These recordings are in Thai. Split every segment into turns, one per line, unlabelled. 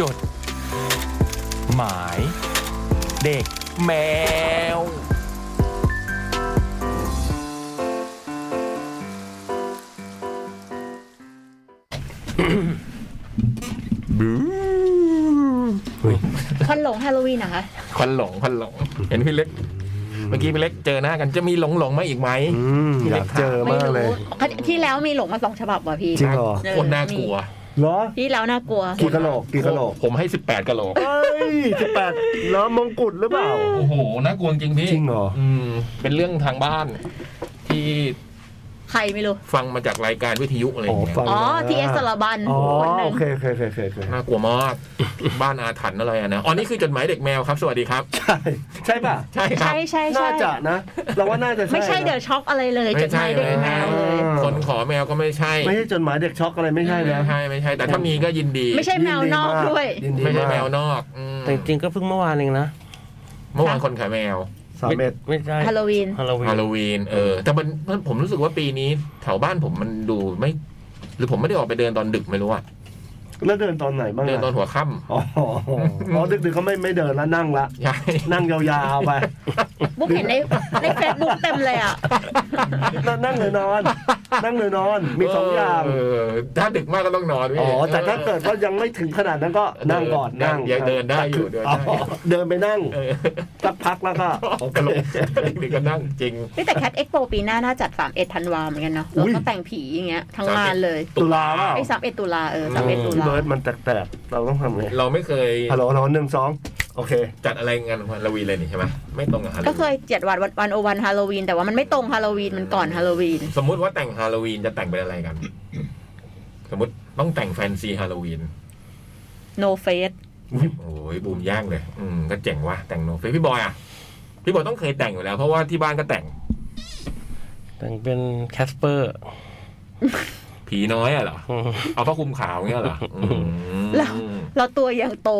จด หมาย เด็กแมว
ควันหลงฮาโลวีนนะคะ
ควันหลงควันหลง เห็นพี่เล็ก เมื่อกี้พี่เล็กเจอหน้ากันจะมีหลงหลงๆมาอีกไหม
อืมอยากเจอมากเลย
ที่แล้วมีหลงมาสองฉบับว่ะพี่
จริงเหรอ
โคตรน่ากลัว
เหรอ
ที่แล้วน่ากลัว
กี่กะโหลกกี่กะโหลก
ผมให้ 18กะโหลก
เอ้ยสิบแปดเหรอมงกุฎหรือเปล่า
โอ้โหน่ากลัวจริงพี่
จริงเหรอ
มเป็นเรื่องทางบ้าน ที่
ใครไม่รู้
ฟังมาจากรายการวิทยุอะไรอ
โอ้
ย่างเงี้ย
ฟัง
อ๋อ
นะ
ทีเอสลบัน
อ๋อ
คนหนึ่
โอง เคโอเคโอเคโอเคโอเค
น่ากลัวมาก บ้านอาถรรพ์อะไรอะนะอ๋อนี่คือจดหมายเด็กแมวครับ สวัสดีครับ
ใช่ใช่ป่ะ
ใช่ครับ
ใช่ใช่
น่า
ใช่
จะนะ เราว่าน่าจะใช่
ไม่ใช่
นะ
เดอะช็อกอะไรเลย
ไม่
จด
ใช่
หมายเด็กแมวเลย
นะ
คนขอแมวก็ไม่ใช่
ไม่ใช่จดหมายเด็กช็อกอะไรไม่ใช่
ไม่
นะ
ใช่ไม่ใช่ แต่ถ้ามีก็ยินดี
ไม่ใช่แมวนอกด้วย
ยินดี
ไม่ใช่
มาก
แมวนอกอืม
แต่จริงๆก็เพิ่งเมื่อวานเองนะ
เมื่อวานคนขายแมว
สามเอ็ด
ไม่ใช่
ฮาโลวีน
ฮาโลวีน
ฮาโลวีนเออแต่มันมันผมรู้สึกว่าปีนี้แถวบ้านผมมันดูไม่ หรือผมไม่ได้ออกไปเดินตอนดึกไม่รู้อะ
แล้วเดินตอนไหนบ้างะ
เดินตอนหัวค่
อ๋ออ๋อดึกๆก็ไม่ไม่เดินแล้วนั่งละ
ำใช่
นั่งยาวๆไป
บุ๊กเห็นในในเฟซบุ๊กเต็มเลยอ่ะ
นั่งนั่งหรือนอน นั่งหรือนอน มีสองอย่าง
เอถ้าดึกมากก็ต้องนอนพี่
อ๋อ แต่ถ้าเกิด
อ
ว่ายังไม่ถึงขนาดนั้นก็นั่งก่อน
เดิน
นั่ง
ยังเดินได้อยู่เดินได้อยู่
เดินไปนั่ง
อเออ
สักพักแล้วก็โอเค
ตลกดึกก็นั่งจริง
นี่แต่แคทเอ็กโปปีหน้าน่าจัด 3 1ธันวาเหมือนกันเนาะ
อุ๊
เรา
ย
ก็แต่งผีอย่างเงี้ยทั้งงานเลย
ตุลาเปล่า
ไอ้31ตุลาเออ
ม
31ตุ
พี่
ลา
เบิร์ดมันแตกๆเราต้องทำไง
เราไม่เคย
ฮัลโหลฮัลโหลหนึ่งสองโอเค
จัดอะไรงานฮาโลวีนเลยนี่ใช่ไหมไม่ตรงกับฮาโล
ก็เค
วีน
ยเจ็ดวันวันวันโอวันฮาโลวีนแต่ว่ามันไม่ตรงฮาโลวีนมันก่อนฮาโลวีน
สมมุติว่าแต่งฮาโลวีนจะแต่งเป็นอะไรกัน สมมติต้องแต่งแฟนซีฮาโลวีน
โนเฟส
โอ้ยบูมยากเลยอืมก็เจ๋งว่ะแต่งโนเฟพี่บอยอะพี่บอยต้องเคยแต่งอยู่แล้ว เพราะว่าที่บ้านก็แต่ง
แต่งเป็นแคสเปอร์
ผีน้อยอะเหรอ เอาผ้าคลุมขาวเงี้ยเหรออืม
เราตัวอย่างโต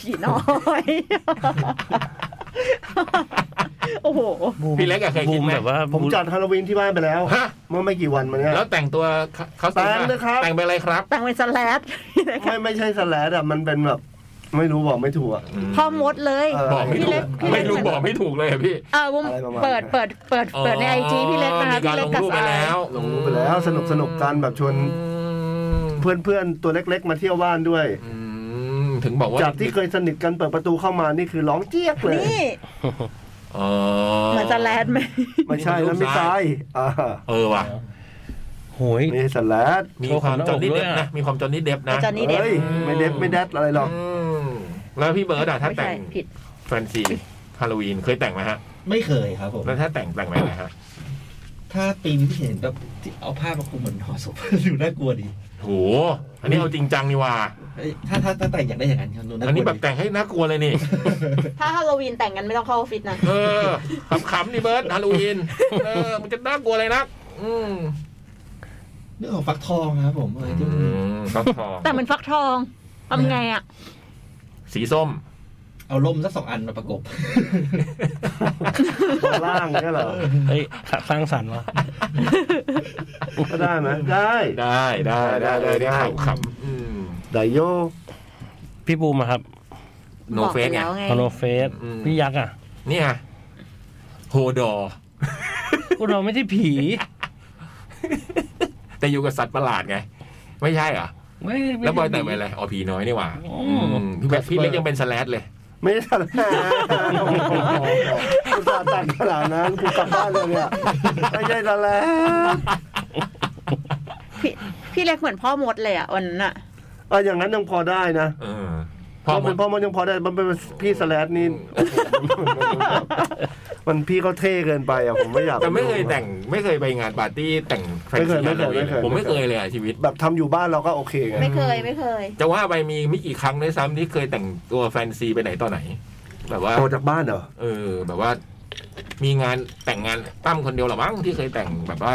ผีน้อย โอ้โห
พี่เล็กอะเคย
บู
คิด
ม
ไหม
แบบว่า
ผมจัดฮาโลวีนที่บ้านไปแล้ว
ฮะ
เมื่อไม่กี่วันมาเนี้ย
แล้วแต่งตัวเขา
แต่งเลยครับ
แต่งเป็นอะไรครับ
แต่งเป็นสแลด
ไม่ไม่ใช่สแลดอ่ะ มันเป็นแบบ ไม่รู้บอกไม่ถูกอ่ะ
พ่อมดเลย
เอ
บอกไม่
พี่
ถู
เล็
ก
ก
ไม่รู้บอกไม่ถูกเลยอะพี่
เออวง
อะไรประมาณนั้น
เปิดเปิดเปิดเปิดในไอจีพี่เล็กนะคะ
มีกา
พี่
ร
เล็
ล
ก
ง
กับ
รูปไป
สาย
แล้ว
ลงรูปไปแล้วสนุกสนุกกันแบบชวน
อืม
เพื่อนเพื่อนๆตัวเล็ก ๆ มาเที่ยวบ้านด้วย
อืมถึงบอกว่า
จากที่เคยสนิทกันเปิดประตูเข้ามานี่คือร้องเจี๊ยกเลย
นี่
อ๋อ
เหมือนสแลดไหม
ไม่ใช่แล้วไม่ใช่อ่า
เออว่ะ
โหย
นี่สแลด
มีความจอห์นนี่เด็บ
โช
นะ
ว์ความหน้าอกด้วยอะ
มีความจอห์นนี่เด็บนะ
จอห์ นี่เด็ด
เฮ้ยไม่เด็ดไม่แดดอะไรหรอก
อืมแล้วพี่เบิร์ดอะถ้า
ไม่
แต่
ใช่
ง
ผิด
แฟนซีฮาโลวีนเคยแต่งไหมฮะ
ไม่เคยครับผม
แล้วถ้าแต่งแต่งไหมอะไรฮะ
ถ้าปีนี้ที่เห็นแบบที่เอาผ้ามาคลุมเหมือนห่อศพ ดูน่ากลัวดี
โหอันนี้เอาจริงจังนี่ว่ะ
เอ้ยถ้าถ้าถ้าแต่งอยากได้อย่างนั้นครับดูน่ากลัว
อันนี้แบบ
ดี
แต่งให้น่ากลัวเลยนี่
ถ้าฮาโลวีนแต่งกันไม่ต้องเข้าออฟฟิศนะ
เออขำๆนี่เบิร์ดฮาโลวีน เออ มันจะน่ากลัวเลยนัก อืม
เรื่องของฟักทองครับผมอะไรที่มัน
ฟักทอง
แต่มันฟักทองทำไงอ่ะ
สีส้ม
เอาล่มสักสองอันมาประกบ
ข้างล่างเนี่ยเหรอ
เฮ้ยสร้างสรรค์วะ
ก็ได้ไหมได้
ได้ได้ได้ได้
ได้
ได้ขำๆอืม
ไดโย
พี่บูมอะครับ
โน
บอก
เฟ
ไป
สไง
แล้วไง
ฮาโลเฟส
อืม
พี่ยักษ์อ่ะ
เนี่ยโฮดอร์
กูเราไม่ใช่ผี
แต่อยู่กับสัตว์ประหลาดไง ไม่ใช่เหรอ
ไม่ไม่
แล้วบอยแต่งไปอะไรอ๋อผีน้อยนี่หว่า
อื
อื
ม
มพี่แบบพี่เล็กยังเป็นสแลดเลย
ไม่ได้สแลดกูตาห์ตัดขนาดนั้นกูกลับบ้านเลยเนี่ยไม่ใช่สแลด
พี่พี่เล็กเหมือนพ่อมดเลยอ่ะวันนั้นอ่ะ
อ่ะอย่างนั้นยังพอได้นะ
เออ
พอเป็นพ่อมันยังพอได้ มันเป็นพี่สแลดนี่ มันพี่เขาเท่เกินไปอ่ะผมไม่อยาก
แต่ไม่เคยแต่งไม่เคยไปงานปาร์ตี้แต่งแฟน
ไม่เค
ซี
ยไม่
ฮาโลวีน
เคยไม่เคย
ผมไม่เคยเลยอะชีวิต
แบบทำอยู่บ้านเราก็โอเคไง
ไม่เคยไม่เคย
จะว่าไปมีไม่กี่ครั้งด้วยซ้ำที่เคยแต่งตัวแฟนซีไปไหนต่อไหน แบบว่า
โตจากบ้านเหรอ
เออ แบบว่า มีงานแต่งงานตั้มคนเดียวเหรอมั้งที่เคยแต่งแบบว่า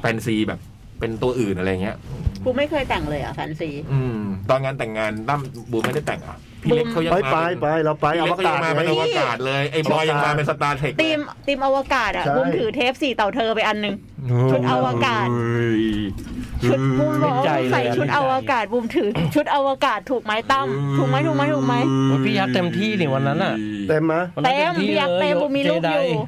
แฟนซีแบบเป็นตัวอื่นอะไรเงี้ย
กูไม่เคยแต่งเลยอ่ะแฟนซี
อืม ตอนงานแต่งงานตั้มบูมไม่ได้แต่งเหรอ่ะพี่เล็กเขายัง
ไป
มา
ไป
เป็น
ไปเราไป
พี่
อ
เล็ก
ว
เขา
กา
ยั
ศ
งมาเป็น
ไง
อวกาศเลยไอ้บอยยังมาเป็นสตาร์เทค
ตีมตีมอวกาศอ่ะ
ใช่
บุมถือเทปสี่เต่าเธอไปอันหนึง ชุดอวกาศ
เฮ้ย
ชุดบูมบอก
วิจั
ว่ายใส่
เลยอะ
ชุด
วิ
อ
จั
ย วกาศบูมถือ ชุดอวกาศถูกไหมตั้มถูกไหมถูกไหมถูกไหม
โอ้ยพี่ยักษ์เต็มที่นี่วันนั้นน่ะ
เต็มมะ
วันนั้น
เต็ม
ที่
พี่ยักษ์เต็ม
ล
บูมมีลูกอ
เจได
ยู่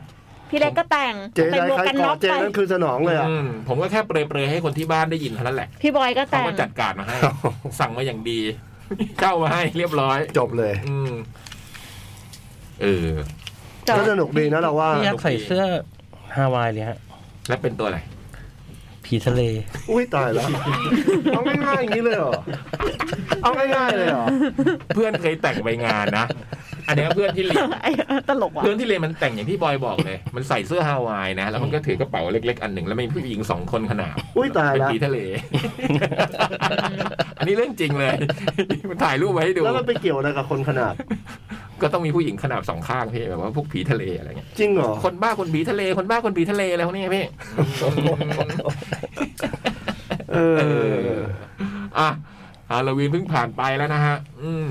พี่เล็กก็แต่ง
เจ๊
แต่ง
ได้
หมวก
ใคร
กัน
ก่
น็
อ
อก
เจ๊
ไป
นั่นคือสนองเลยอ่ะ
อืมผมก็แค่เปรยๆให้คนที่บ้านได้ยินเท่านั้นแหละ
พี่บอยก็
เขา
แต่ง
ก็จัดการมาให้ สั่งมาอย่างดี เข้ามาให้เรียบร้อย
จบเลย
อืม เออ
จบ
ก็สนุกดีนะเราว่า
พี่ยักษ์ใส่เสื้อฮาวายเลยฮะ
แล้วเป็นตัวอะไร
ผีทะเล
อุ้ยตายแล้ว เอาง่ายๆอย่างนี้เลยเหรอ เอาง่ายๆเลยเหรอ
เพื่อนเคยแต่งไปงานนะ อันเนี้ยเพื่อนที่เรียน
ไอ้ตลกว่ะ
เพื่อนที่เรียนมันแต่งอย่างที่บอยบอก เลย มันใส่เสื้อฮาวายนะ แล้วมันก็ถือกระเป๋าเล็ก ๆ อันหนึ่ง แล้วมีผู้หญิงสองคนขนาบ
อุ้ยตาย
เป็น
แล้ว
ผีทะเล อันนี้เรื่องจริงเลย มันถ่ายรูปไว้ให้ดู
แล้วมันไปเกี่ยวอะไรกับคนขนาด
ก็ต้องมีผู้หญิงขนาบสองข้างพี่แบบว่าพวกผีทะเลอะไรเงี้ย
จริงเหรอ
คนบ้าคนผีทะเล คนบ้าคนผีทะเลอะไรพวกนี้พี่
เอ
เอ
อ
อ อ่ะฮาโลวีนเพิ่งผ่านไปแล้วนะฮะ อืม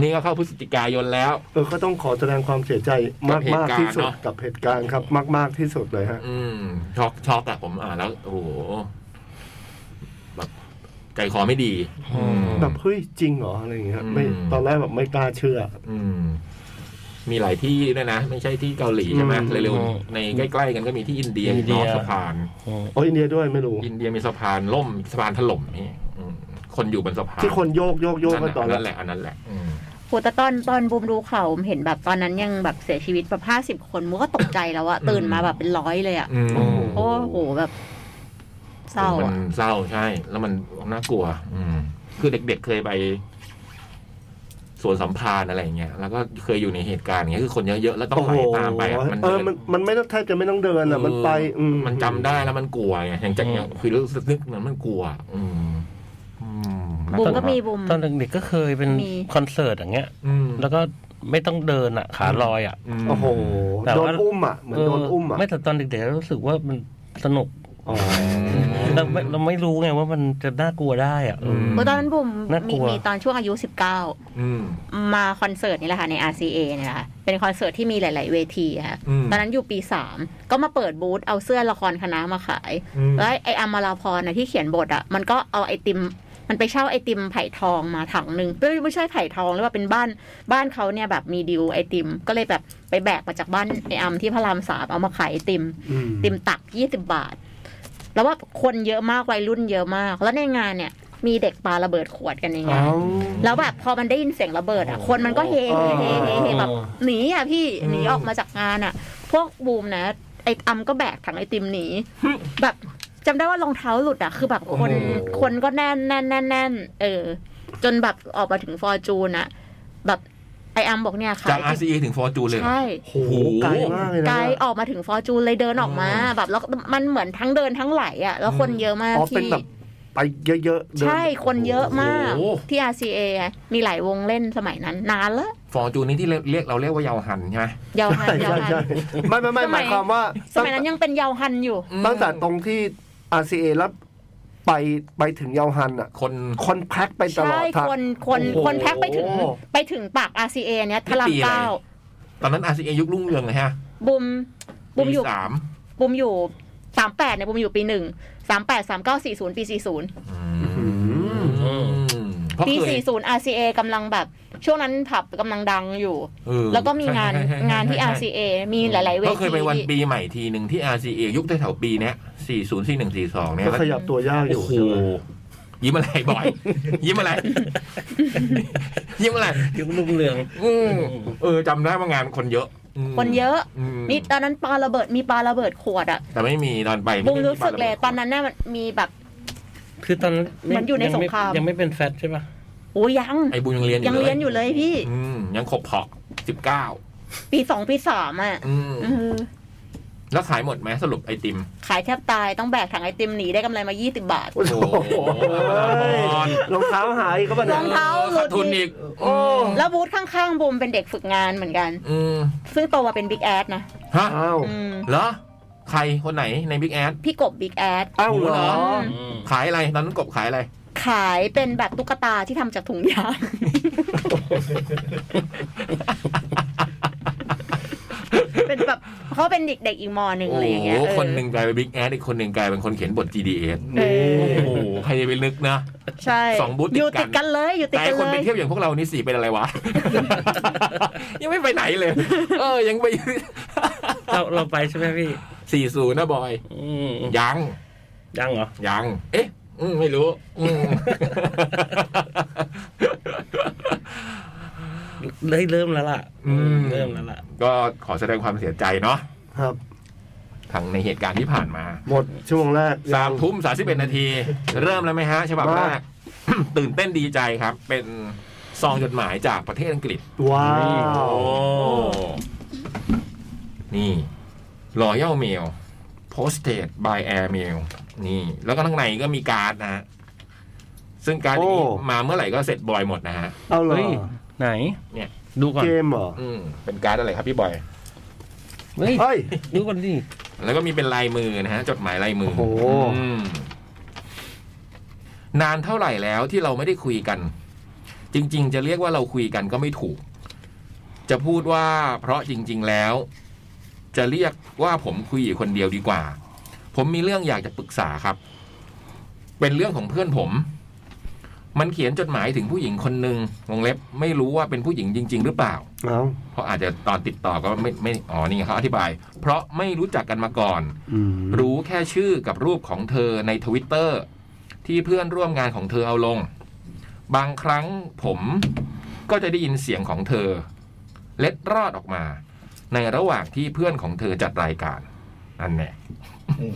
นี่ก็เข้าพฤศจิกายนแล้ว
เออก็ต้องขอแสดงความเสียใจมากมากๆที่สุดกับเหตุการณ์ครับ มากมากๆที่สุดเลยฮะ
อืม ช็อกช็อกอะผมอ่านแล้ว โอ้โห แบบใจคอไม่ดี อืม
แบบเฮ้ยจริงเหรออะไรอย่างเงี้ยไม่
อืม
ตอนแรกแบบไม่กล้าเชื่อ
อืม มีหลายที่ด้วยนะ ไม่ใช่ที่เกาหลีใช่ไหม
อืม
เร็วๆในใกล้ๆกันก็มีที่อินเดีย
อินเดีย
นสะพาน
อืม
โอ้ยอินเดียด้วยไม่รู้
อินเดียมีสะพานล่มสะพานถล่มนี่อืมคนอยู่บนสะพาน
ที่คนโยกโยกโยกกันตอน
นั่น
แรก
แหละอันนั้นแหละอืม
โหแต่ตอนตอนบูมดูข่าวผมเห็นแบบตอนนั้นยังแบบเสียชีวิตแบบห้าสิบ50 คนมูก็ตกใจแล้วอะตื่นมาแบบเป็นร้อยเลยอะ
อืม
โอ้โหแบบเศร้า
มั
อะ
นเศร้าใช่ แล้วมันน่ากลัว อืม คือเด็กๆเคยไปสวนสัมภารอะไรอย่างเงี้ย แล้วก็เคยอยู่ในเหตุการณ์อย่างเงี้ย คือคนเยอะๆ แล้วต้อง
โอ้
ไห
โห
ลตามไปอ่ะ
เออ
ดิ
มันมันไม่ต้องแทบจะไม่ต้องเดินอ่ะ มันไปอืม
มันจำได้แล้วมันกลัวไง อย่างจากเนี้ยคือรู้สึกนึกเหมือนมันกลัว อืม อืม
บุม
แล้ว
ก็มีบุม
ตอนเด็กๆก็เคยเป็น
มี
คอนเสิร์ตอย่างเงี้ย
อืม
แล้วก็ไม่ต้องเดินอ่ะ ขาลอยอ่ะ
ม
โอ้โห
แต่
โด
ว่า
นอุ้มอ่ะเหมือนโดนอุ้มอ่ะ
ไม่แต่ตอนเด็กๆเรารู้สึกว่ามันสนุก
อ๋อ
เราไม่เราไม่รู้ไงว่ามันจะน่ากลัวได้อ่ะเออ
โอ้ตอนนั้นบุม
น่าก
มี
ลัว
มีตอนช่วงอายุสิบเก้า
อืม
มาคอนเสิร์ตนี่แหละค่ะใน RCA เนี่ยแหละค่ะเป็นคอนเสิร์ตที่มีหลาย ๆ เวทีค่ะ
อืม
ตอนนั้นอยู่ปีสามก็มาเปิดบูธเอาเสื้อละครคณะมาขาย
อืม
แล้วไอ้อมราพรนะที่เขียนบทอ่ะ มันก็เอาไอติม มันไปเช่าไอติมไผ่ทองมาถังหนึ่งไม่ไม่ใช่ไผ่ทองหรือว่าเป็นบ้านบ้านเขาเนี่ยแบบมีดิวไอติม ก็เลยแบบไปแบกมาจากบ้านไออำที่พระรามสามเอามาขายไอติม
อืม
ติมตักยี่สิบบาท แล้วว่าคนเยอะมากวัยรุ่นเยอะมาก แล้วในงานเนี่ย มีเด็กปาระเบิดขวดกันในงาน แล้วแบบพอมันได้ยินเสียงระเบิดอ่ะ คนมันก็เฮเฮเฮเฮเฮแบบหนีอ่ะพี่หนีออกมาจากงานอ่ะ พวกบูมนะ ไอ้อำก็แบกถังไอติมหนี แบบจำได้ว่ารองเท้าหลุดอ่ะ คือแบบคน
โอ้โห
คนก็แน่นแน่นแน่นแน่นเออ จนแบบออกมาถึงฟอร์จูนอ่ะ แบบไออำบอกเนี่ยขา
จาก
ย
RCA ถึงฟอร์จูเลยเหรอ
ใช่
โหไกลมากเลยนะ
ไกลออกมาถึงฟอร์จูนเลยเดินออกมา แบบแล้วมันเหมือนทั้งเดินทั้งไหลอ่ะ แล้วคนเยอะมาก
อ๋อเป็น
พี่
แบบไปเยอะๆเดิน
ใช่คนเยอะมาก
โอ้โห
ที่ RCA อะมีหลายวงเล่นสมัยนั้น นานแล้ว
ฟอร์จูนนี่ที่เรียกเราเรียกว่ายาวหันใช่ไหม
เยาวฮัน
ใช่
เยาว
ใช่
ฮัน
ใช่ไม่ไม่ไม่
สมัย
หมายความว่า
สมัยนั้นยังเป็นเยาวฮันอยู่
อืม
ตั้งแต่ตรงที่ RCA แล้วไปไปถึงเยาวฮันอ่ะ
คน
คนแพ็คไปตลอ
ใช่
ดทาง
คนคน
โอ้โห
คนแพ็คไปถึง
โอ้โห
ไปถึงปาก RCA เนี้ยทะลา
นี่
ม
ปีอะไร
เก้า
ตอนนั้น RCA ยุครุ่งเรืองเลยฮะ
บุมบุม
ปี
อยู่
สาม
บุมอยู่สามแปดเนี่ยบุมอยู่ปีหนึ่งสามแปดสามเก้าสี่ศูนย์ปีสี่ศูนย์
อื
อื
ม
ม
อืมเพราะ
ปี
เคย
สี่ศูนย์ RCA กำลังแบบ ช่วงนั้นผับกำลังดังอยู่
เออ
แล้วก็มีงาน
ใช่ใช่ใช่
งานที่
ใช่
RCA มีหลาย ๆ เว
ก็เคยไปวัน
ที
ปีใหม่ทีหนึ่งที่ RCA ยุคแถวๆปีเนี้ย40 41 42 เนี่ย
ก็ขยับตัวยากอ
โอ้
ยู่
โห
ใช่ไหม
ยิ้มอะไรบ่อย ยิ้ม อะไร ยิ้มอะไร
ยุคลุงเรือง
อืมเออจำได้ว่างานคนเยอะม
คนเยอะ
ม
มีตอนนั้นปาระเบิดมีปาระเบิดขวดอะ
แต่ไม่มีตอนไป
บู
ไได้
มรู้สึกเลยตอนนั้นน่ะมันมีแบบ
คือตอนนั้น
เหมือนอยู่ในสงคราม
ยังไม่เป็นแฟตใช่ปะ
โอ้ยยัง
ไอ้บูมยังเรียน
ยังเรียนอยู่เลยพี่
อืมยังขบเพาะสิบเก้า
ปีสองปีสามอ่ะเออ
แล้วขายหมดไหมสรุปไอติม
ขายแทบตายต้องแบกถังไอติมหนีได้กำไรมายี่สิบาท
โอ้โหเอ้ยรองเท้าหายก็บ้าน
ร
ย
องเท้าหลุด
ขาดทุนอีก
โอ้
แล้วบูธข้างๆบูมเป็นเด็กฝึกงานเหมือนกัน
อืม
ซึ่งโตมาเป็นบิ๊กแอดนะ
ฮะ
อ้าว
อืม
เหรอ ใครคนไหนในบิ๊กแอด
พี่กบบิ๊กแอด
อ้าวเหรอ
อื
ขายอะไร ตอนนั้นกบขายอะไร
ขายเป็นแบบตุ๊กตาที่ทำจากถุงยาง เป็นแบบ เขาเป็นเด็กๆอีกมหนึ่ง
โอ้
อะไรอย่าง
โห
เงี้ยเออ
คนหนึ่งกลายเป็นบิ๊กแอดอีกคนหนึ่งกลายเป็นคนเขียนบท GDS
เออ
โอ้โหใครจะไปนึกนะ
ใช่
สองบูธติดกัน
อยู่ติดกันเลยอยู่ติด
แต่
กัน
คน
เล
ไป
ย
เที่ยวอย่างพวกเรานี่สี่เป็นอะไร วะ ยังไม่ไปไหนเลย เออ ยังไป
เราเราไปใช่ไหมพี่
สี่ศูนย์นะบอย
อืม
ยัง
ยังเหรอ
ยัง เอ๊ะอืมไม่รู้อื ม
ได้เริ่มแล้วล่ะ
อืม
เริ่มแล้วล่ะ
ก็ขอแสดงความเสียใจเนาะ
ครับ
ทั้งในเหตุการณ์ที่ผ่านมา
หมดชั่วโมงแรก
สามทุ่มสาสิบเอ็ดนาที เริ่มแล้วไหมฮะ ฉบับแร
ว่า
ก ตื่นเต้นดีใจครับ เป็นซองจดหมายจากประเทศอังกฤษ
ว้า
โอ้
ว
นี่ Royal Mail Posted by Air Mail นี่ แล้วก็ข้างในก็มีการ์ดนะฮะ ซึ่งการ์ดนี้
โอ้
มาเมื่อไหร่ก็เสร็จบอยหมดนะฮะ
เอาเหรอ
เฮ้ย ไหน
เนี่ย
ดูก่อน
เกมเหรอ
อืม เป็นการ์ดอะไรครับพี่บอย
เฮ้ย
เฮ้ย
ดูก่อนดิ
แล้วก็มีเป็นลายมือนะฮะ จดหมายลายมือ
โอ้โห
อืมนานเท่าไหร่แล้วที่เราไม่ได้คุยกัน จริง ๆ จะเรียกว่าเราคุยกันก็ไม่ถูก จะพูดว่าเพราะจริง ๆแล้ว จะเรียกว่าผมคุยอยู่คนเดียวดีกว่า ผมมีเรื่องอยากจะปรึกษาครับ เป็นเรื่องของเพื่อนผม มันเขียนจดหมายถึงผู้หญิงคนหนึ่งวงเล็บ ไม่รู้ว่าเป็นผู้หญิงจริง ๆ หรือเปล่า
เอา
เพราะอาจจะตอนติดต่อก็ไม่ไม่อ๋อนี่ไงเขาอธิบาย เพราะไม่รู้จักกันมาก่อน
อืม
รู้แค่ชื่อกับรูปของเธอในทวิตเตอร์ที่เพื่อนร่วมงานของเธอเอาลง บางครั้งผมก็จะได้ยินเสียงของเธอ เล็ดรอดออกมา ในระหว่างที่เพื่อนของเธอจัดรายการนั่นแน่
อืม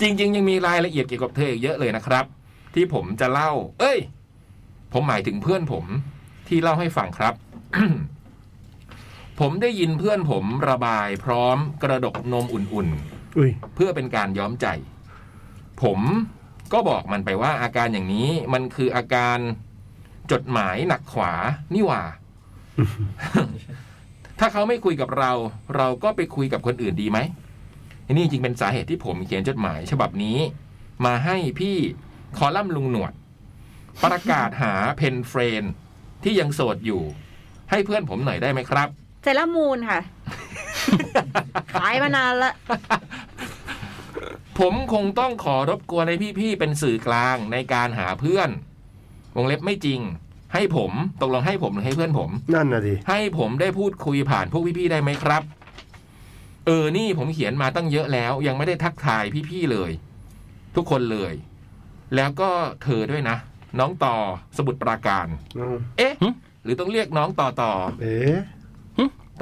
จริง ๆ ยังมีรายละเอียดเกี่ยวกับเธออีกเยอะเลยนะครับ ที่ผมจะเล่า เอ้ย ผมหมายถึงเพื่อนผมที่เล่าให้ฟังครับ ผมได้ยินเพื่อนผมระบายพร้อมกระดกนมอุ่นๆ
อุ้ย
เพื่อเป็นการย้อมใจ ผมก็บอกมันไปว่าอาการอย่างนี้มันคืออาการจดหมายหนักขวานี่หว่า ถ้าเขาไม่คุยกับเรา เราก็ไปคุยกับคนอื่นดีไหมนี่จริงเป็นสาเหตุที่ผมเขียนจดหมายฉบับนี้ มาให้พี่คอลัมน์ลุงหนวด ประกาศหาเพนเฟรนที่ยังโสดอยู่ ให้เพื่อนผมหน่อยได้ไหมครับ
เซรามูนค่ะ ขายมานานละ
ผมคงต้องขอรบกวนให้พี่ๆ เป็นสื่อกลางในการหาเพื่อน วงเล็บไม่จริง ให้ผมตกลงให้ผมหรือให้เพื่อนผม
นั่นน่ะดิ
ให้ผมได้พูดคุยผ่านพวกพี่ๆ ได้ไหมครับ เออ นี่ผมเขียนมาตั้งเยอะแล้ว ยังไม่ได้ทักทายพี่ๆ เลย ทุกคนเลย แล้วก็เธอด้วยนะ น้องต่อสมุดปราการ
เอา
เอ๊ะ
หึ
หรือต้องเรียกน้องต่อต่อ
เอ๊ะ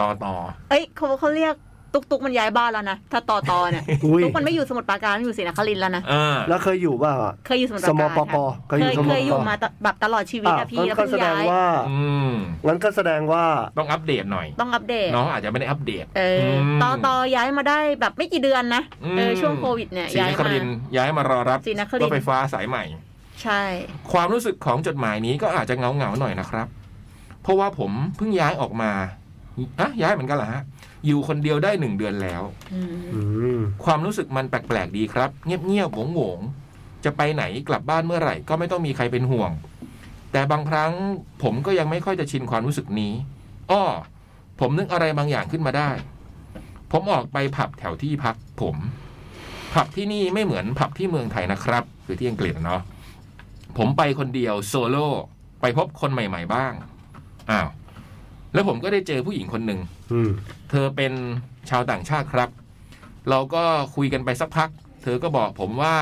ต่อต่อ
เอ้ยเขาเขาเรียกตุกตุกมันย้ายบ้านแล้วนะ ถ้าต่อตอเนี่ย
อุ้ย
ตุกมันไม่อยู่สมุทรปราการมันอยู่ศรีนครินทร์แล้วนะ
เออ
แล้วเคยอยู่เปล่าอ่ะ
เคยอยู่สมุทรป
ส
รามการ
ปป
ค่ะ
เค
เคย
ยอยู่สมป
เคยอยู่
ป
มาตะแบบตลอดชีวิต
อ่ะ
อะพี่
งั้น
แล้ว
ก็
เพิ่ง
แสดง
ย้าย
ว่า
อืม
งั้นก็แสดงว่า
ต้องอัปเดตหน่อย
ต้องอัปเดต
น้องอาจจะไม่ได้อัปเดต
เอออ
ม
ต่อตอย้ายมาได้แบบไม่กี่เดือนนะเออช่วงโควิดเนี่ย
ศรี
ย้าย
นค
มา
รินทร์ย้ายมารอรับ
ศรีนครินทร์
รถไฟฟ้าสายใหม่
ใช่
ความรู้สึกของจดหมายนี้ก็อาจจะเงาเงาๆหน่อยนะครับ เพราะว่าผมเพิ่งย้ายออกมาอะย้ายเหมือนกันเหรอฮะ อยู่คนเดียวได้หนึ่งเดือนแล้ว
อืม
อืม
ความรู้สึกมันแปลกๆดีครับ เงียบๆโงงๆจะไปไหนกลับบ้านเมื่อไหร่ ก็ไม่ต้องมีใครเป็นห่วง แต่บางครั้งผมก็ยังไม่ค่อยจะชินความรู้สึกนี้ อ้อ ผมนึกอะไรบางอย่างขึ้นมาได้ ผมออกไปผับแถวที่พักผม ผับที่นี่ไม่เหมือนผับที่เมืองไทยนะครับ คือที่อังกฤษอะเนาะ ผมไปคนเดียวโซโล่ไปพบคนใหม่ๆบ้าง อ้าว แล้วผมก็ได้เจอผู้หญิงคนหนึ่ง
อืม
เธอเป็นชาวต่างชาติครับ เราก็คุยกันไปสักพัก เธอก็บอกผมว่า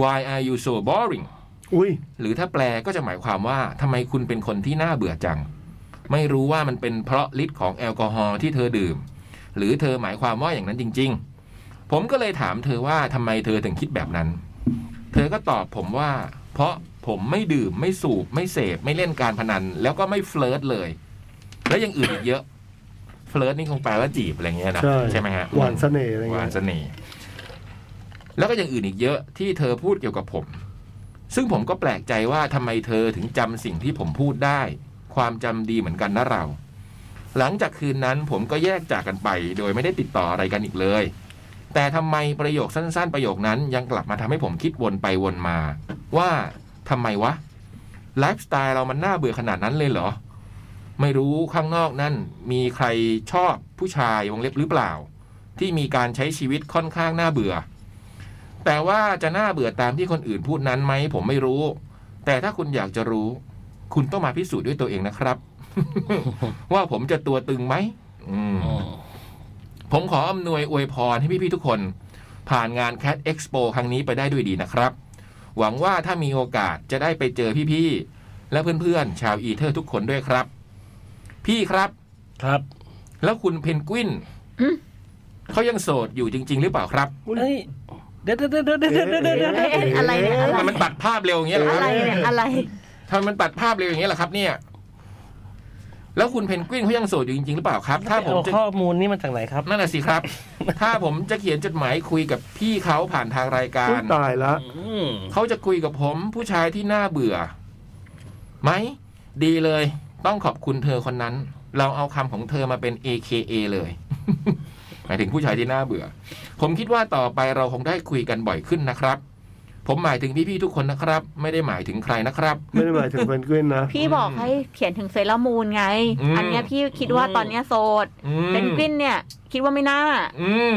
why are you so boring
อุ้ย
หรือถ้าแปลก็จะหมายความว่าทำไมคุณเป็นคนที่น่าเบื่อจัง ไม่รู้ว่ามันเป็นเพราะฤทธิ์ของแอลกอฮอล์ที่เธอดื่ม หรือเธอหมายความว่าอย่างนั้นจริง ๆ ผมก็เลยถามเธอว่าทำไมเธอถึงคิดแบบนั้น เธอก็ตอบผมว่า เพราะผมไม่ดื่มไม่สูบไม่เสพไม่เล่นการพนัน แล้วก็ไม่เฟลิร์ตเลย และยังอื่นอีกเยอะเฟลิร์ตนี่คงแปลว่าจีบอะไรเงี้ยนะ
ใช่
ไหมฮะ
หวานเสน่ห์อะไร
หวา
เงี้
น
ย
เสน่ห์แล้วก็อย่างอื่นอีกเยอะที่เธอพูดเกี่ยวกับผม ซึ่งผมก็แปลกใจว่าทำไมเธอถึงจำสิ่งที่ผมพูดได้ ความจำดีเหมือนกันนะเรา หลังจากคืนนั้นผมก็แยกจากกันไป โดยไม่ได้ติดต่ออะไรกันอีกเลย แต่ทำไมประโยคสั้นๆ ประโยคนั้นยังกลับมาทำให้ผมคิดวนไปวนมา ว่าทำไมวะไลฟ์สไตล์เรามันน่าเบื่อขนาดนั้นเลยเหรอ ไม่รู้ข้างนอกนั่นมีใครชอบผู้ชายวงเล็บหรือเปล่า ที่มีการใช้ชีวิตค่อนข้างน่าเบื่อ แต่ว่าจะน่าเบื่อตามที่คนอื่นพูดนั้นไหมผมไม่รู้ แต่ถ้าคุณอยากจะรู้ คุณต้องมาพิสูจน์ด้วยตัวเองนะครับ ว่าผมจะตัวตึงไหมอืม
อ๋อ
ผมขออำนวยอวยพรให้พี่ๆทุกคน ผ่านงาน Cat Expo ครั้งนี้ไปได้ด้วยดีนะครับ หวังว่าถ้ามีโอกาสจะได้ไปเจอพี่ๆและเพื่อนๆ ชาวอีเทอร์ทุกคนด้วยครับ พี่ครับ
ครับ
แล้วคุณเพนกวิน
อืม
เขายังโสดอยู่จริง ๆ หรือเปล่าครับ
เฮ้ยเดี๋ยวเดี๋ยวเดี๋ยวเดี๋ยวเดี๋ยวเดี๋ยวเดี๋ยวเดี๋ยว
เอ๊ะอะไรเนี่ยอะไร
ทำไมมันตัดภาพเร็วอย่างเงี้ยเหรอ
อะไรเนี่ยอะไร
ทำไมมันตัดภาพเร็วอย่างเงี้ยเหรอครับ เนี่ย แล้วคุณเพนกวินเขายังโสดอยู่จริงๆหรือเปล่าครับ ถ้าผม
เอา
จะ
ข้อมูลนี่มาจากไหนครับ
นั่นน่ะสิครับ ถ้าผมจะเขียนจดหมายคุยกับพี่เขาผ่านทางรายกา
อุ๊ย
ร
ตายละ
อืม
เขาจะคุยกับผมผู้ชายที่น่าเบื่อ ไหม ดีเลย ต้องขอบคุณเธอคนนั้น เราเอาคำของเธอมาเป็น AKA เลย หมายถึงผู้ชายที่น่าเบื่อ ผมคิดว่าต่อไปเราคงได้คุยกันบ่อยขึ้นนะครับ ผมหมายถึงพี่ๆทุกคนนะครับ ไม่ได้หมายถึงใครนะครับ
ไม่ได้หมายถึงเพนกวินนะ
พี่บอกให้เขียนถึงเซรามูนไง
อืม
อันเนี้ยพี่คิดว่าตอนเนี้ยโสด
อืม
เป็นกวินเนี่ย คิดว่าไม่น่า
อืม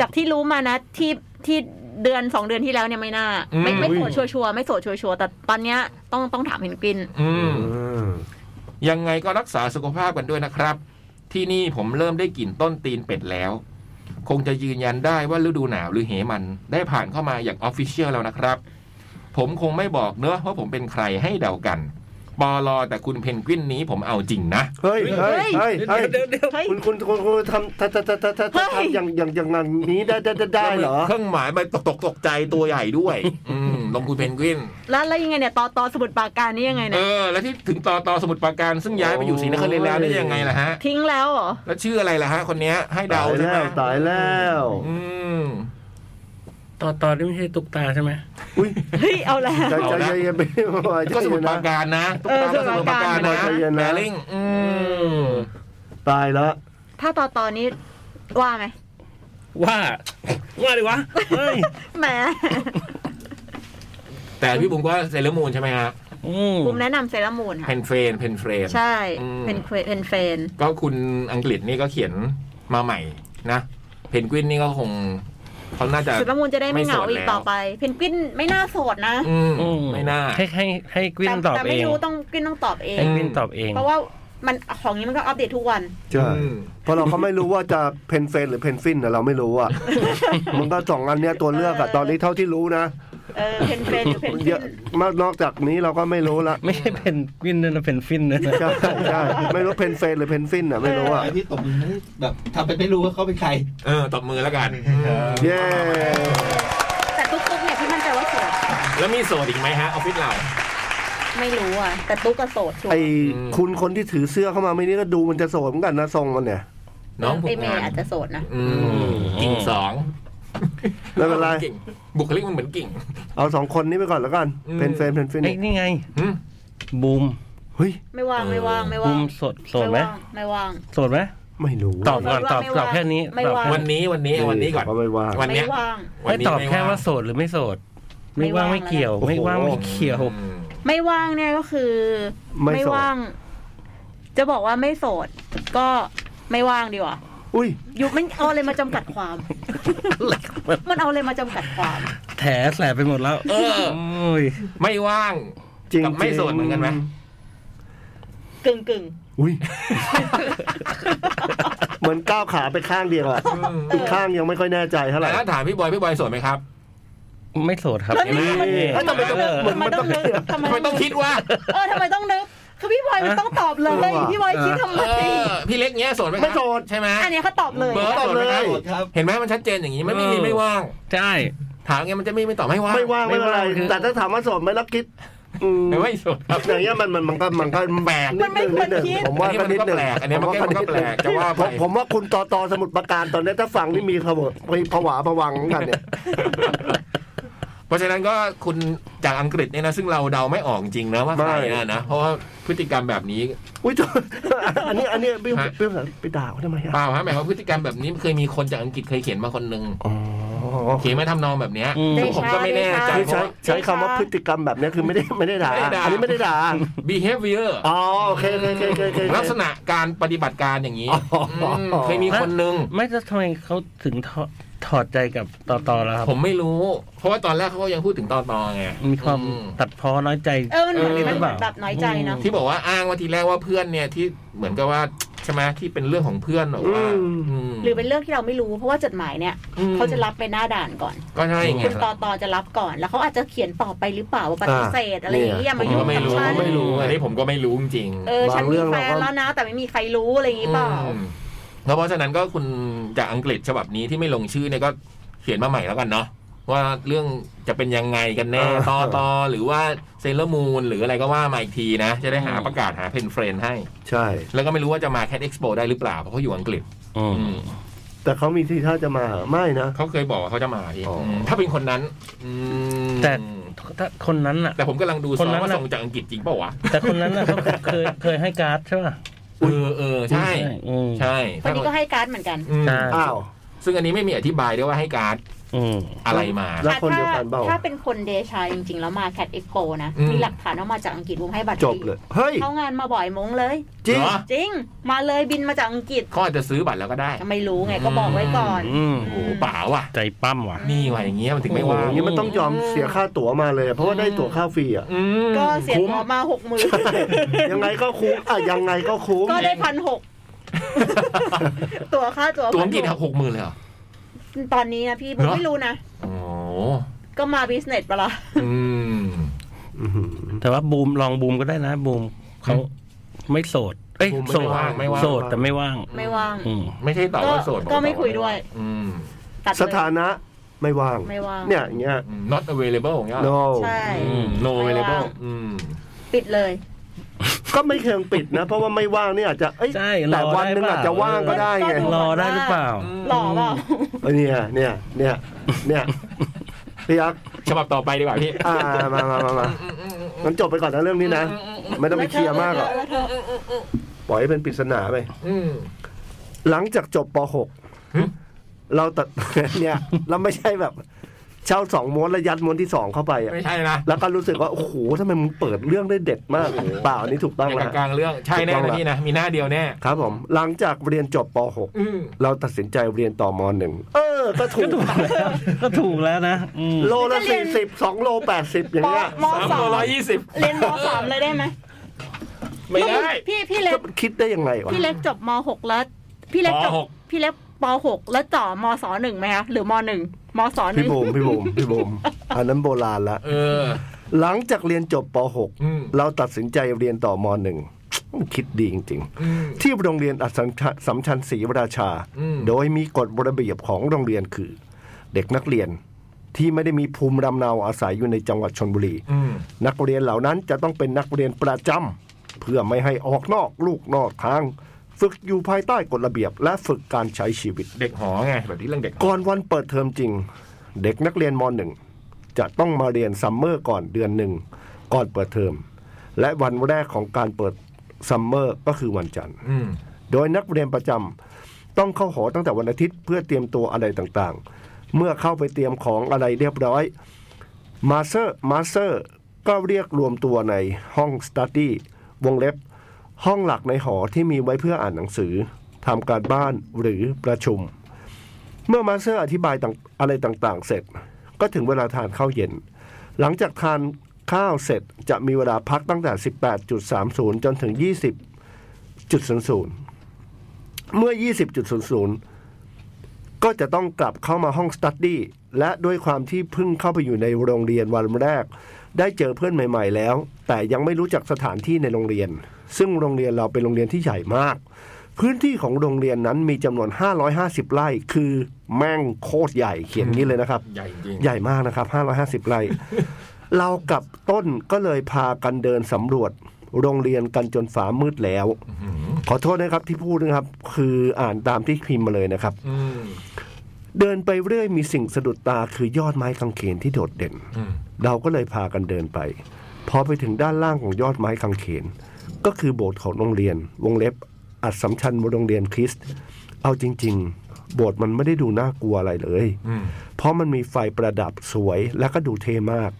จากที่รู้มานะที่ที่เดือนสองเดือนที่แล้วเนี่ยไม่น่า
อืม
ไม่ไม่โสด
อุ้ย
ชัวชัวร์ๆไม่โสดชัวชัวร์ๆแต่ตอนเนี้ยต้องต้องถามเพนกวิน
อืม
อืม
ยังไงก็รักษาสุขภาพกันด้วยนะครับ ที่นี่ผมเริ่มได้กลิ่นต้นตีนเป็ดแล้ว คงจะยืนยันได้ว่าฤดูหนาวหรือเหมันได้ผ่านเข้ามาอย่างออฟฟิเชียลแล้วนะครับ ผมคงไม่บอกเนอะว่าผมเป็นใครให้เดากันปอลอแต่คุณเพนกวินนี้ผมเอาจริงนะ
เฮ้ยเฮ้ยเฮ้ย
เดี๋ยว
เฮ้ย
เดี๋ยวเดี๋ยว
เฮ้ย
คุณคุณคุณคุณทำทำทำทำทำทำ
เฮ้ย
ทำอย่างอย่างอย่างนั้นนี้ได้ได้ได้ได้เหรอ
เครื่องหมายมันตกตกตกใจตัวใหญ่ด้วย อืมลงคุณเพนกวิน
แล้วแล้วยังไงเนี่ยตอตอสมุดปราการนี่ยังไง
เอ
เนี่ย
อ แล้วที่ถึงตอตอสมุดปราการซึ่งย้ายไปอยู่ศรีนครินทร์แล้วนี่ยังไงล่ะฮะ
ทิ้งแล้วเหรอ
แล้วชื่ออะไรล่ะฮะ คนเนี้ยให้
ตา
เดายใช่ไห
แล้
ม
วตายแล้ว
อืม
ต่อต่อนี่ไม่ใช่ตุกตาใช่ไหม
อุ้ย
เฮ้ย เอาแล้ว
ใจใจเย็นๆไป
ก็สมุดปราการนะตุ๊กตาก็สมุดปราการนะแมลิงอืม
ตายแล้ว
ถ้าตอตอนี้ว่าไหม
ว่า ว่าดิวะ เฮ้ย
แหม
แต่พี่บุ๋มก็เซเลอร์มูนใช่ไหมฮะ
อืม
บุมแนะนำเซรามูน
เพ
ค่ะ
นเฟนเพนเฟน
ใช่
อืม
เป็นเควเป็นเฟน
ก็คุณอังกฤษนี่ก็เขียนมาใหม่นะเพนกวินนี่ก็คงเขาน่าจะ
เซรามูนจะได้ไม่เหงา
ไม่โสด
อีก
แล้ว
ต่อไป เพนกวินไม่น่าโสดนะ
อืม
อืม
ไม่น่า
ให้ให้ให้กวิน
แต่
ตอบ
แต่
เอ
ไม่
ง
รู้ต้องกวินต้องตอบเอง
ให้กวินตอบเอง
เพราะว่ามันของนี้มันก็อัปเดตทุกวัน
ใช่เพราะเราก็ไม่รู้ว่าจะเพนเฟนหรือเพนฟินอะเราไม่รู้ อะมันก็สองอันเนี้ยตัวเลือกอะตอนนี้เท่าที่รู้นะ
เออเพนเฟนหรือเพนก
เย
วิ
อะ
น
มากนอกจากนี้เราก็ไม่รู้ละ
ไม่ใช่เป็นกวินนะเป็นฟินนะ
ใช่ใช่ไม่รู้เพนเฟนหรือเพนฟินอะไม่รู้อะ
ไอ้ที่ตบมือนี่แบบทำเป็นไม่รู้ว่าเขาเป็นใคร
เออตบมือแล้วกัน
เย้
แต่ตุ๊กตุ๊กเนี่ยพี่มั่นใจว่าโสด
แล้วมีโสดอีกไหมฮะออฟฟิศเรา
ไม่รู้อ่ะ แต่ตุ๊กก็โสดชัว
ไอ
ร์
คุณคนที่ถือเสื้อเข้ามาไม่นี่ก็ดูมันจะโสมเหมือนกันนะทรงมันเนี่ย
น้องผ
ไอ
ม
เม
งา
ย์
น
อาจจะโสดนะ
อืมกิ่งสอง
ไม่เป็นไร
กิ่งบุคลิกมันเหมือนกิ่ง
เอาสองคนนี้ไปก่อนแล้วกัน
อืม
เพนเฟนเพนฟิน
ไอ้ยนี่ไง
อืม
บูม
เฮ้ย
ไม่ว่าง
เออ
ไม่ว่างไม่
บู
ว่าง
มสดสดไหม
ว่างไม่ว่าง
สดไหม
ไม่รู้
ตอบก่อนตอบ
ไม่
ต
ว่า
อบแค่นี้
ไม่
ตอบ
ว่า
แค่
วันนี้วันนี้เอาวันนี้ก่อน
ก็ไม่ว่า
วันเนี้
ไม่
ย
ว่าง
วัน
ไม่
นี้
ตอบแค่
ง
ว่าโสดหรือไม่โสด
ไม่
ไม่ว่า
ว่าง ง
ไม่เกี่ยว
แล้ว
ไม่ว่างไม่เกี่ยว
อืม
ไม่ว่างเนี่ยก็คือ
ไม่โสด
ว่าง จะบอกว่าไม่โสด ก็ไม่ว่างดีกว่า
อุ้ย
อยู่มันเอาอะไรมาจำกัดความ มันเอาอะไรมาจำกัดความ
แถแสบไปหมดแล้ว เออโอ้ย
ไม่ว่าง
จริง
กับไม่โสดเหมือนกันไหม
กึ่งกึ่ง
อุ้ยเหมือนก้าวขาไปข้างเดียวอะ อีกข้างยังไม่ค่อยแน่ใจเท่าไห
แต่
ร่
ถ้าถามพี่บอย พี่บอยโสดไหมครับ
ไม่โสดครับ
แล้วนี่มัน
เอ๊ะ
ทำไมต้องนึกทำไมต้องนึกทำไม
ทำไมต้องคิดว่า
เออทำไมต้องนึกคือพี่บอยมันต้องตอบเลย พี่บอยคิดทำไม
เออ พี่เล็กเงี้ยโสดไหมครับ
ไม่โสด
ใช่ไหม
อันเนี้ยเขาตอบเลย
เบิร์ด
ตอบเลย
โสดครับ
เห็นไหมมันชัดเจนอย่างนี้ไม่มี
เออ
ไม่ว่าง
ใช่
ถามไงมันจะไม่ไม่ตอบไม่ว่าง
ไม่ว่าง
ไม่
ไม่เป็นไร
ว่างคือ
แต่ถ้าถามว่าโสดไหมแล้วคิด อืม
ไม่ไม่โสดครับ
อย่างเงี้ยมันมันมันก็มันก็
แปลก
มันไม่
ดง
ควรคิด
ผมว่า
อันนี้มันก็
ดง
แปลกอันนี้มันก็
ผว่า
มันก็แปลกจะว่าไป
ผมผมว่าคุณตอตอสมุดประการตอนนี้ถ้าฟังนี่มีผวามีผวาผวังกันเนี่ย
เพราะฉะนั้นก็คุณจากอังกฤษเนี่ยนะ ซึ่งเราเดาไม่ออกจริงนะว่า
ไม่
ใครนะนะ เพราะว่าพฤติกรรมแบบนี้
อุ้ยตัวอันนี้อันนี้พี่
ฮะ
พี่ไปด่าเขาทำไมอะ
เปล่าฮะหมายความว่าพฤติกรรมแบบนี้เคยมีคนจากอังกฤษเคยเขียนมาคนหนึ่ง
อ๋อ
โอเคไม่ทำนองแบบเนี้ย
อืม
เด
ผม
ชา
ก็ไม่แน่ใจ
ที่
เพ
ใช้
ราะว่า
ใช้คำว่าพฤติกรรมแบบเนี้ยคือไม่ได้ไม่ได้ด่า
ไม่ได้ด่า
อันนี้ไม่ได้ด่า
behavior
อ๋อโอเคโอเคโอเคโอเค
ลักษณะการปฏิบัติการอย่างนี้
อ๋ออื
มเคยมีคนหนึ่ง
ไม่แล้วทำไมเขาถึงถอดถอดใจกับต่อต่อแล้วครับ
ผมไม่รู้ เพราะว่าตอนแรกเขาก็ยังพูดถึงตอนตอไง
มีความ
อืม
ตัดพ้อน้อยใจ
เออมันเหมือน
เออ
มันเหมือนแบบน้อยใจเนาะ
ที่บอกว่าอ้างว่าทีแรกว่าเพื่อนเนี่ยที่เหมือนกับว่าใช่ไหมที่เป็นเรื่องของเพื่อนหรอกว่า
อืม
ม
หรือเป็นเรื่องที่เราไม่รู้เพราะว่าจดหมายเนี่ย
อืม
เขาจะรับไปหน้าด่านก่อน
ก็ใช่ไง
คุณตอตอจะรับก่อน แล้วเขาอาจจะเขียนตอบไปหรือเปล่าว่าปฏิเสธอะไรอย่างเงี้ยอ
ผม
ย่าาม ยุ่
ก็
ง
ไม่
กับ
รู้
ฉัน
ไม่รู้
อันนี้ผมก็ไม่รู้จริงๆ
เออฉันมีแฟ
บางเรื่
น
องเราก็
แล้วนะ แต่ไม่มีใครรู้อะไรอย่างงี้เปล่า
อืมแล้วเพราะฉะนั้นก็คุณจากอังกฤษฉบับนี้ที่ไม่ลงชื่อเนี่ยก็เขียนมาใหม่แล้วกันเนาะว่าเรื่องจะเป็นยังไงกันแน่
เออ
ตอตอหรือว่าเซเลอร์มูนหรืออะไรก็ว่ามาอีกทีนะ จะได้หา
อืม
ประกาศหาเพนเฟรนให้
ใช่
แล้วก็ไม่รู้ว่าจะมาแคดเอ็กซ์โปได้หรือเปล่า เพราะเขาอยู่อังกฤษ
อืม
อืม
แต่เขามีที่ท่าจะมาไม่นะ
เขาเคยบอกว่าเขาจะมาพี่
อ๋ออื
มถ้าเป็นคนนั้นอืม
แต่ ถ้าคนนั้นอ่ะ
แต่ผมกำลังดูซ
ค
อนง
นั้น
ว่า
น่ะ
ส่งจากอังกฤษจริงเปล่าวะ
แต่คนนั้นน่ะเขาเคยเคยให้การ์ดใช่ป่ะ
เออเออใช่
อืม
ใช่
คนนี้ก็ให้การ์ดเหมือนกัน
อืม
อ้าว
ซึ่งอันนี้ไม่มีอธิบายด้วยว่าให้การ์ด
อืม
อะไรมา
แล้วคนเดียวกันเปล่า
ถ้าเป็นคนเดชาจริง ๆ แล้วมาแคดเอ็กโปนะ
อืม
มีหลักฐานออกมาจากอังกฤษวงให้บัตร
จบเลย เฮ้ย
เข้างานมาบ่อยมงเลย
จริง
เหอ
จริง มาเลยบินมาจากอังกฤษ
เขาอาจจะซื้อบัตรแล้วก็ได้
ก็ไม่รู้ไงก็บอกไว้ก่อน
อืม
โอ้โหป่าว่ะ
ใจปั้มว่ะ
นี่ว่ะอย่างเงี้ยมันถึงไม่ว่า
โอ้โหอย่างนี้มันต้องยอมเสียค่าตั๋วมาเลย เพราะว่าได้ตั๋วค่าฟรีอ่ะ
อืม
ก็เสีย
คุ้ม
หมอมาหกหมื่น
ยังไงก็คุ้มอ่ะยังไงก็คุ้ม
ก็ได้พันหกตัวค่าตัว
ตัวอังกฤษ
1,600
หกหมื่นเลยเหรอ
ตอนนี้นะพี่ผม
เหรอ
ไม่รู้นะ
โอ้โห
ก็มาบิสเนสปะล่ะ
อืม
อื้อหือ
แต่ว่าบูมลองบูมก็ได้นะบูมเขาไม่โสด เอ้ย
บูมไม่
โสด
ว่างไม่ว่าง
โสดแต่ไม่ว่าง
ไม่ว่าง
อืม
ไม่ใช่ตอบว่าโสดบอก
ก็็
ว่า
ไม่คุยด้วย
อืม
ตัดเลย
สถานะไม่ว่าง
ไม่ว่าง
เนี่ยอย่างเงี้ย
อืม not available ของเงี้ย
no
ใช่
อืม no
ไม่ว่า
available
ง
อืม
ปิดเลย
ก็ไม่เชิงปิดนะ เพราะว่าไม่ว่างเนี่ยอาจจะเอ้ย
ใช่รอ
แต่
ได้
วันหนึงอาจจะว่างก็ได้ไง
ก็ดู
รอได้หรือเปล่า
หล่อเปล่า
เออเนี่ยเนี่ยเนี่ยเนี่ยพี่ยักษ์
ฉบับต่อไปดีกว่าพี่
อ่ามามามามางั้นจบไปก่อนนะเรื่องนี้นะไม่ต้องไปเคลียร์มากหรอกปล่อยให้เป็นปริศนาไป
อืม
หลังจากจบป
หึ
.6 เราตัด เนี่ยเราไม่ใช่แบบ เช่าสองม้วนแล้วยัดม้วนที่สองเข้าไปอะ
ไม่ใช่นะ
แล้วก็รู้สึกว่า โอ้โหทำไมมึงเปิดเรื่องได้เด็ดมาก เปล่าอันนี้ถูกต้อง
ใน
แล้ว
กลางๆเรื่อง ใช่แน่
ถูกต้อง
นะ
ละ
พี่นะ มีหน้าเดียวแน่
ครับผม หลังจากเรียนจบป .6
อืม
เราตัดสินใจเรียนต่อมหนึ่งเออ ก็ถูก
ก็ถูกแล้วนะอืม
โลละสี่สิบสองโลแปดสิบอย่าง
ม
เงี้ย
ม
สาม
สา
ร้อ
ม
ยยี่สิบ
เรียนมสามเลยได้ไหม
ไม่ได้
พี่พี่เล็
ก็
ก
คิดได้ยังไงวะ
พี่เล็กจบมหกแล้ว พี่เล็กจบ
ปหก
พี่เล็กปหกแล้วจ่อมสหนึ่งไหมคะหรือมหนึ่งมสหนึ่
พี่
ง
บูมพี่บูมพี่บูมอันนั้นโบราณละ
เออ
หลังจากเรียนจบป
อืม
.6 เราตัดสินใจเรียนต่อมหนึ่งคิดดีจริง ๆ
อืม
ที่โรงเรียนอัสสัมชัญสัมชัญศรีราชา
อืม
โดยมีกฎระเบียบของโรงเรียนคือ เด็กนักเรียนที่ไม่ได้มีภูมิลำเนาอาศัยอยู่ในจังหวัดชนบุรี
อืม
นักเรียนเหล่านั้นจะต้องเป็นนักเรียนประจำเพื่อไม่ให้ออกนอกลูกนอกทาง ฝึกอยู่ภายใต้กฎระเบียบ และฝึกการใช้ชีวิต
เด็กหอไงแบบที่เรื่องเด็กหอ
ก่อนวันเปิดเทอมจริง เด็กนักเรียนมหนึ่งจะต้องมาเรียนซัมเมอร์ก่อนเดือนหนึ่งก่อนเปิดเทอมและวันแรกของการเปิดซัมเมอร์ก็คือวันจันทร์
อืม
โดยนักเรียนประจำต้องเข้าหอตั้งแต่วันอาทิตย์เพื่อเตรียมตัวอะไรต่างๆ เมื่อเข้าไปเตรียมของอะไรเรียบร้อยมาสเตอร์มาสเตอร์ก็เรียกรวมตัวในห้องสตัดดี้วงเล็บ ห้องหลักในหอที่มีไว้เพื่ออ่านหนังสือทำการบ้านหรือประชุม เมื่อมาสเตอร์อธิบายต่างอะไรต่างๆ เสร็จ ก็ถึงเวลาทานข้าวเย็น หลังจากทานข้าวเสร็จจะมีเวลาพักตั้งแต่ 18.30 จนถึง 20.00 เมื่อ 20.00 ก็จะต้องกลับเข้ามาห้องสตัดดี้และด้วยความที่เพิ่งเข้าไปอยู่ในโรงเรียนวันแรก ได้เจอเพื่อนใหม่ ๆ แล้ว แต่ยังไม่รู้จักสถานที่ในโรงเรียน ซึ่งโรงเรียนเราเป็นโรงเรียนที่ใหญ่มาก พื้นที่ของโรงเรียนนั้นมีจำนวน 550 ไร่ คือแม่งโคตรใหญ่เขียนอย่างนี้เลยนะครับ
ใหญ่จริง
ใหญ่มากนะครับ 550 ไร่ เรากับต้นก็เลยพากันเดินสำรวจ โรงเรียนกันจนฟ้ามืดแล้ว
อืม
ขอโทษนะครับที่พูดนะครับ คืออ่านตามที่พิมพ์มาเลยนะครับ
อืม
เดินไปเรื่อยมีสิ่งสะดุดตาคือยอดไม้กางเขนที่โดดเด่น
อืม
เราก็เลยพากันเดินไป พอไปถึงด้านล่างของยอดไม้กางเขน ก็คือโบสถ์ของโรงเรียน วงเล็บ อัดสำชัญโรงเรียนคริสต์เอาจริง โบสถ์มันไม่ได้ดูน่ากลัวอะไรเลย
อืม
เพราะมันมีไฟประดับสวยและก็ดูเท่มาก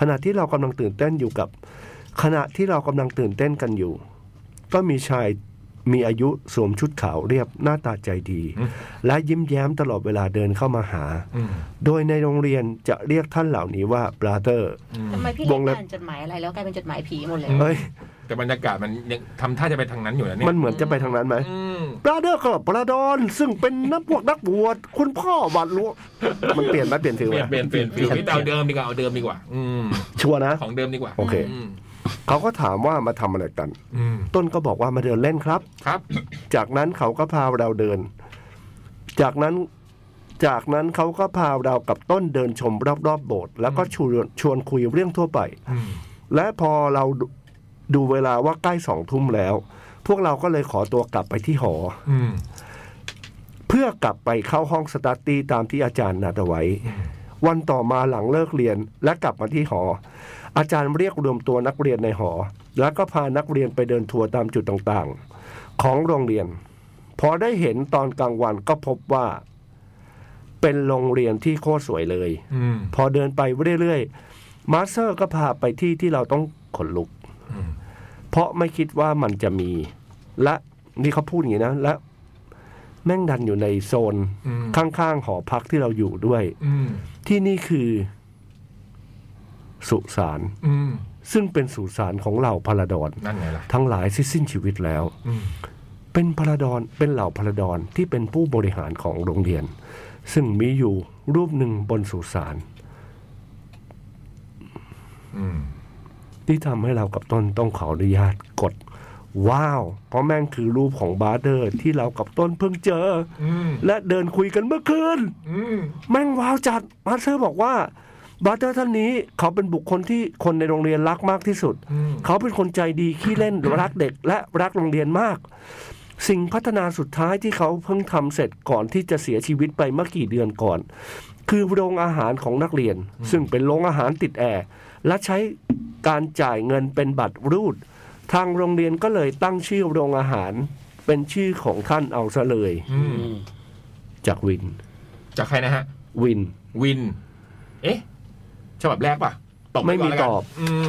ขณะที่เรากำลังตื่นเต้นอยู่กับ ขณะที่เรากำลังตื่นเต้นกันอยู่ ก็มีชายมีอายุสวมชุดขาวเรียบหน้าตาใจดี และยิ้มแย้มตลอดเวลาเดินเข้ามาหา
อืม
โดยในโรงเรียนจะเรียกท่านเหล่านี้ว่า brother
อืม
ทำไมพี่
ว
เล็ก
งเล็บ
อ่านจดหมายอะไรแล้วกลายเป็นจดหมายผีหมดเลย
เฮ้ย
แต่บรรยากาศมันยังทำท่าจะไปทางนั้นอยู่นะเนี่ย
มันเหมือนจะไปทางนั้นไหม
อืม
ปลาเดอร์กับปลาดอนซึ่งเป็นนักพวกนักบวชคุณพ่อหวัดรู้มันเปลี่ยนไหมเปลี่ยนถือ
เป
ไหม
ลี่ยนเปลี่ยนเปลี่ยนเปลี่ยนเปลี่ยนเอาเดิมดีกว่าเอาเดิมดีกว่า อืม
ชัวร์นะ
ของเดิมดีกว่า
โอเค
ม
เขาก็ถามว่ามาทำอะไรกัน
อืม
ต้นก็บอกว่ามาเดินเล่นครับ
ครับ
จากนั้นเขาก็พาเราเดิน จากนั้นจากนั้นเขาก็พาเรากับต้นเดินชมรอบๆโบสถ์แล้วก็ชวนชวนคุยเรื่องทั่วไป
อืม
และพอเราดูดูเวลาว่าใกล้สองทุ่มแล้ว พวกเราก็เลยขอตัวกลับไปที่หอ
อืม
เพื่อกลับไปเข้าห้องสตัตตี้ตามที่อาจารย์นัดเอาไว้ วันต่อมาหลังเลิกเรียนและกลับมาที่หอ อาจารย์เรียกรวมตัวนักเรียนในหอ แล้วก็พานักเรียนไปเดินทัวร์ตามจุดต่างๆ ของโรงเรียน พอได้เห็นตอนกลางวันก็พบว่า เป็นโรงเรียนที่โคตรสวยเลย
อืม
พอเดินไปเรื่อยๆมาสเตอร์ก็พาไปที่ที่เราต้องขนลุก เพราะไม่คิดว่ามันจะมี และนี่เขาพูดอย่างนี้นะ และแม่งดันอยู่ในโซน
อืม
ข้างๆหอพักที่เราอยู่ด้วย
อืม
ที่นี่คือสุสาน
อืม
ซึ่งเป็นสุสานของเหล่าพลาดอน
นั่นไงล่ะ
ทั้งหลายที่สิ้นชีวิตแล้ว
อืม
เป็นพลาดอนเป็นเหล่าพลาดอนที่เป็นผู้บริหารของโรงเรียน ซึ่งมีอยู่รูปหนึ่งบนสุสาน
อืม
ที่ทำให้เรากับต้นต้องขออนุญาตกด ว้าว เพราะแม่งคือรูปของบาร์เดอร์ที่เรากับต้นเพิ่งเจอ
อืม
และเดินคุยกันเมื่อคืน
อืม
แม่งว้าวจัดมาสเตอร์บอกว่าบาร์เตอร์ท่านนี้เขาเป็นบุคคลที่คนในโรงเรียนรักมากที่สุด
อืม
เขาเป็นคนใจดีขี้เล่น รักเด็กและรักโรงเรียนมาก สิ่งพัฒนาสุดท้ายที่เขาเพิ่งทำเสร็จก่อนที่จะเสียชีวิตไปเมื่อกี่เดือนก่อน คือโรงอาหารของนักเรียน ซึ่งเป็นโรงอาหารติดแอร์และใช้การจ่ายเงินเป็นบัตรรูด ทางโรงเรียนก็เลยตั้งชื่อโรงอาหาร เป็นชื่อของท่านเอาซะเลย
อืม
จากวิน
จากใครนะฮะ
วิน
วิน เอ๊ะฉบับแรกป่ะตอบป
ไม่
ก่น
มี
แล้วกัน
ตอบ
อืม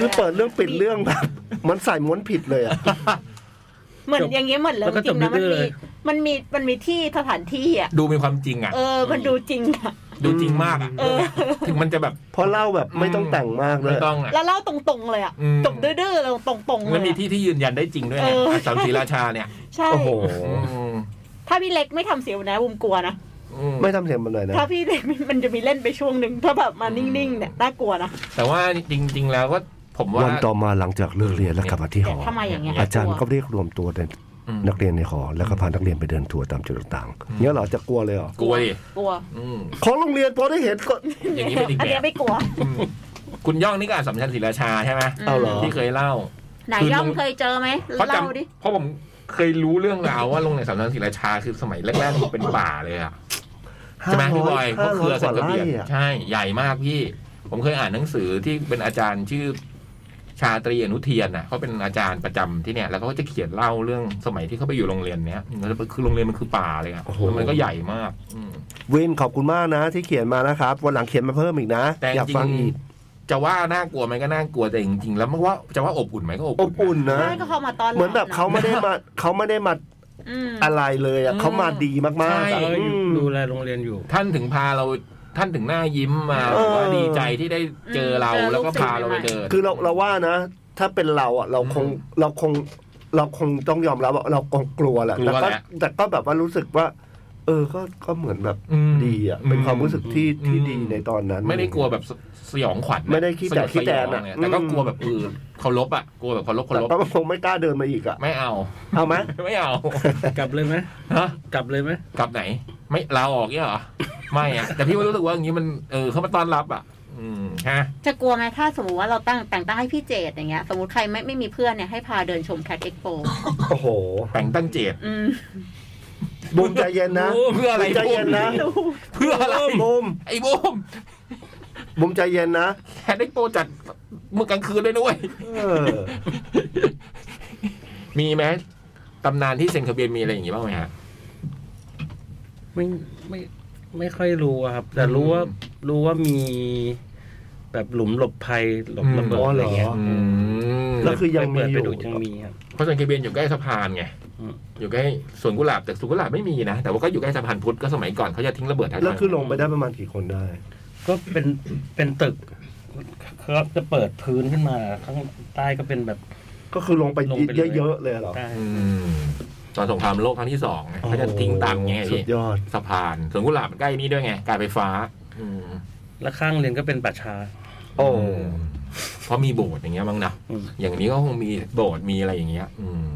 คือเปิดเรื่องปิดเรื่องแบบมันใส่ม้วนผิดเลยอ่ะ
เหมือนอย่างเงี้ยเหมือนเลย
แล้วก็
จริงๆนะ
จบ
มัน
ดื้อๆ
มี
เลย
มันมีมันมีที่สถานที่อ่ะ
ดูเป็นความจริงอ่ะ
เออ มันดูจริงอ่ะ
ดูจริงมากอ่ะถึงมันจะแบบ
เพราะเล่าแบบไม่ต้องแต่งมากเล
ไม่
ย
ต้องอ่ะ
แล้วเล่าตรงๆเลยอ่ะ
อืม
จบดื้อๆเลยตรงๆเล
มัน
ย
มี
อะ
ที่ที่ยืนยันได้จริงด้วย
เอ
นะ
อ
อัสสัมศรีราชาเนี่ย
ใช่
โอ้โห
อืม
ถ้าพี่เล็กไม่ทำเสียวนะบุมกลัวนะ
อืม
ไม่ทำเสียงมันเลยนะ
ถ้าพี่เล็กมันจะมีเล่นไปช่วงหนึ่งถ้าแบบมานิ่งๆเนี่ยน่ากลัวนะ
แต่ว่าจริง ๆ แล้วก็ผมว่า
วันต่อมาหลังจากเลิกเรียนแล้วกลับมาที่ห
แต่
อ
ถ้ามาอย่างเงี้ย
อาจารย์
ก
ก็
ลัว
เรียกรวมตัวเด็ก
อืม
นักเรียนในหอ แล้วก็พานักเรียนไปเดินทัวร์ตามจุดต่างๆเนี้ยเหรอจะกลัวเลยเหรอก
ลัวดิ
กลัว
อืม
ของโรงเรียนพอได้เห็นก็
อย่างนี้เป็นอีก
อัน
แบ
เนี้
บ
ยไม่กลัว
คุณย่องนี่ก็อัสสัมชัญศรีราชาใช่ไหม
เอาเหรอ
ที่เคยเล่า
ไห
คือ
นายอม
ลง
เคยเจอไหม
เพราะจ
เล่าดิ
ำเพราะผมเคยรู้เรื่องราวว่าลงในสำนักศรีราชาคือสมัยแรกๆมันเป็นป่าเลยอะใช่ไหมพี่บอย
ห้า
เขาะเค
ร้
รือ
อยก
สั
ว่าน
กระ
ไร่
เบียน
อะ
ใช่ ใหญ่มากพี่ ผมเคยอ่านหนังสือที่เป็นอาจารย์ชื่อชาตรีอนุเทียนน่ะเขาเป็นอาจารย์ประจำที่เนี่ย แล้วเขาก็จะเขียนเล่าเรื่องสมัยที่เขาไปอยู่โรงเรียนเนี้ยคือโรงเรียนมันคือป่าเลยอะมันก็ใหญ่มาก อืม
วินขอบคุณมากนะ ที่เขียนมานะครับ วันหลังเขียนมาเพิ่มอีกนะ
แต่จ
อยาก
ริง
ฟังอีก
ๆจะว่าน่ากลัวไหมก็น่ากลัวแต่จริงๆ แล้วมันว่าจะว่าอบอุ่นไหมก็อบ
อบอุ่นนะ
ใช่ก็เขามาตอนลัง
เหมือนแบบเขาไม่ได้มาเขาไม่ได้มา
อืม
อะไรเลยอะเขามาดีมากๆ
เอ
อะ
ออยู่
อืม
ดูแลโรงเรียนอยู่
ท่านถึงพาเราท่านถึงหน้ายิ้มมา
เออ
บอกว่าดีใจที่ได้เจอเรา
เจอลูก
แล้วก็พาเราไป
ศิษย์ใหม่
เดิน
คือเราเราว่านะ ถ้าเป็นเราอ่ะเราคง
อืม
เราคงเราคงต้องยอมรับว่าเราคงกลัวแหละ
กลั
แต่
ว
ก็
แหละ
แต่ก็แบบว่ารู้สึกว่า เออก็ก็เหมือนแบบ
อืม
ดีอ่ะเป็นความรู้สึกที่
อืม
ที่ดีในตอนนั้น
ไม่ได้กลัวแบบสสยองขวัญนะ
ไม่ได้คิด
ส
แต่
ยอง
คิดแต่น่ะ
สยองแต่ก็
อืม
กลัวแบบเออเคารพอ่ะกลัวแบบเคารพเคาร
แต่
พ
ก็คงไม่กล้าเดินมาอีกอ่ะ
ไม่เอา
เอาไหม
ไม่เอา
กลับเลยไหม
ฮะ
กลับเลยไหม
กลับไหน ไม่ลาออกเนี่ยเหรอไม่อะแต่พี่ว่ารู้สึกว่าอย่างนี้มันเออเขามาต้อนรับอ่ะ อืมฮะ
จะกลัวไหมถ้าสมมติว่าเราตั้งแต่งตั้งให้พี่เจดอย่างเงี้ยสมมติใครไม่ไม่มีเพื่อนเนี่ยให้พาเดินชมแคดเอ็กโป
โอ้โห
แต่งตั้งเจต
อืม
บูมใจเย็นนะ
โอ้เพื่ออะไร
บูมใจเย็นนะ
เพื่ออะไร
บูม
ไอ้บูม
บูมใจเย็นนะ
แฮนดิโปจัด เมื่อกลางคืนด้วยด้วย
เออ
มีไหม ตำนานที่เซ็นทะเบียนมีอะไรอย่างงี้บ้างไหมฮะ
ไม่ไม่ไม่ค่อยรู้อะครับ แต่รู้ว่า
อืม
รู้ว่ามีแบบหลุมหลบภัยหลบ
อืม
ระเบิดอะไรเงี้
อ๋
ย
อ
อืม
เหรแล้วคือยังมีอ
เปิดไป
ยู่
ดูยังมีครับ
เพราะเซ็นทะเบียนอยู่ใกล้สะพานไง
อืม
อยู่ใกล้สวนกุหลาบแต่สวนกุหลาบไม่มีนะแต่ว่าก็อยู่ใกล้สะพานพุทธก็สมัยก่อนเขาจะทิ้งระเบิดทาง
แล้วคือลงไปได้ประมาณกี่คนได้
ก็เป็นเป็นตึกเขาจะเปิดพื้นขึ้นมาข้างใต้ก็เป็นแบบ
ก็คือลงไป
ลงไปเลย
เยอะๆเลยเหรอ
ใต้
อืมตอนสงครามโลกครั้งที่สองไงเขาจะทิ้งตามอย่างเงี้ย
สุ
พี่
ดยอด
สะพานสวนกุหลาบมันใกล้นี่ด้วยไงการไฟฟ้า อืม
และข้างเรียนก็เป็นป่าช้า
โอ้
เพราะมีโบสถ์อย่างเงี้ยมั้งนะ
อืม
อย่างนี้ก็คงมีโบสถ์มีอะไรอย่างเงี้ย อืม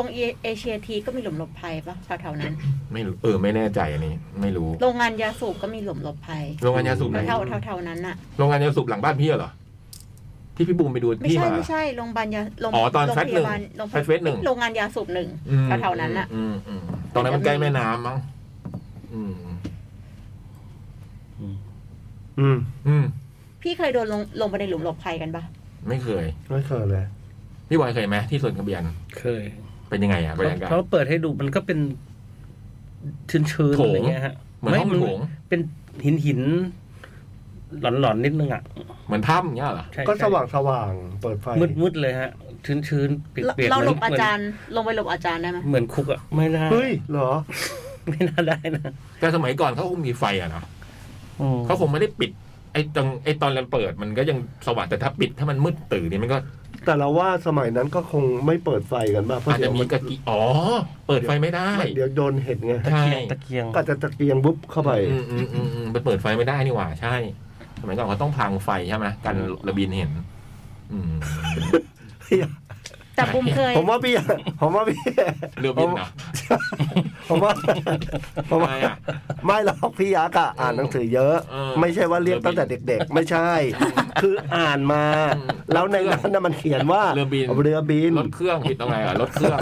ตรงเอเชียทีก็มีหลุมหลบภัยปะแถวๆนั้น
ไม่รู้เออไม่แน่ใจอันนี้ ไม่รู้
โรงงานยาสูบก็มีหลุมหลบภัย
โรงงานยาสูบไหน
แถวๆแถวๆนั้นอะ
โรงงานยาสูบหลังบ้านพี่เหรอที่พี่บูมไปดู
ไม่
พี่
ใช่
มา
ไม่ใช่โรงพยาบาลยาโรง
อ๋อตอน
โรง
แฟต
พ
หนึ่ง
ยาบาลโรงพยา
แฟตเฟสหนึ่ง
โรงงานยาสูบหนึ่ง
อืม
แถวๆนั้นอะ
อืมอืมอืมตอนนั้นมันใกล้แม่น้ำมั้งอืม
อืม
อืม
พี่เคยโดนลงลงไปในหลุมหลบภัยกันปะ
ไม่เคย
ไม่เคยเลย
พี่บอยเคยไหมที่สวนกระเบียน
เคย
เป็นยังไงอ่ะบรรยากาศ
เขาเปิดให้ดูมันก็เป็นชื้นๆ
โถง
อะไรเงี้ยฮะ
เหมือนห้อง
ไ
โถง
เป็นหินหินหลอนหลอนๆนิดนึงอ่ะ
เหมือนถ้ำเงี้ยเหรอ
ใช่
ก็ส
ใช่
ว่างๆเปิดไฟ
มืดมืดเลยฮะ ชื้นชื้นๆเปียก
เรา
เปียก
เราหลบอาจารย์ลงไปหลบอาจารย์ได้ไหม
เหมือนคุกอ่ะไม่ได้
เฮ้ยเหรอ
ไม่น่าได้นะ
แต่สมัยก่อนเขาคงมีไฟอ่ะเนาะ
อืม
เขาคงไม่ได้ปิด ไอ้ตรงไอ้ตอนเราเปิดมันก็ยังสว่างแต่ถ้าปิดถ้ามันมืดตื่นนี่มันก็
แต่เราว่าสมัยนั้นก็คงไม่เปิดไฟกันบ้างเพราะ
อาจ
เดี๋
จะ
ยว
มี
มัน
กะกิอ๋อเปิดไฟไม่ได้
ไม่เดี๋ยวโดนเห็นไง
ใช่
ตะเกียง
ก็อาจจะตะเกียงบุ๊บเข้าไป
อืมอืมอืมอืมไปเปิดไฟไม่ได้นี่หว่าใช่ สมัยก่อนเขาต้องพังไฟใช่ไหมกันระเบียนเห็น อืม
แต่บุมเคย
ผมว่าพี่ ผมว่าพี่
เรือบินเหรอ
ผมว่าผม
ทำไม
ว่า
อ่ะ
ไม่หรอกพี่ยักษ์อะอ่านหนังสือเยอะ
เออ
ไม่ใช่ว่าเรียกตั้งแต่เด็ก ๆ ไม่ใช่ คืออ่านมา
อืม
แล้วในนั้นน่ะมันเขียนว่า
เรือบิน
เรือบิน
รถเครื่องผิดตรงไหนอ่ะรถเครื่อง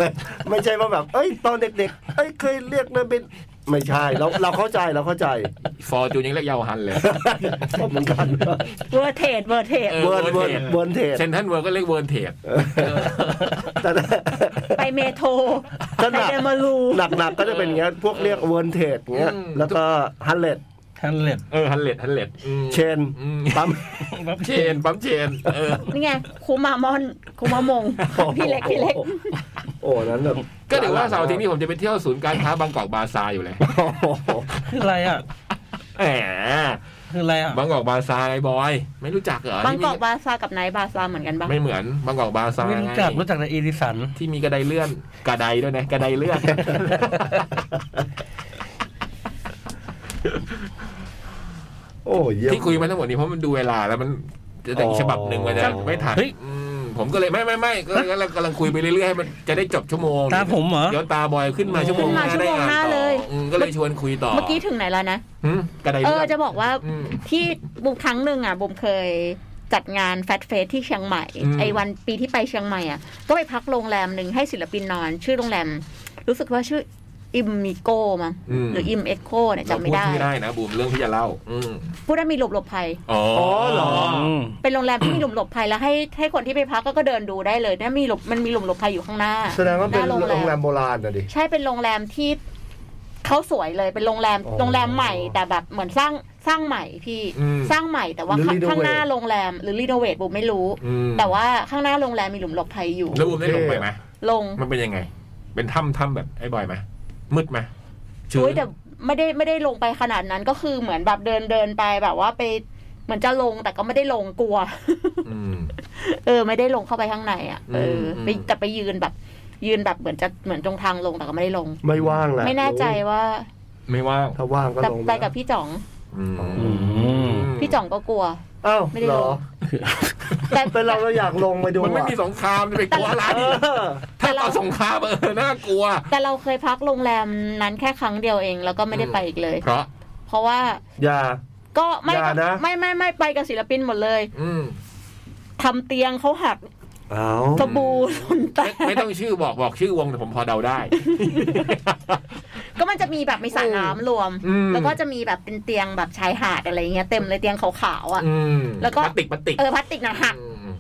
ไม่ใช่ว่าแบบ เอ้ย ตอนเด็กๆ เอ้ย เคยเรียกนะเป็น ไม่ใช่ เราเราเข้าใจ เราเข้าใจ
ฟอร์จูนยังเรียกเยาวฮันเลย
เหมือนกัน
เวอร์เทดเวอร์เทด
เออ
เวิร์นเวิร์นเวิร์นเทศ
เซนทันเวิร์ก็เรียกเวิร์นเทด
แต่
ไปเมโทร
ถ้า
ไป
หนัก
เดนมารู
หนักๆ ก็จะเป็นอย่างเงี้ย พวกเรียกเวิร์นเทศเงี้ย แล้วก็ฮันเลด
ทันเล็ด
เออฮันเลดฮันเลดอืม
เชน
อืม
ปั๊ม
ปั๊บ
เชนปั๊มเชนเออ
นี่ไงคูมามอนคูมามงพี่เล็กพี่เล็ก
โอ้โหนั้นแบบ
ก็ถือว่าเสาร์อาทิตย์นี้ผมจะไปเที่ยวศูนย์การค้าบางกอกบาซาร์อยู่เลย
โอ้โห
คืออะไรอ่ะ
แหม
คืออะไรอ่ะ
บางกอกบาซาร์ไอ้บอย ไม่รู้จักเหรอบ
างกอกบาซาร์กับไนท์บาซาร์เหมือนกันปะ
ไม่เหมือนบางกอกบาซาร์
ไม่รู้จักรู้จักแต่อีดิสัน
ที่มีกระไดเลื่อนกระไดด้วยนะกระไดเลื่อน
โอ้เยี่ยม
ที่คุยมาทั้งหมดนี้เพราะมันดูเวลาแล้วมันจะแต่งอีกฉบับหนึ่งมันจะ
อ๋อ
ไม่ทัน
เฮ้ย
อืมผมก็เลยไม่ไม่ไม่ก็ก็เรากำลังคุยไปเรื่อยๆให้มันจะได้จบชั่วโมง
ตาผมเหรอ
เดี๋ยวตาบอยขึ้นมาชั่วโมง
ขึ้นมาชั่วโมงหน้าเลย
ได้อ่นต่ออืมก็เลยชวนคุยต่อ
เมื่อกี้ถึงไหนแล้วนะ
หึกระได
เอ
เลื่
อ
อน
จะบอกว่า
อืม
ที่บุมครั้งหนึ่งอ่ะบุมเคยจัดงานแฟตเฟสที่เชียงใหม่
อืม
ไอ้วันปีที่ไปเชียงใหม่อ่ะ ก็ไปพักโรงแรมหนึ่งให้ศิลปินนอน ชื่อโรงแรม รู้สึกว่าชื่ออิมมิโกมั้ง
ม
หรืออิมเอ็กโคเนี่ย
เราพู
จำไม่
ด
ได้
ไม่ได้นะบูมเรื่องที่จะเล่า อืม
พูดได้มีหลบหลบภัย
อ๋อ
เหรอ
ม
เป็นโรงแรมที่มีหลุมหลบภัยแล้วให้ให้คนที่ไปพักก็ก็เดินดูได้เลยเนี่ยมีหลุมมันมีหลุมหลบภัยอยู่ข้างหน้า
แสดงว่าเป็น
หน้าโรงแรม
โรงแรมโบราณนะดิ
ใช่เป็นโรงแรมที่เขาสวยเลยเป็นโรงแรม
อ๋อ
โรงแรมใหม่แต่แบบเหมือนสร้างสร้างใหม่พี่
อืม
สร้างใหม่แต่ว่า
หรือ
ข้าง
renovate
ข้างหน้าโรงแรมหรือรีโนเวทบุมไม่รู้
อืม
แต่ว่าข้างหน้าโรงแรมมีหลุมหลบภัยอยู่
แล้วบูมได้ลงไปไหม
ลง
มันเป็นยังไง เป็นถ้ำถ้ำแบบไอ้บอยไหมมืดไหมชื้
อุ้ย
น
แต่ไม่ได้ไม่ได้ลงไปขนาดนั้นก็คือเหมือนแบบเดินเดินไปแบบว่าไปเหมือนจะลงแต่ก็ไม่ได้ลงกลัว
อืม
เออไม่ได้ลงเข้าไปข้างในอ่ะเออ
มอืม
ไปแต่ไปยืนแบบ ยืนแบบเหมือนจะเหมือนตรงทางลงแต่ก็ไม่ได้ลง
ไม่ว่างแหละ
ไม่แน่ใจว่า
ไม่ว่าง
ถ้าว่างก็
แต่
ลง
ไปกับพี่จ่อง
อืม
อืม
พี่จ่องก็กลัว
อ้าว
ไม่ได้
เหร
ล
อง
แต่
เป็นเราเราอยากลงไปดู
มันไม่มี
อะ
สงครามจะไปกลัวอะไร
เออ
ถ้าตอนสงครามเออน่ากลัว
แต่เราเคยพักโรงแรมนั้นแค่ครั้งเดียวเอง แล้วก็ไม่ได้ไปอีกเลย
เพราะ
เพราะว่า
อย่า
ก็ไม่
อย่านะ
ไม่ไม่ไม่ไปกับศิลปินหมดเลย
อืม
ทำเตียงเขาหัก
เอา
สบู่หล่นแต
ไม่
ก
ไม่ต้องชื่อบอกบอกชื่อวงแต่ผมพอเดาได้
ก็มันจะมีแบบมีสระน้ำรวม
อืม
แล้วก็จะมีแบบเป็นเตียงแบบชายหาดอะไรเงี้ยเต็มเลยเตียงขาวๆอ่ะ
อืม
แล้วก็
ปาติกปาติก
เออพลาสติกนะหัก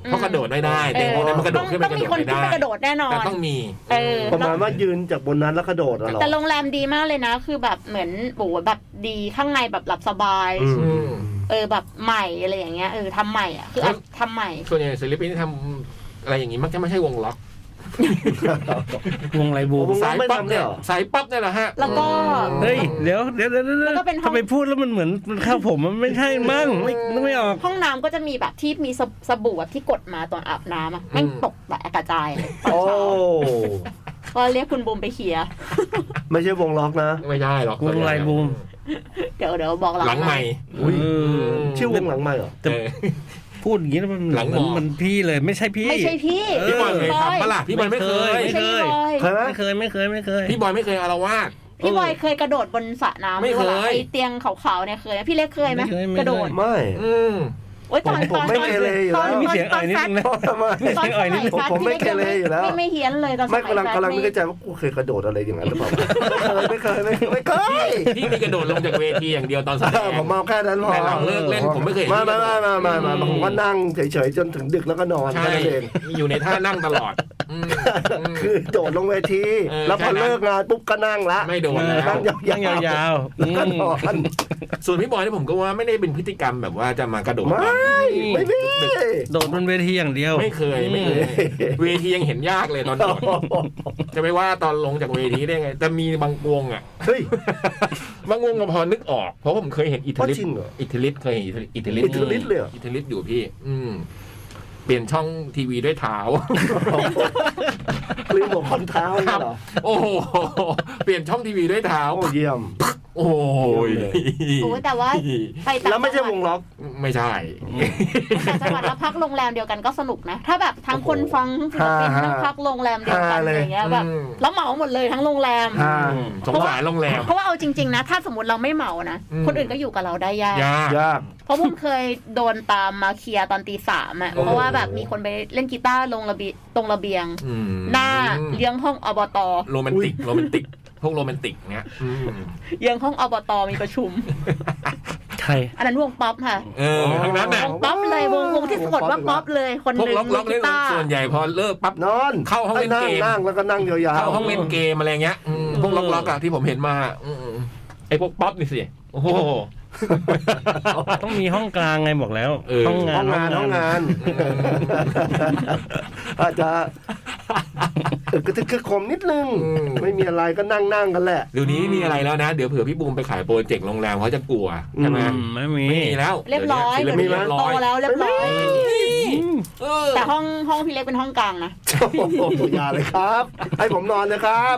ม เพราะกระโดดไม่ได้เด็กพวกนั้นมันกระโดดขึ้นไป
ต้อง
กระ
ต้
โดดไม่ได้
องมีคนขึ้นไปกระโดดแน่นอ
แต่
น
ต้องมี
เออ
ประมาณว่ายืนจากบนนั้นแล้วกระโดดอะเหรอ
แต่โรงแรมดีมากเลยนะ คือแบบเหมือนโอ้โหแบบดีข้างในแบบหลับสบาย
อืม
เออแบบใหม่อะไรอย่างเงี้ยเออทำใหม่อ่ะคือ
ครั
อ่ะ
บ
ทำใหม่
ส่วนใหญ่ศิลปินที่ทำอะไรอย่างนี้มักจะไม่ใช่วงล็อก
วงไรบู
วงล็
สา
อก
ย
ไม่
ป๊อป
ทำเนี่
เนี่ย ย
เหรอ
สายป๊อปเนี่ยแหละฮะ
แล้วก็
เฮ้ยเดี๋ยวเดี๋ยวเดี๋ยวเดี๋ยว
แล้วก็เป็นห้อง
ทำไมพูดแล้วมันเหมือนมันเข้าผมมันไม่ใช่มั่งไม่นึกไม่ออก
ห้องน้ำก็จะมีแบบที่มีสบสบู่แบบที่กดมาตอนอาบน้ำอ่ะแม่งตกแบบกระจายเลยตอน
โอ้
เช้าก็เรียกคุณบูมไปเคลียร์
ไม่ใช่วงล็อกนะ
ไม่ได้หรอก
วงไรบูม
เดี๋ยวเดี๋ยวบอก
หลังใหม่
อุ้ย
เออ
ชื่อวงหลังใหม่เหรอ
แต่ พูดอย่างนี้แล้วมันเห
หลัง
มือน
หมอ
มันพี่เลยไม่ใช่พี่
ไม่ใช่พี่
เ
พี่บอยเคย
บอย
ทำปะล่ะพี่บอยไม่เคย
ไม่ใช่พี่บอย
เคยไหม
ไม่เคยไม่เคยไม่เคย
พี่บอยไม่เคยอารวาส
พี่บอยเคยกระโดดบนสระน้ำ
ไม่เคย
หรือว่าไอเตียงขาวๆเนี่ยเคยไหมพี่เล็กเคยไหม
เคย
กระโดด
เคย
ไม่
อืม
โอ๊ยตอน
ผม
ตอน
ผมไม่เกเรอยู่แล้ว
ตน
มีเสียง
ต
เอ่ยนิดนึงนะ
ไม่
ตอน
เสียงเอ่ยนิดนึง
สย
ผมไม่
พี่
เกเรอยู่แล้ว
ไม่ไม่เฮี้ยนเลยตอนส
ไม่
ย
กำลัง
แฟน
กำลังนึกใน
ไม่
ใจว่ากูเคยกระโดดอะไรอย่างนั้นหรือเปล่าไม่เคยไม่เคยไม่เคย
พี่มีกระโดดลงจากเวทีอย่างเดียวตอนแสด
เออง ผมเมาแค่นั้นพอ
แต่เราเลิกเล่นผมไม่เคยเห็น
ไม่ไม่ไม่ไม่ไม่ไม่ผมก็นั่งเฉยๆจนถึงดึกแล้วก็นอน
ใช่
แค่นั้นเอง
อยู่ในท่านั่งตลอดอืมอืม
คือโดดลงเวที
เออ
แล้วพ
แค่
อ
นั้น
เลิกงานปุ๊บก็นั่งละ
ไม่โดน
เออ
แล้
นั่
ว
งยาวๆ
นั่งยาวๆ
แล้วก็นอน
ส่วนพี่บอยนี่ผมก็ว่าไม่ได้เป็นพฤติกรรมแบบว่าจะมากระโดด
ไม่ไม่มี
โดดบนเวทีอย่างเดียว
ไม่เคยไม่เคย เวทียังเห็นยากเลยตอนโดดจะไปว่าตอนลงจากเวทีได้ไงแต่มีบางวงอ่ะ
เฮ้ย
บางวงก็พอนึกออก เพราะผมเคยเห็นอิทลิ
อ๋อจริงเหรอ
อิทลิทเคยเห็นอิทลิ
อิทธิฤทธิ์เลยเหรอ
อิทลิทอยู่พี่ อืม เปลี่ยนช่องทีวีด้วยเท้า
ลืมบอกคอนเท้าเนี่ยเหรอ
โอ้โหเปลี่ยนช่องทีวีด้วยเท้า
โอ้เยี่ยม
โอ้ย
โอ้ยแต่ว่า ไปต่าง
แล้วไม่ใช่
จังหด
วงล็อก
ไม่ใช่
ต่างจังหวัดแล้วพักโรงแรมเดียวกันก็สนุกนะ ถ้าแบบทั้งคนฟังศิลปิน
ฮะฮะ
ทั้งพักโรงแรมเดียวกัน
ฮะ
อ
เลย
ย่างเงี้ยแบบ
อืม
แล้วเหมาหมดเลยทั้งโรงแรม
อ่า
สงสารโรงแรม
เพราะว่าเอาจริง ๆ นะ ถ้าสมมติเราไม่เหมานะ
อืม
คนอื่นก็อยู่กับเราได้ยาก
ยาก
ยาก
เพราะผมเคยโดนตามมาเคลียร์ตอนตีสามอ่ะ
โอ้โห
เพราะว่าแบบมีคนไปเล่นกีตาร์ลงระเบียตรงระเบียง
อืม
หน้าเลี้ยงห้องอบต
โรแมนติกโรแมนติก พวกโรแมนติกเนี้ยอืม
เลี้ยงห้องอบตมีประชุม
ใคร
อันนั้นวงป๊อปค่ะ
เออทั้งนั้นน่ะ
วงป๊อปเลยวงวงที่สะกดว่าว
งป๊
ป๊อ
อ
ป
ป
เลยคน
พวก
หนึ่ง
ล็อกล็อก
กี
เล่น
ตาร์
ส่วนใหญ่พอเลิกปั๊บ
นอน
เข้าห้องเล่นเกม
นั่งแล้วก็นั่งยาวๆ
เข้าห้องเล่นเกมอะไรเงี้ยอืมพวกล็อกล็อกอะที่ผมเห็นมาอืมไอ้พวกป๊อปนี่สิโอ้โห
ต้องมีห้องกลางไงบอกแล้ว
เออ
ห้องงา
ห้
น
องงานห้องงานอาจจะอึกกระทึกกระโคมนิดนึง
อืม
ไม่มีอะไรก็นั่งนั่งกันแหละ
เดี๋ยวนี้มีอะไรแล้วนะ เดี๋ยวเผื่อพี่บูมไปขายโปรเจกต์โรงแรมเขาจะกลัวใช่ไหม
อืมไม่มี
ไม่มีแล้ว
เรียบร้อย
เดี๋วนี้ศิลปิน
มีไหม
เรียบร้
โต
อย
แล้วเรียบร้อย
เออ
แต่ห้องห้องพี่เล็กเป็นห้องกลางนะ
โอ้โหอย่าเลยครับ ให้ผมนอนเลยครับ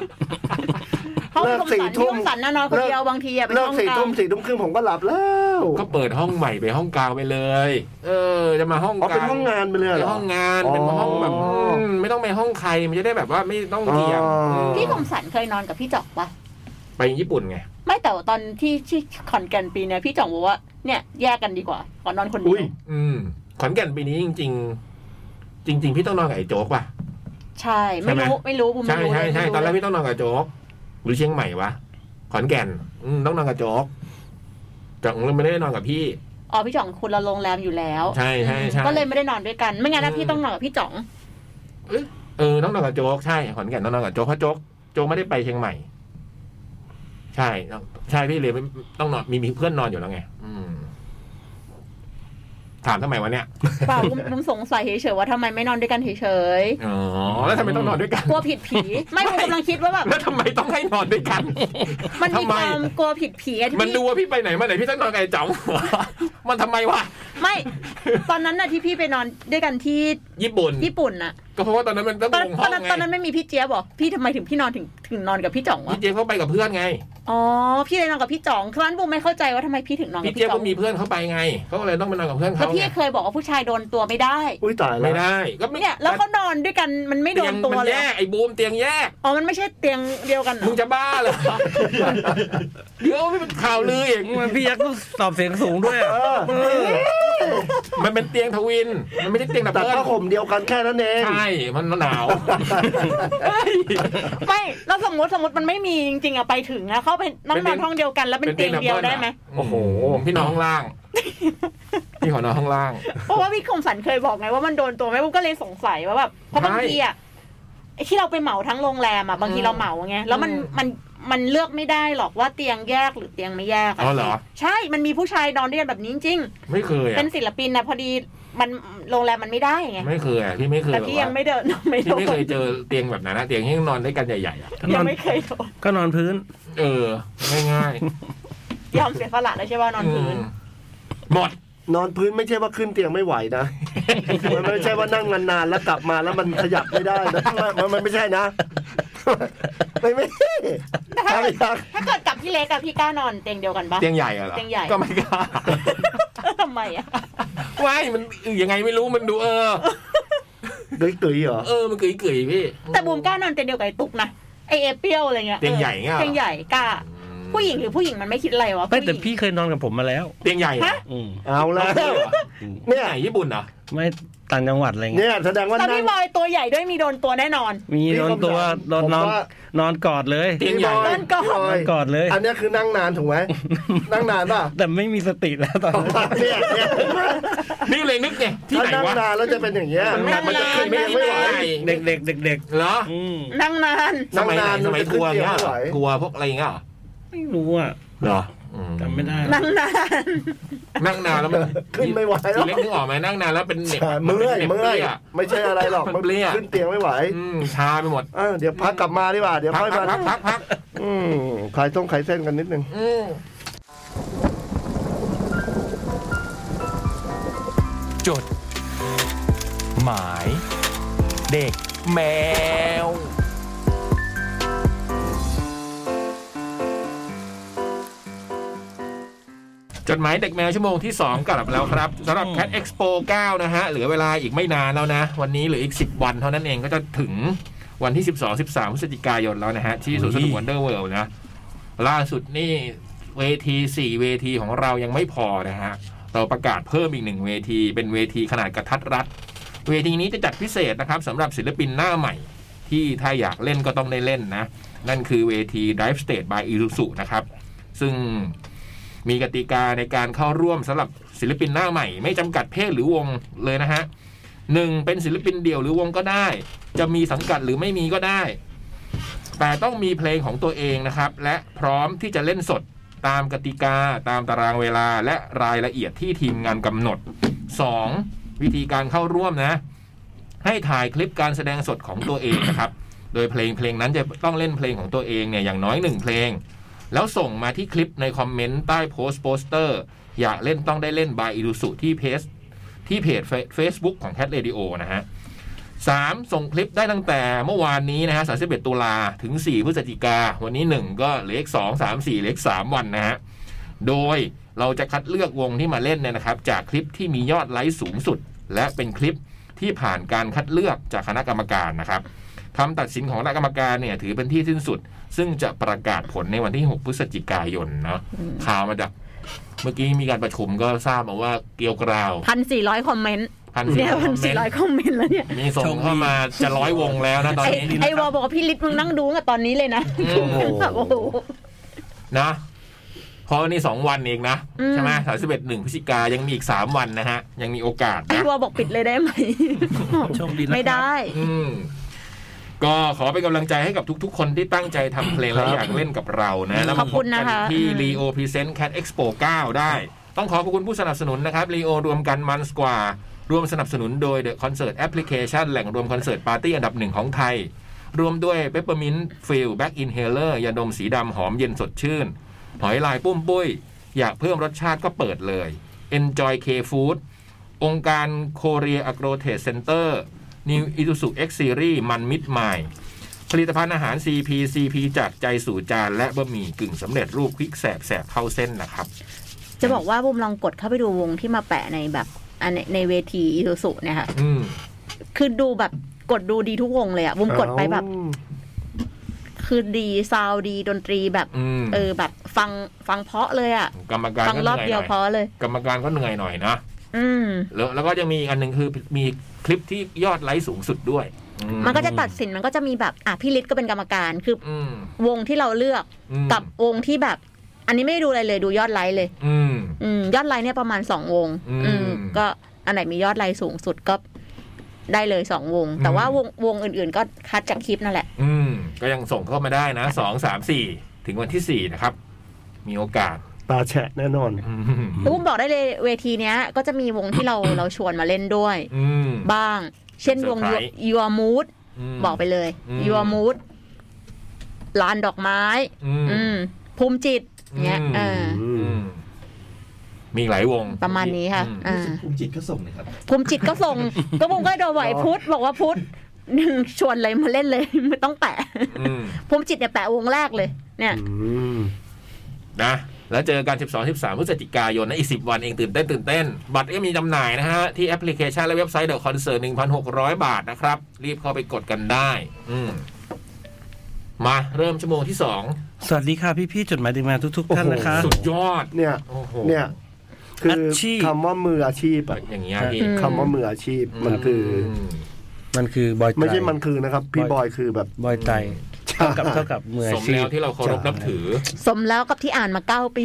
ห้อง
เลิก
คม
สี่
สัน
ทุ่
ที่
ม
คมสันนะนอนคนเดียวบางทีอะเป็น
เลิก
ห้อง
สี่
กลา
ทุ่
ง
มสี่ทุ่มครึ่งผมก็หลับแล้ว
ก็เปิดห้องใหม่ไปห้องกลางไปเลย เออ จะมาห้อง
อ๋อกเป็น
ลาง
ห้องงานไปเลย
เป็น
เหรอ
ห้องงานเป็นห้องแบบ
อ๋ออื
มไม่ต้องไปห้องใครมันจะได้แบบว่าไม่ต้องเกี่ยง
อ๋ออื
ม
พี่คมสันเคยนอนกับพี่จ่องปะ
ไปญี่ปุ่นไง
ไม่แต่ว่าตอนที่ที่ขอนแก่นปีเนี้ยพี่จ่องบอกว่าเนี่ยแยกกันดีกว่าขอนอนคนเดี
อุ้ย
ยว
อืมขอนแก่นปีนี้จริง ๆ จริง ๆ พี่ต้องนอนกับไอ้โจ๊กว่ะ
ใช่ไม่
ใช่ไหม
รู้ไม่รู้บุม
ใช่
ไม่รู้
ใช่ใช่
ไม่รู้
ตอนแรกพี่ต้องนอนกับโจ๊กหรือเชียงใหม่วะขอนแก่นอืมต้องนอนกับโจ๊กแต่ของเราไม่ได้นอนกับพี่
อ๋อพี่จ่องคุณละโรงแรมอยู่แล้ว
ใช่ใช่ใช่
ก็เลยไม่ได้นอนด้วยกัน ไม่งั้นนะ
อืม
พี่ต้องนอนกับพี่จ่อง
เออต้องนอนกับโจ๊กใช่ขอนแก่นต้องนอนกับโจ๊กเพราะโจ๊กโจ๊กไม่ได้ไปเชียงใหม่ ใช่ต้องใช่พี่เลยไม่ต้องนอนมีมีเพื่อนนอนอยู่แล้วไงอืม ถามทำไมวะเนี่ย
เปล่าบุมบุมสงสัยเฉยๆว่าทำไมไม่นอนด้วยกันเฉย
อ๋อแล้วทำไมต้องนอนด้วยกัน
ๆกลัวผิดผี ไม่บุมกำลังคิดว่าแบบ
แล้วทำไมต้องให้นอนด้วย กัน
มันมี
ทำไม
ความกลัวผิดผีอะที่
มัน
พี่
ดูว่าพี่ไปไหนมาไหนพี่ต้องนอนกับไอ้จ๋อง มันทำไมวะ
ไม่ ตอนนั้นน่ะที่พี่ไปนอนด้วยกันที่
ญี่ปุ่น
ญี่ปุ่นน่ะ
ก็เพราะว่าตอนนั้นมันต้อง
ตอน
ลง
ต
ห้
อ
อน ง
นั้น
ไง
ตอนนั้นไม่มีพี่เจี๊ยบหรอพี่ทำไมถึงพี่นอนถึงถึงนอนกับพี่จ่องวะ
พี่เจี๊ยบเขาไปกับเพื่อนไง
อ๋อพี่เลยนอนกับพี่จ่องครั้นบูมไม่เข้าใจว่าทำไมพี่ถึงนอนกั
พี่
บ
เจี๊ยบ
พี่จ่อ
ก็
ง
มีเพื่อนเขาไปไงเขาก็เลยต้องไปนอนกับเพื่อน
แล้ว
เขา
พี่
ไง
เคยบอกว่าผู้ชายโดนตัวไม่ได้
อุ้ยตายแล้
ไม่
ว
ได้ ก็ไม่
เนี่ยแล้วเขานอนด้วยกันมันไม่โด
เตีย
น
ง
ตัว
มัน
เลย
แยกไอ้บูมเตียงแยก
อ๋อมันไม่ใช่เตียงเดียวกันเหรอ
มึงจะบ้าเหรอ เดี๋ยวมันเป็นข่าวลืออีก
มันพี่ยักษ์ต้องตอบเสียงสูงด้วยอะ
เออ
เออ
มันเป็นเตียงทวิน มันไม่ใช่เตียงดับ
แต่
เบิ้ล
ผ้าห่มเดียวกันแค่นั้นเอง
ใช่ มันหนาว
ไม่แล้วสมมติสมมติมันไม่มีจริงๆอะไปถึงนะเขาไปนั่ง
เป็น
น
เตีง
อย น ห้องเดียวกันแล้วเป็นเตียงเดียวได้ไหม
โอ้โห พี่น้องข้างล่าง จ มีหอนอนข้างล่าง
เพราะว่าพี่คมสันเคยบอกไงว่ามันโดนตัวไหมผมก็เลยสงสัยว่าแบบเพราะบาง
ใช่
ทีอ่ะไอ้ที่เราไปเหมาทั้งโรงแรมอ่ะบางที
อืม
เราเหมาไงแล้วมัน
อืม
มันมันเลือกไม่ได้หรอกว่าเตียงแยกหรือเตียงไม่แยกะ
อ๋อเหรอ
ใช่มันมีผู้ชายนอนด้วยกันแบบนี้จริง
ไม่เคย
ๆ
อ่ะ
เป็นศิลปินนะพอดีมันโรงแรมมันไม่ได้ไง
ไม่เคยอ่ะพี่ไม่เคย
แต่
แบบ
พี่ยั
ว่าง
ไม่เดินไม่
พี่
โดน
ไม่เคยเจอเตียงแบบนั้นนะเตียงที่นอนด้วยกันใหญ่ๆอ่ะ
ก็น
ยั
องน
ไม่เคยโดน
ก็นอนพื้น
เออง่าย
ยอมเสียสละแล้วใช่ป่ะน
ๆ
อนพื้น
มหมด
นอนพื้นไม่ใช่ว่าขึ้นเตียงไม่ไหวนะ มันไม่ใช่ว่านั่งนานๆแล้วกลับมาแล้วมันขยับไม่ได้นะ มันมันไม่ใช่นะ ไม่ไม่ใช่ครับ
ถ้าเกิดกับพี่เล็กกับพี่กล้านอนเตียงเดียวกันปะ
เตียงใหญ่อะเหรอ
เตียงใหญ่
ก็ไม่กล้า
ทำไมอ่ะ
ไม่มันยังไงไม่รู้มันดูเออ
ดุยตุยเหรอ
เออมันเกยเกยๆพี่
แต่บูมกล้านอนเตียงเดียวกับไอ้ตุ๊กนะไอเอเปียวอะไรเงี้ย
เตียงใหญ่เงี้ย
เตียงใหญ่กล้า ผู้หญิงหรือผู้หญิงมันไม่คิดอะไรวะ
ไม่แต่
ผู้หญิง
พี่เคยนอนกับผมมาแล้ว
เตียงใหญ่อะ
ฮะ
อืม
เอาแล้ว
เนี่ยไหนญี่ปุ่นเหรอ
ไม่ต่างจังหวัดอะไรเงี้ย
เนี่ยแสดงว่า
แล้ว
นั่ง
พี่บอยตัวใหญ่ด้วยมีโดนตัวแน่นอน
มีนอนตัว
พี่
นอน
ผม
นอน
ว่า
นอนกอดเลย
เตียงใหญ่
นั่นก็
พี่บ
น
อ
อน
ย
กอดเลย
อันเนี้ยคือนั่งนานถู กไหมนั่งนาน ป่ะ
แต่ไม่มีสติแล้วตอนนั้น
เนี่ยเนี่ย
นี่เลยนึกไงที่
ถ้า
ไหน
นั่ง
วะ
นานแล้วจะเป็นอย่างเงี้ย
นั่ง
มัน
นาน
จะขึ้นไม่ยังไม่ไหว
เด็กเด็กเด็กเด็ก
เหรอ
ๆอืม
นั่งนาน
ส
นั่ง
มัยไหน
นาน
สมัยทัวร์เงี้ย
มันจะขึ้นเตียงไม่ไหว
ทัวร์พวกอะไรเงี้ยเหรอ
ไม่รู้อ่ะ
เหรออื
จำไม่ได้
นั่งนาน
นั่งนานแล้วมัน
ขึ้นไม่ไหว
ที
แล้ว
เล็กนึกออกไหมนั่งนานแล้วเป็นเหน็บ
แต่เมื่อย
ป็นหน็บ
เมื่อย
ะ
ไม่ใช่อะไรหรอก
มันเปรี้ย
ขึ้นเตียงไม่ไหว
อืมชาไปหมด
เออเดี๋ยวพักกลับมาดีกว่าเดี๋ยว
พัก
ค่อย
พัพั
มาก
กพักพัก
อืมขายต้มขายเส้นกันนิดนึง
อืมจด หมาย เด็กแมว จดหมายเด็กแมวชั่วโมงที่ 2กลับแล้วครับสำหรับ Cat Expo 9 นะฮะ เหลือเวลาอีกไม่นานแล้วนะ วันนี้เหลืออีก 10 วันเท่านั้นเองก็จะถึงวันที่ 12 13พฤศจิกายนแล้วนะฮะ ที่สวนสนุกวันเดอร์เวิลด์นะ ล่าสุดนี่เวที 4 เวทีของเรายังไม่พอนะฮะ เราประกาศเพิ่มอีกหนึ่งเวที เป็นเวทีขนาดกระทัดรัด เวทีนี้จะจัดพิเศษนะครับสำหรับศิลปินหน้าใหม่ ที่ถ้าอยากเล่นก็ต้องได้เล่นนะ นั่นคือเวที Drive Stage by Isuzu นะครับ ซึ่ง มีกติกาในการเข้าร่วมสำหรับศิลปินหน้าใหม่ ไม่จำกัดเพศหรือวงเลยนะฮะหนึ่งเป็นศิลปินเดี่ยวหรือวงก็ได้ จะมีสังกัดหรือไม่มีก็ได้ แต่ต้องมีเพลงของตัวเองนะครับ และพร้อมที่จะเล่นสดตามกติกาตามตารางเวลาและรายละเอียดที่ทีมงานกำหนด 2. วิธีการเข้าร่วมนะ ให้ถ่ายคลิปการแสดงสดของตัวเองนะครับ โดยเพลงเพลงนั้นจะต้องเล่นเพลงของตัวเองเนี่ยอย่างน้อยหนึ่งเพลง แล้วส่งมาที่คลิปในคอมเมนต์ใต้โพสต์โปสเตอร์ อยากเล่นต้องได้เล่นบายอิรุสุที่เพจที่เพจ Fe- Facebook ของ Cat Radio นะฮะ 3. ส่งคลิปได้ตั้งแต่เมื่อวานนี้นะฮะ31ตุลาถึง 4 พฤศจิกา วันนี้ 1 ก็เหลืออก2 3 4เหลืออก3วันนะฮะ โดยเราจะคัดเลือกวงที่มาเล่นเนี่ยนะครับ จากคลิปที่มียอดไลค์สูงสุด และเป็นคลิปที่ผ่านการคัดเลือกจากคณะกรรมการนะครับคำตัดสินของคณะกรรมการเนี่ยถือเป็นที่สิ้นสุด ซึ่งจะประกาศผลในวันที่ 6 พฤศจิกายนเนาะข่าวมาจากเมื่อกี้มีการประชุมก็ทราบมาว่าเกรียวกราว
พันสี่ร้อยคอมเมนต์
พันสี่
เนี่ย
ร้อยค
พั
อน มเม
สี่
น
ร้อย
ต์
คอมเมนต์แล้วเนี่ย
มีส่งเข้ามาจะร้อยวงแล้วนะตอน
ไอ้
นี้
ไอ้วอบอกว่าพี่ลิศมึงนั่งดูตั้งแต่ตอนนี้เลยนะ
อืม
แบบโอ้โห
นะเพราะนี่สองวันเองนะ
อืม
ใช่ไหมสามสิบเอ็ดหนึ่งพฤศจิกายังมีอีกสามวันนะฮะ ยังมีโอกาส
ไอ้
นะ
วอบอกปิดเลยได้ไหม
โชคดีนะครับ
ไม่ได้
อืมก็ขอเป็นกำลังใจให้กับทุกๆ คนที่ตั้งใจทำเพลงและอยากเล่นกับเรานะแล้ว
ข
มา
อบ
พ
คุ
บ
ณ
กั
นะ
น
คะ
ที่
อืม
Leo Present Cat Expo 9 ได้ ต้องขอขอบคุณผู้สนับสนุนนะครับ Leo รวมกันมันสกว่า รวมสนับสนุนโดย The Concert Application แหล่งรวมคอนเสิร์ตปาร์ตี้อันดับหนึ่งของไทย รวมด้วย Peppermint f i l Back Inhaler ยาดมสีดำหอมเย็นสดชื่น หอยลายปุ้มปุ้ย อยากเพิ่มรสชาติก็เปิดเลย Enjoy K Food องค์การ Korea Agro Trade Center New Isuzu X Series มันมิดใหม่ ผลิตภัณฑ์อาหาร CP CP จากใจสู่จานและบะหมี่กึ่งสำเร็จรูปควิกแสบแสบเข้าเส้นนะครับ
จะบอกว่าบูมลองกดเข้าไปดูวงที่มาแปะในแบบอันในในเวทีอิซูซุเนี่ยค่ะ
อืม
คือดูแบบกดดูดีทุกวงเลยอะบูมกดไปแบบ คือดีซาวดีดนตรีแบบ
อืม
เออแบบฟังฟังเพราะเลยอะ
กรรมการ
ฟัง
ก็
ร
เห
อบ
นื่อย
เดี
ห
ยว
น่อย
เพราะเลย
กรรมการก็เหนื่อยหน่อยนะ
อืม
แล้วแล้วก็ยังมีอีกอันหนึ่งคือมีคลิปที่ยอดไลค์สูงสุดด้วยอื
มันก็จะตัดสินมันก็จะมีแบบอ่ะพี่ฤทธิ์ก็เป็นกรรมการคือ
อืม
วงที่เราเลือก
อืม
กับวงที่แบบ อันนี้ไม่ได้ดูอะไรเลยดูยอดไลค์เลย
อืม
อืมยอดไลค์เนี่ยประมาณสองวง
อืม
อืม ก็อันไหนมียอดไลค์สูงสุดก็ได้เลยสองวง
อืม
แต่ว่าวงวงอื่นๆ ก็คัดจากคลิปนั่นแหละ
อืม ก็ยังส่งเข้ามาได้นะสองสามสี่ถึงวันที่สี่นะครับ มีโอกาส
ตาแฉะแน่นอน
อืม
แล้วผมบอกได้เลยเวทีเนี้ย ก็จะมีวงที่เรา เราชวนมาเล่นด้วย
อืม
บ้าง เช่นวง
เซอร์ไพรส์
ยัวมูด
ม
บอกไปเลย
อืม
ยัวมูดลานดอกไม้
อืม
อืม ภูมิจิตเงี้ย
อืม
เออ
อื
อื
ม
มมีหลายวง
ประมาณนี้ค่ะ
อืม
อ่า
ภูมิจิตก็ส่งนะครับ
ภูมิจิตก็ส่ ง ก็มุงก็โดนไหวพุทธบอกว่าพุทธหนึ่งชวนเลยมาเล่นเลย ไม่ต้องแปะ
อืม
ภูมิจิตเนี่ยแปะวงแรกเลย เนี่ย
อืม
นะแล้วเจอกัน 12 13พฤศจิกายนนะอีก 10 วันเองตื่นเต้นตื่นเต้น บัตรก็มีจำหน่ายนะฮะ ที่แอปพลิเคชันและเว็บไซต์เดอะคอนเสิร์ต1,600 บาทนะครับ รีบเข้าไปกดกันได้ อืม มาเริ่มชั่วโมงที่
สวัสดีค่ะพี่พี่ๆจดหมายถึงมาทุก ๆ ท่านนะคะ
2 สุดยอด
เนี่ย
โอ้โห
เนี่ย คืออา
ชีพ
คำว่ามืออาชีพอะ
อย่างเงี้ยพี่
อืม
คำว่ามืออาชีพมันคือ
ม
มันคือบอย
ไม่ใช่มันคือนะครับ พี่บอยคือแบบ
บอยไตร
ใช่
เท่ากับเท่ากับมืออา
สม
ชี
แล้
พ
วที่เราเคารพนับถือ
สมแล้วกับที่อ่านมาเก้า ปี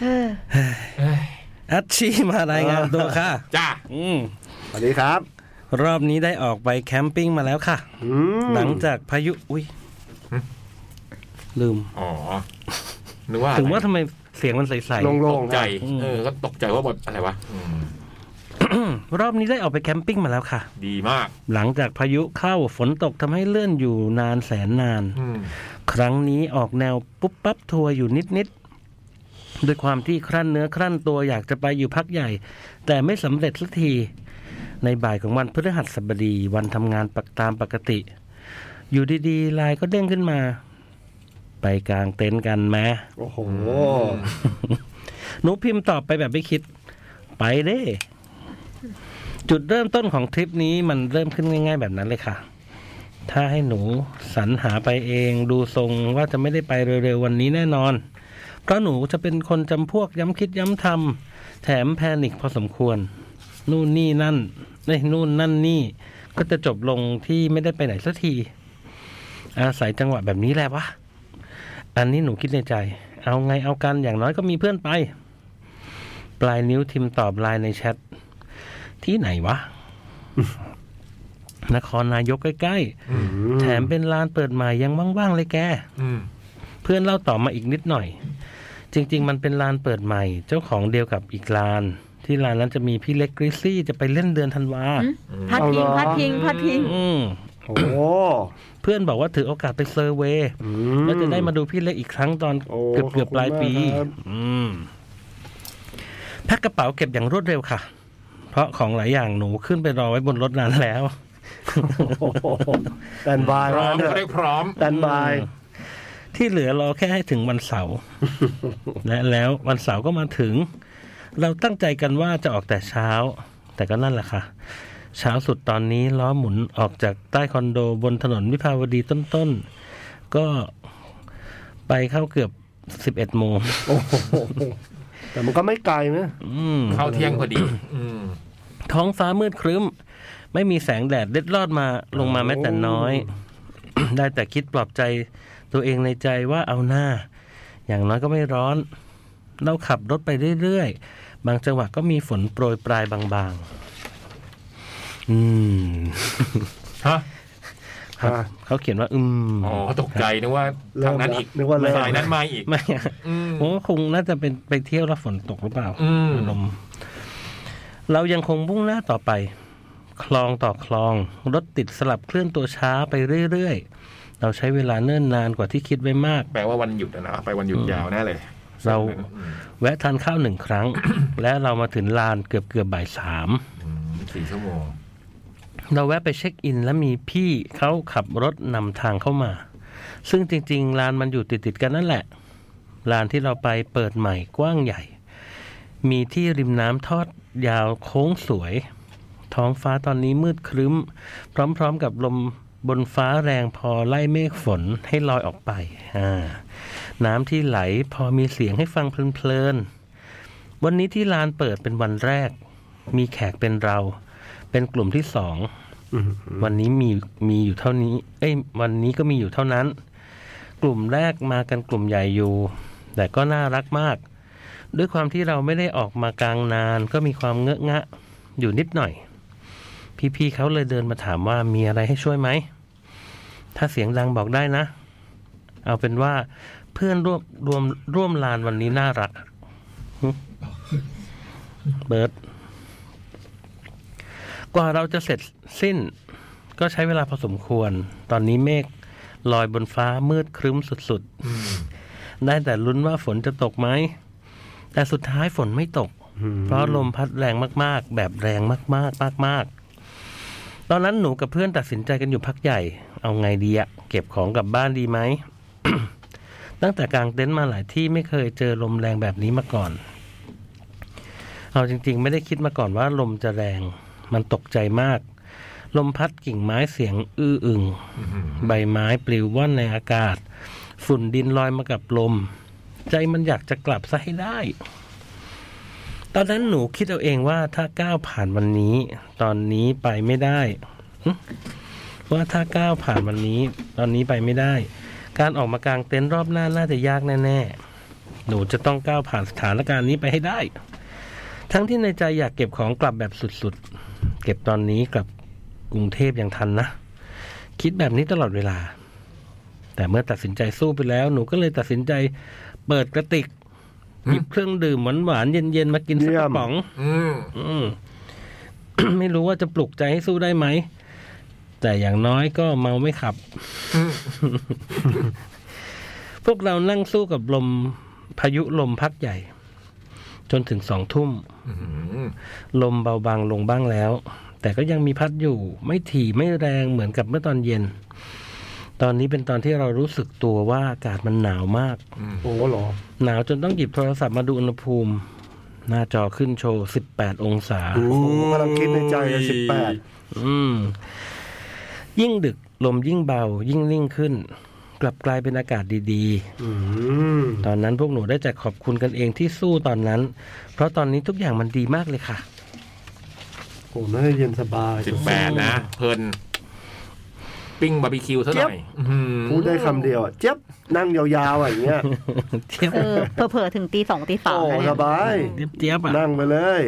เออ
อาชีพมารายงานตัวค่ะ
จ้า
อืม
สวัสดีครับ
รอบนี้ได้ออกไปแคมปิ้งมาแล้วค่ะ
อืม
หลังจากพายุ อุ้ยลืม
อ๋อ นึกว่า
ถึงว่าทำไมเสียงมันใส
โล่ง
ตก
ๆ
ใจ
นะ
เออ ก็ตกใจว่าบทอะไรวะอืม
ๆ รอบนี้ได้ออกไปแคมปิ้งมาแล้วค่ะ
ดีมาก
หลังจากพายุเข้าฝนตกทำให้เลื่อนอยู่นานแสนนาน
อืม
ครั้งนี้ออกแนวปุ๊บปั๊บทัวร์อยู่นิดๆด้วยความที่ครั่นเนื้อครั่นตัวอยากจะไปอยู่พักใหญ่ แต่ไม่สำเร็จสักที ในบ่ายของวันพฤหัสบดีวันทำงานปกตามปกติ อยู่ดีๆไลน์ก็เด้งขึ้นมา ไปกลางเต็นท์กันไหม
โอ้โห
หนูพิมพ์ตอบไปแบบไม่คิด ไปเด้ จุดเริ่มต้นของทริปนี้มันเริ่มขึ้นง่าย ๆ แบบนั้นเลยค่ะ ถ้าให้หนูสรรหาไปเองดูทรงว่าจะไม่ได้ไปเร็วๆวันนี้แน่นอน เพราะหนูจะเป็นคนจำพวกย้ำคิดย้ำทำแถมแพนิคพอสมควร นู่นนี่นั่นเอ้ยนู่นนั่นนี่ ก็จะจบลงที่ไม่ได้ไปไหนสักที อาศัยจังหวะแบบนี้แหละวะ อันนี้หนูคิดในใจ เอาไงเอากันอย่างน้อยก็มีเพื่อนไป ปลายนิ้วทิมตอบไลน์ในแชท ที่ไหนวะ นครนายกใกล้ๆ แถมเป็นลานเปิดใหม่ยังว่างๆเลยแก
อืม
เพื่อนเล่าต่อมาอีกนิดหน่อย จริง ๆ มันเป็นลานเปิดใหม่ เจ้าของเดียวกับอีกลาน ที่ลานนั้นจะมีพี่เล็กกริซซี่จะไปเล่นเดือนธันวา
พัดพิงพัดพิงพัดพิง
อืม
โอ้โห
เพื่อนบอกว่าถือโอกาสไปเซอร์เวย์
อื
แล้วจะได้มาดูพี่เล็กอีกครั้งตอน
โอ้
เกือบเกือบ
ข
ปลาย
คุณมก
ปี
ครับ
อืมแพ็คกระเป๋าเก็บอย่างรวดเร็วค่ะ เพราะของหลายอย่างหนูขึ้นไปรอไว้บนรถนานแล้ว
โอ้โหแตนบาย
พร้อม
เถ
ก็ได้
อะ
พร้อม
แตนบาย
ที่เหลือรอแค่ให้ถึงวันเสาร์ และแล้ววันเสาร์ก็มาถึง เราตั้งใจกันว่าจะออกแต่เช้า แต่ก็นั่นแหละค่ะ เช้าสุดตอนนี้ล้อหมุนออกจากใต้คอนโดบนถนนวิภาวดีต้นๆ ก็ไปเข้าเกือบสิบเอ็ดโมง
โอ้โหแต่มันก็ไม่ไกลนะ
อืม
เข้าเที่ยงพอดี อืม
ท้องฟ้ามืดครึ้ม ไม่มีแสงแดดเล็ดลอดมาลงมาแม้แต่น้อย ได้แต่คิดปลอบใจ ตัวเองในใจว่าเอาหน้า อย่างน้อยก็ไม่ร้อน เราขับรถไปเรื่อยๆ บางจังหวะก็มีฝนโปรยปลายบางๆ อืม
ฮะ
ครับเขาเขียนว่า อืม
อ๋อตกใจนึกว่าทางนั้นอีก
นึกว่าเริ่ม
สายนั้นมาอีก
ไม่
อืม
ผมว่าคงน่าจะเป็นไปเที่ยวแล้วฝนตกหรือเปล่า
อืม
ลมเรายังคงมุ่งหน้าต่อไป คลองต่อคลอง รถติดสลับเคลื่อนตัวช้าไปเรื่อยๆ เราใช้เวลาเนิ่นนานกว่าที่คิดไว้มาก
แปลว่าวันหยุดอะนะไปวันหยุดยาวแน่เลย
เรา
อืม
แวะทานข้าวหนึ่งครั้ง และเรามาถึงลานเกือบเกือบๆบ่ายสาม
อืมสี่ชั่วโมง
เราแวะไปเช็คอิน แล้วมีพี่เขาขับรถนำทางเข้ามา ซึ่งจริง ๆ ลานมันอยู่ติด ๆ กันนั่นแหละลานที่เราไปเปิดใหม่กว้างใหญ่ มีที่ริมน้ำทอดยาวโค้งสวย ท้องฟ้าตอนนี้มืดครึ้ม พร้อม ๆ กับลมบนฟ้าแรงพอไล่เมฆฝนให้ลอยออกไปอ่าน้ำที่ไหลพอมีเสียงให้ฟังเพลินๆวันนี้ที่ลานเปิดเป็นวันแรก มีแขกเป็นเรา เป็นกลุ่มที่สอง วันนี้มีมีอยู่เท่านี้ เอ้ย วันนี้ก็มีอยู่เท่านั้น กลุ่มแรกมากันกลุ่มใหญ่อยู่ แต่ก็น่ารักมาก ด้วยความที่เราไม่ได้ออกมากลางนาน ก็มีความเงอะงะอยู่นิดหน่อย พี่ๆเขาเลยเดินมาถามว่ามีอะไรให้ช่วยไหม ถ้าเสียงดังบอกได้นะ เอาเป็นว่าเพื่อนร่วมรวมร่วมลานวันนี้น่ารักหึเบิร์ดกว่าเราจะเสร็จสิ้น ก็ใช้เวลาพอสมควร ตอนนี้เมฆลอยบนฟ้ามืดครึ้มสุดๆ ได้แต่ลุ้นว่าฝนจะตกไหม แต่สุดท้ายฝนไม่ตก เพราะลมพัดแรงมากๆ แบบแรงมากๆ มากๆ ตอนนั้นหนูกับเพื่อนตัดสินใจกันอยู่พักใหญ่ เอาไงดีอะเก็บของกลับบ้านดีไหม ตั้งแต่กลางเต็นท์มาหลายที่ไม่เคยเจอลมแรงแบบนี้มาก่อน เอาจริงๆ ไม่ได้คิดมาก่อนว่าลมจะแรง มันตกใจมาก ลมพัดกิ่งไม้เสียงอื้ออึง ใบไม้ปลิวว่อนในอากาศ ฝุ่นดินลอยมากับลม ใจมันอยากจะกลับซะให้ได้ ตอนนั้นหนูคิดเอาเองว่าถ้าก้าวผ่านวันนี้ ตอนนี้ไปไม่ได้หึว่าถ้าก้าวผ่านวันนี้ ตอนนี้ไปไม่ได้ การออกมากางเต็นท์รอบหน้าน่าจะยากแน่ๆ หนูจะต้องก้าวผ่านสถานการณ์นี้ไปให้ได้ ทั้งที่ในใจอยากเก็บของกลับแบบสุดๆ เก็บตอนนี้กลับกรุงเทพยังทันนะ คิดแบบนี้ตลอดเวลา แต่เมื่อตัดสินใจสู้ไปแล้ว หนูก็เลยตัดสินใจเปิดกระติกหยิบเครื่องดื่มหวานๆเย็นๆมากินสักกระป๋อง
อืม
อืม ไม่รู้ว่าจะปลุกใจให้สู้ได้ไหม แต่อย่างน้อยก็เมาไม่ขับ พวกเรานั่งสู้กับลมพายุลมพักใหญ่ จนถึงสองทุ่ม
อืม
ลมเบาบางลงบ้างแล้ว แต่ก็ยังมีพัดอยู่ ไม่ถี่ไม่แรงเหมือนกับเมื่อตอนเย็น ตอนนี้เป็นตอนที่เรารู้สึกตัวว่าอากาศมันหนาวมาก
โอ้หรอ
หนาวจนต้องหยิบโทรศัพท์มาดูอุณหภูมิ หน้าจอขึ้นโชว์ 18 องศา
โอ้โหกำลังคิดในใจเลยสิบแปด
อืม ยิ่งดึกลมยิ่งเบา ยิ่งนิ่งขึ้น กลับกลายเป็นอากาศดีๆ ตอนนั้นพวกหนูได้แต่ขอบคุณกันเองที่สู้ตอนนั้น เพราะตอนนี้ทุกอย่างมันดีมากเลยค่ะ
โอ้น่าจะเย็นสบาย
สิบแปดนะ เพลิน ปิ้งบาร์บีคิวซะหน่อยอืม
พูดได้คำเดียวอะเจ็บนั่งยาวๆอะอย่างเงี้ย
เทียบ
เออเผลอๆถึงตีสองตีสาม
โอ้
แล้วเนี่
ส
ย
บาย
เทียบๆอ่ะ
นั่งไปเลย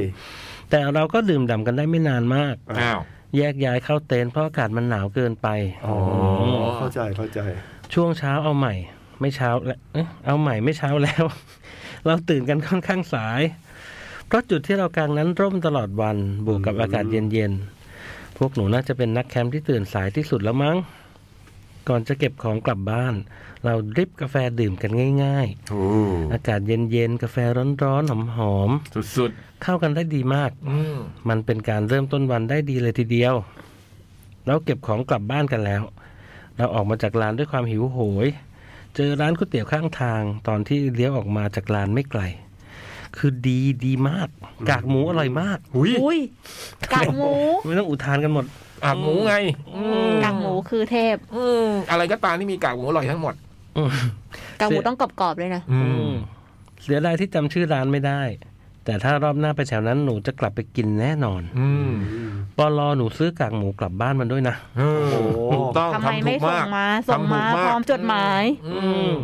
แต่เราก็ดื่มด่ำกันได้ไม่นานมาก
อ้าว
แยกย้ายเข้าเต็นท์เพราะอากาศมันหนาวเกินไป
อ๋ออ
ม
เข้าใจเข้าใจ
ช่วงเช้าเอาใหม่ ไม่เช้าแล้วเอ๊ะเอาใหม่ไม่เช้าแล้ว เราตื่นกันค่อนข้างสาย เพราะจุดที่เรากางนั้นร่มตลอดวันบวกกับอากาศเย็นๆพวกหนูน่าจะเป็นนักแคมป์ที่ตื่นสายที่สุดแล้วมั้ง ก่อนจะเก็บของกลับบ้าน เราดริปกาแฟดื่มกันง่าย
โอ้
ๆ อากาศเย็นๆกาแฟร้อนๆหอม
สุด
ๆเข้ากันได้ดีมาก
ๆอืม
มันเป็นการเริ่มต้นวันได้ดีเลยทีเดียว เราเก็บของกลับบ้านกันแล้ว เราออกมาจากร้านด้วยความหิวโหย เจอร้านก๋วยเตี๋ยวข้างทาง ตอนที่เลี้ยวออกมาจากร้านไม่ไกล คือดีดีมาก กากหมูอร่อยมาก
หุย
อุ้ยกากหมู
ไม่ต้องอุทานกันหมด
กากหมูไงอืม
กากหมูคือเทพ
อืมอะไรก็ตามที่มีกากหมูอร่อยทั้งหมด
อืม
กากหมูต้องกรอบๆด้วยนะ
อื
อื
ม
มเสียดายที่จำชื่อร้านไม่ได้ แต่ถ้ารอบหน้าไปแถวนั้นหนูจะกลับไปกินแน่นอน
อืม
ปอลอหนูซื้อกากหมูกลับบ้านมันด้วยนะ
เออ
โอ้โห
ถูกต้อง
ทำไม
ทำถู
ไม่
ก
ส่ง
มาก
มา ส่
ทำ
ง
ถู
มาก พร้อมจดหมาย
อื
อื
ม
ม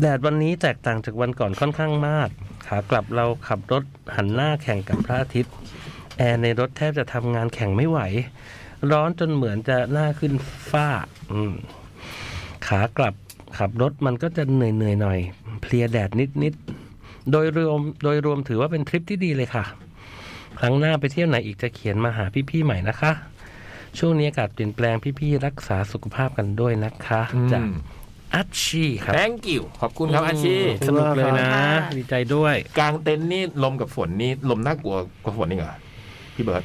แดดวันนี้แตกต่างจากวันก่อนค่อนข้างมาก ขากลับเราขับรถหันหน้าแข่งกับพระอาทิตย์ แอร์ในรถแทบจะทำงานแข่งไม่ไหว ร้อนจนเหมือนจะหน้าขึ้นฟ้า อืม ขากลับขับรถมันก็จะเหนื่อยๆหน่อย เพลียแดดนิดๆ โดยรวมโดยรวมถือว่าเป็นทริปที่ดีเลยค่ะ ครั้งหน้าไปเที่ยวไหนอีกจะเขียนมาหาพี่ๆใหม่นะคะ ช่วงนี้อากาศเปลี่ยนแปลงพี่ๆรักษาสุขภาพกันด้วยนะคะจาก อัชชีครับ
thank you ขอบคุณครับอาชี
สนุกเลยนะ
ค่ะ
ดีใจด้วย
กลางเต็นท์นี่ลมกับฝนนี่ลมน่ากลัวกว่าฝนนี่เหรอพี่เบิร์ต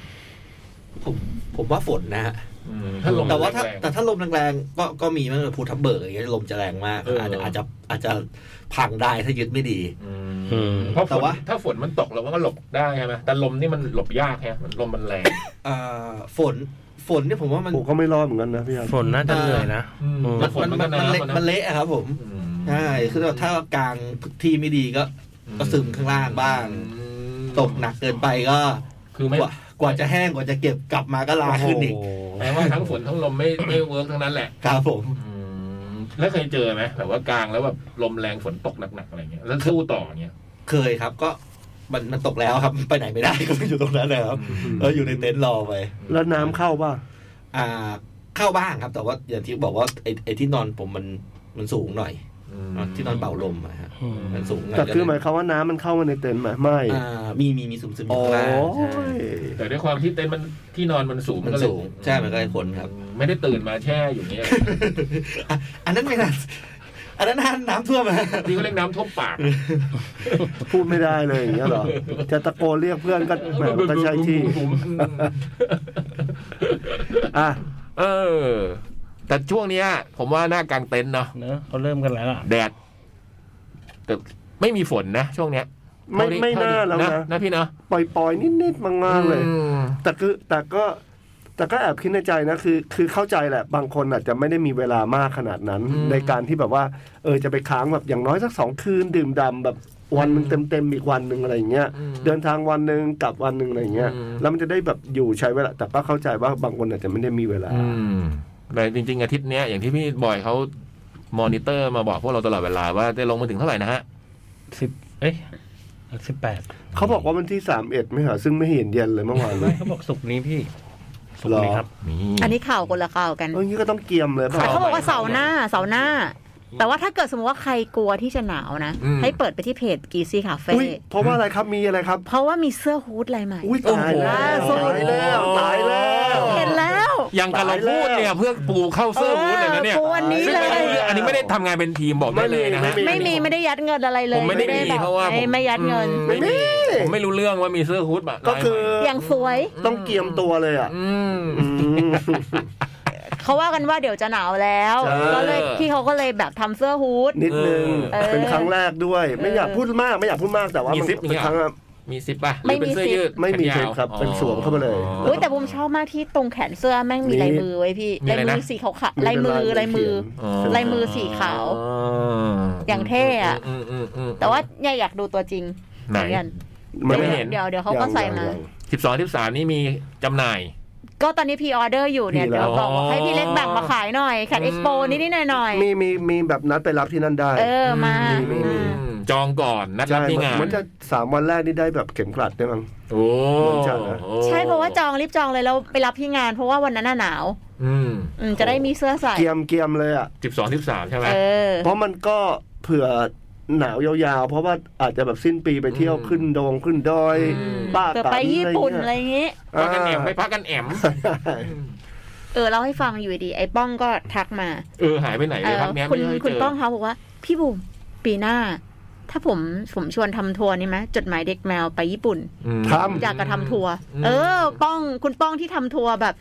ผมผมว่าฝนนะฮะ
อืม
แต่ว่าถ้า
รง
แต่ถ้าลมแรงๆก็ก็มีมั้งภูทับเบิกอย่างเงี้ยลมจะแรงมาก
เอออ
อาจจะอาจจะอาจจะพังได้ถ้ายึดไม่ดี
อืมเพราะฝ
แต่
น
ว่า
ถ้าฝนมันตกเราก็หลบได้ใช่ไหมแต่ลมนี่มันหลบยากแฮะมันลมมันแรง
เอ่อฝนฝนเนี่ยผมว่ามัน
ผมก็ไม่รอดเหมือนกันนะพี่อัน
ฝนน่าจะเหนื่อยนะ
อืม
อืม
มัน
ฝน
มัน
มันก็
มัน
น้ำอะนะ
เละมันเละอะครับผม
อืม
ใช่คือถ้ากลางที่ไม่ดีก็ ก็ซึมข้างล่างบ้าง
อืม
ตกหนักเกินไปก็
คือไม่
กว่ากว่าจะแห้งกว่าจะเก็บกลับมาก็ลาขึ้นอีก
แปลว่าทั้งฝนทั้งลมไม่ไม่เวิร์กทั้งนั้นแหละ
ครับผม
อืม แล้วเคยเจอไหมแบบว่ากลางแล้วแบบลมแรงฝนตกหนักๆอะไรเงี้ยแล้วสู้ต่อเงี้ย
เคยครับก็มันมันตกแล้วครับ ไปไหนไม่ได้ก็อยู่ตรงนั้นนะครับแล้วอยู่ในเต็นท์รอไป
แล้วน้ำเข้าป่ะ
อ่าเข้าบ้างครับ แต่ว่าอย่างที่บอกว่าไอ้ไอ้ที่นอนผมมันมันสูงหน่อย
ม
ที่นอนเป่าลมอะฮะ
อืม
มันสูงหน่อย
แต่คือหมายความว่าน้ำมันเข้ามาในเต็นท์ไหมไม่
อ่ามีมีมีซึมซึมๆอ
โอ้
ยู่ข้างล่างใช่
ย
แต่ด้วยความที่เต็นท์มันที่นอนมันสูง
มัน
ก็เลย
สูงใช่มันก็เลยขน ครับ
ไม่ได้ตื่นมาแช่อยู่เงี้ย
อ่ะอันนั้นไม่น่าอันนั้นน่าน้ำท่วมอะ
นี่ก็เรียกน้ำท่วมปาก
พูดไม่ได้เลยอย่างเงี้ยเหรอจะตะโกนเรียกเพื่อนก็แหมก็ใช่ที่อ่ะ
เออ แต่ช่วงเนี้ย ผมว่าหน้ากลางเต็นท์เนาะ
เนอะเขาเริ่มกันแล้วอ่ะ
แดดแต่ไม่มีฝนนะช่วงเนี้ย
ไม่
เท่ที่
ไม่น่า
เท่
แล้ว
ที่
นะ
นะพี่เนาะ
ปล่อยๆนิดๆมางๆเลย
อืม
แต่คือแต่ก็แต่ก็แอบคิดในใจนะคือ คือเข้าใจแหละ บางคนอาจจะไม่ได้มีเวลามากขนาดนั้น
อืม
ในการที่แบบว่า เออจะไปค้างแบบอย่างน้อยสักสองคืนดื่มดำแบบวันหนึงเต็มๆอีกวันหนึ่งอะไรอย่างเงี้ย
อืม
เดินทางวันหนึ่งกลับวันหนึ่งอะไรอย่างเงี้ย
อืม
แล้วมันจะได้แบบอยู่ใช้เวลาแต่ก็เข้าใจว่าบางคนอาจจะไม่ได้มีเวลา
อืมแต่จริง ๆ อาทิตย์เนี้ยอย่างที่พี่บอยเขามอนิเตอร์มาบอกพวกเราตลอดเวลาว่าได้ลงมาถึงเท่าไหร่นะฮะ
สิบเอ้ยสิบแปด
เขาบอกว่าวันที่สามเอ็ดไม่เหรอซึ่งไม่เห็นเย็นเลยเมื่อวานเล
ไม่
ย
เขาบอกสุกร์นี้พี่สุกร์
หร
นี้
อ
ครับ
นี่
อันนี้ข่าวคนละข่าวกัน
เอออย่างงี้ก็ต้องเกียมเลย
ข่
ป่ะ
แต่เขาบอกว่าเสาร์หน้าเสาร์หน้า แต่ว่าถ้าเกิดสมมติว่าใครกลัวที่จะหนาวนะ
อืม
ให้เปิดไปที่เพจกีซี่คาเฟ่
อุ้ยเพราะว่าอะไรครับมีอะไรครับ
เพราะว่ามีเสื้อฮู้ดลายใหม่
อุ้ยตายแล้ว
โอ้โห
ตายแล้วตายแล้ว
เห็นแล้ว
อย่างกับเราพูดเนี่ยเพื่อปูเข้าเสื้อบูธเลยนะเนี่ย
เออปูอันนี้เลย
ซึ่งไม่ได้อันนี้ไม่ได้ทำงานเป็นทีมบอกได้เลยนะฮะ
ไม่มีไม่ได้ยัดเงินอะไรเลย
ผมไม่ได้มี
แบบ
เพราะว่าผม
ไม่ไม่ยัดเงิน
ไม่มี
ไม่มี
ผมไม่รู้เรื่องว่ามีเสื้อฮูดแบบ
ก็คือ
อย่างสวย
ต้องเกียมตัวเลยอ่ะ
อืม
เขาว่ากันว่าเดี๋ยวจะหนาวแล้ว
ใช่
ก็เลยพี่เขาก็เลยแบบทำเสื้อฮู้ด
นิดนึง
เออ
เป็นครั้งแรกด้วย
เออ
ไม่อยากพูดมาก ไม่อยากพูดมากแต่ว่า
มี
มัน
ซิป
เป็น
เนี่ย
ครั้งแรก
มีซิปป่ะ
ไม่มี
หรือเป็นเสื้อยืด
ไม่มี
แขนยาว
ซิปครับเป็นสวมเข้าไปเลย
อ๋อ
อุ้ยแต่ผมชอบมากที่ตรงแขนเสื้อแม่งมี
มี
ลายมือไว้พี่
มี
ลา
อะ
ย
ไร
มื
นะ
อสีขาวๆลายมือลายมือ
เป็น
ลายมือสีขาวอย่างเท่อะ
มมอืม
แต่ว่าเนี่ยอยากดูตัวจริง
ไหน
เหมือนกัน
ไม่
เดี๋ยว
เห็น
เดี๋ยวเดี๋ยวเขาก็ใส่มา
สิบสองสิบสามนี่มีจำหน่าย
ก็ตอนนี้พรีออเดอร์อยู่เนี่ย
มีแล้
เดี๋ยว วบอกว่าให้พี่เล็กแบ่งมาขายหน่อยแคดเอ็กซ์โป
อืม
นิดนิดหน่อยหน่อยๆ
มีมีมีแบบนัดไปรับที่นั่นได้
เออมา
อืม
อืม
จองก่อนนัดรับ
ใช่
ที่งาน
มันจะสามวันแรกนี่ได้แบบเข็มกลัดได้มั้ง
โอ้
มันจะนะ
ใช่เพราะว่าจองรีบจองเลยแล้วไปรับที่งาน เพราะว่าวันนั้นน่ะหนาว
อืม
อืมจะได้มีเสื้อใส่
เกียมเกียมเลยอ่ะ
สิบสองสิบสามใช่ไหม
เออ
เพราะมันก็เผื่อหนาวยาวๆ เพราะว่าอาจจะแบบสิ้นปีไปเที่ยว
อืม
ขึ้นดงขึ้นดอย
อืม
ป้า
เกิด
ตัน
ไปญี่ปุ่น
อะ
อะไร ไร
เงี้ย
เงี้ย
พักกันแอมไปพักกันแอม
อ่า
เออเล่าให้ฟังอยู่ดีไอ้ป้องก็ทักมา
เออหายไปไหน
เอ
เลย
อ
พักเนี้ย
คุณ
ไม่ได้เจ
คุณป้องเขาบอกว่า พี่บุ๋มปีหน้า ถ้าผมผมชวนทำทัวร์นี่ไหมจดหมายเด็กแมวไปญี่ปุ่น
อืม
ทำ
อยากจะทำทัวร์
อืม
เออ ป้องคุณป้องที่ทำทัวร์แบบ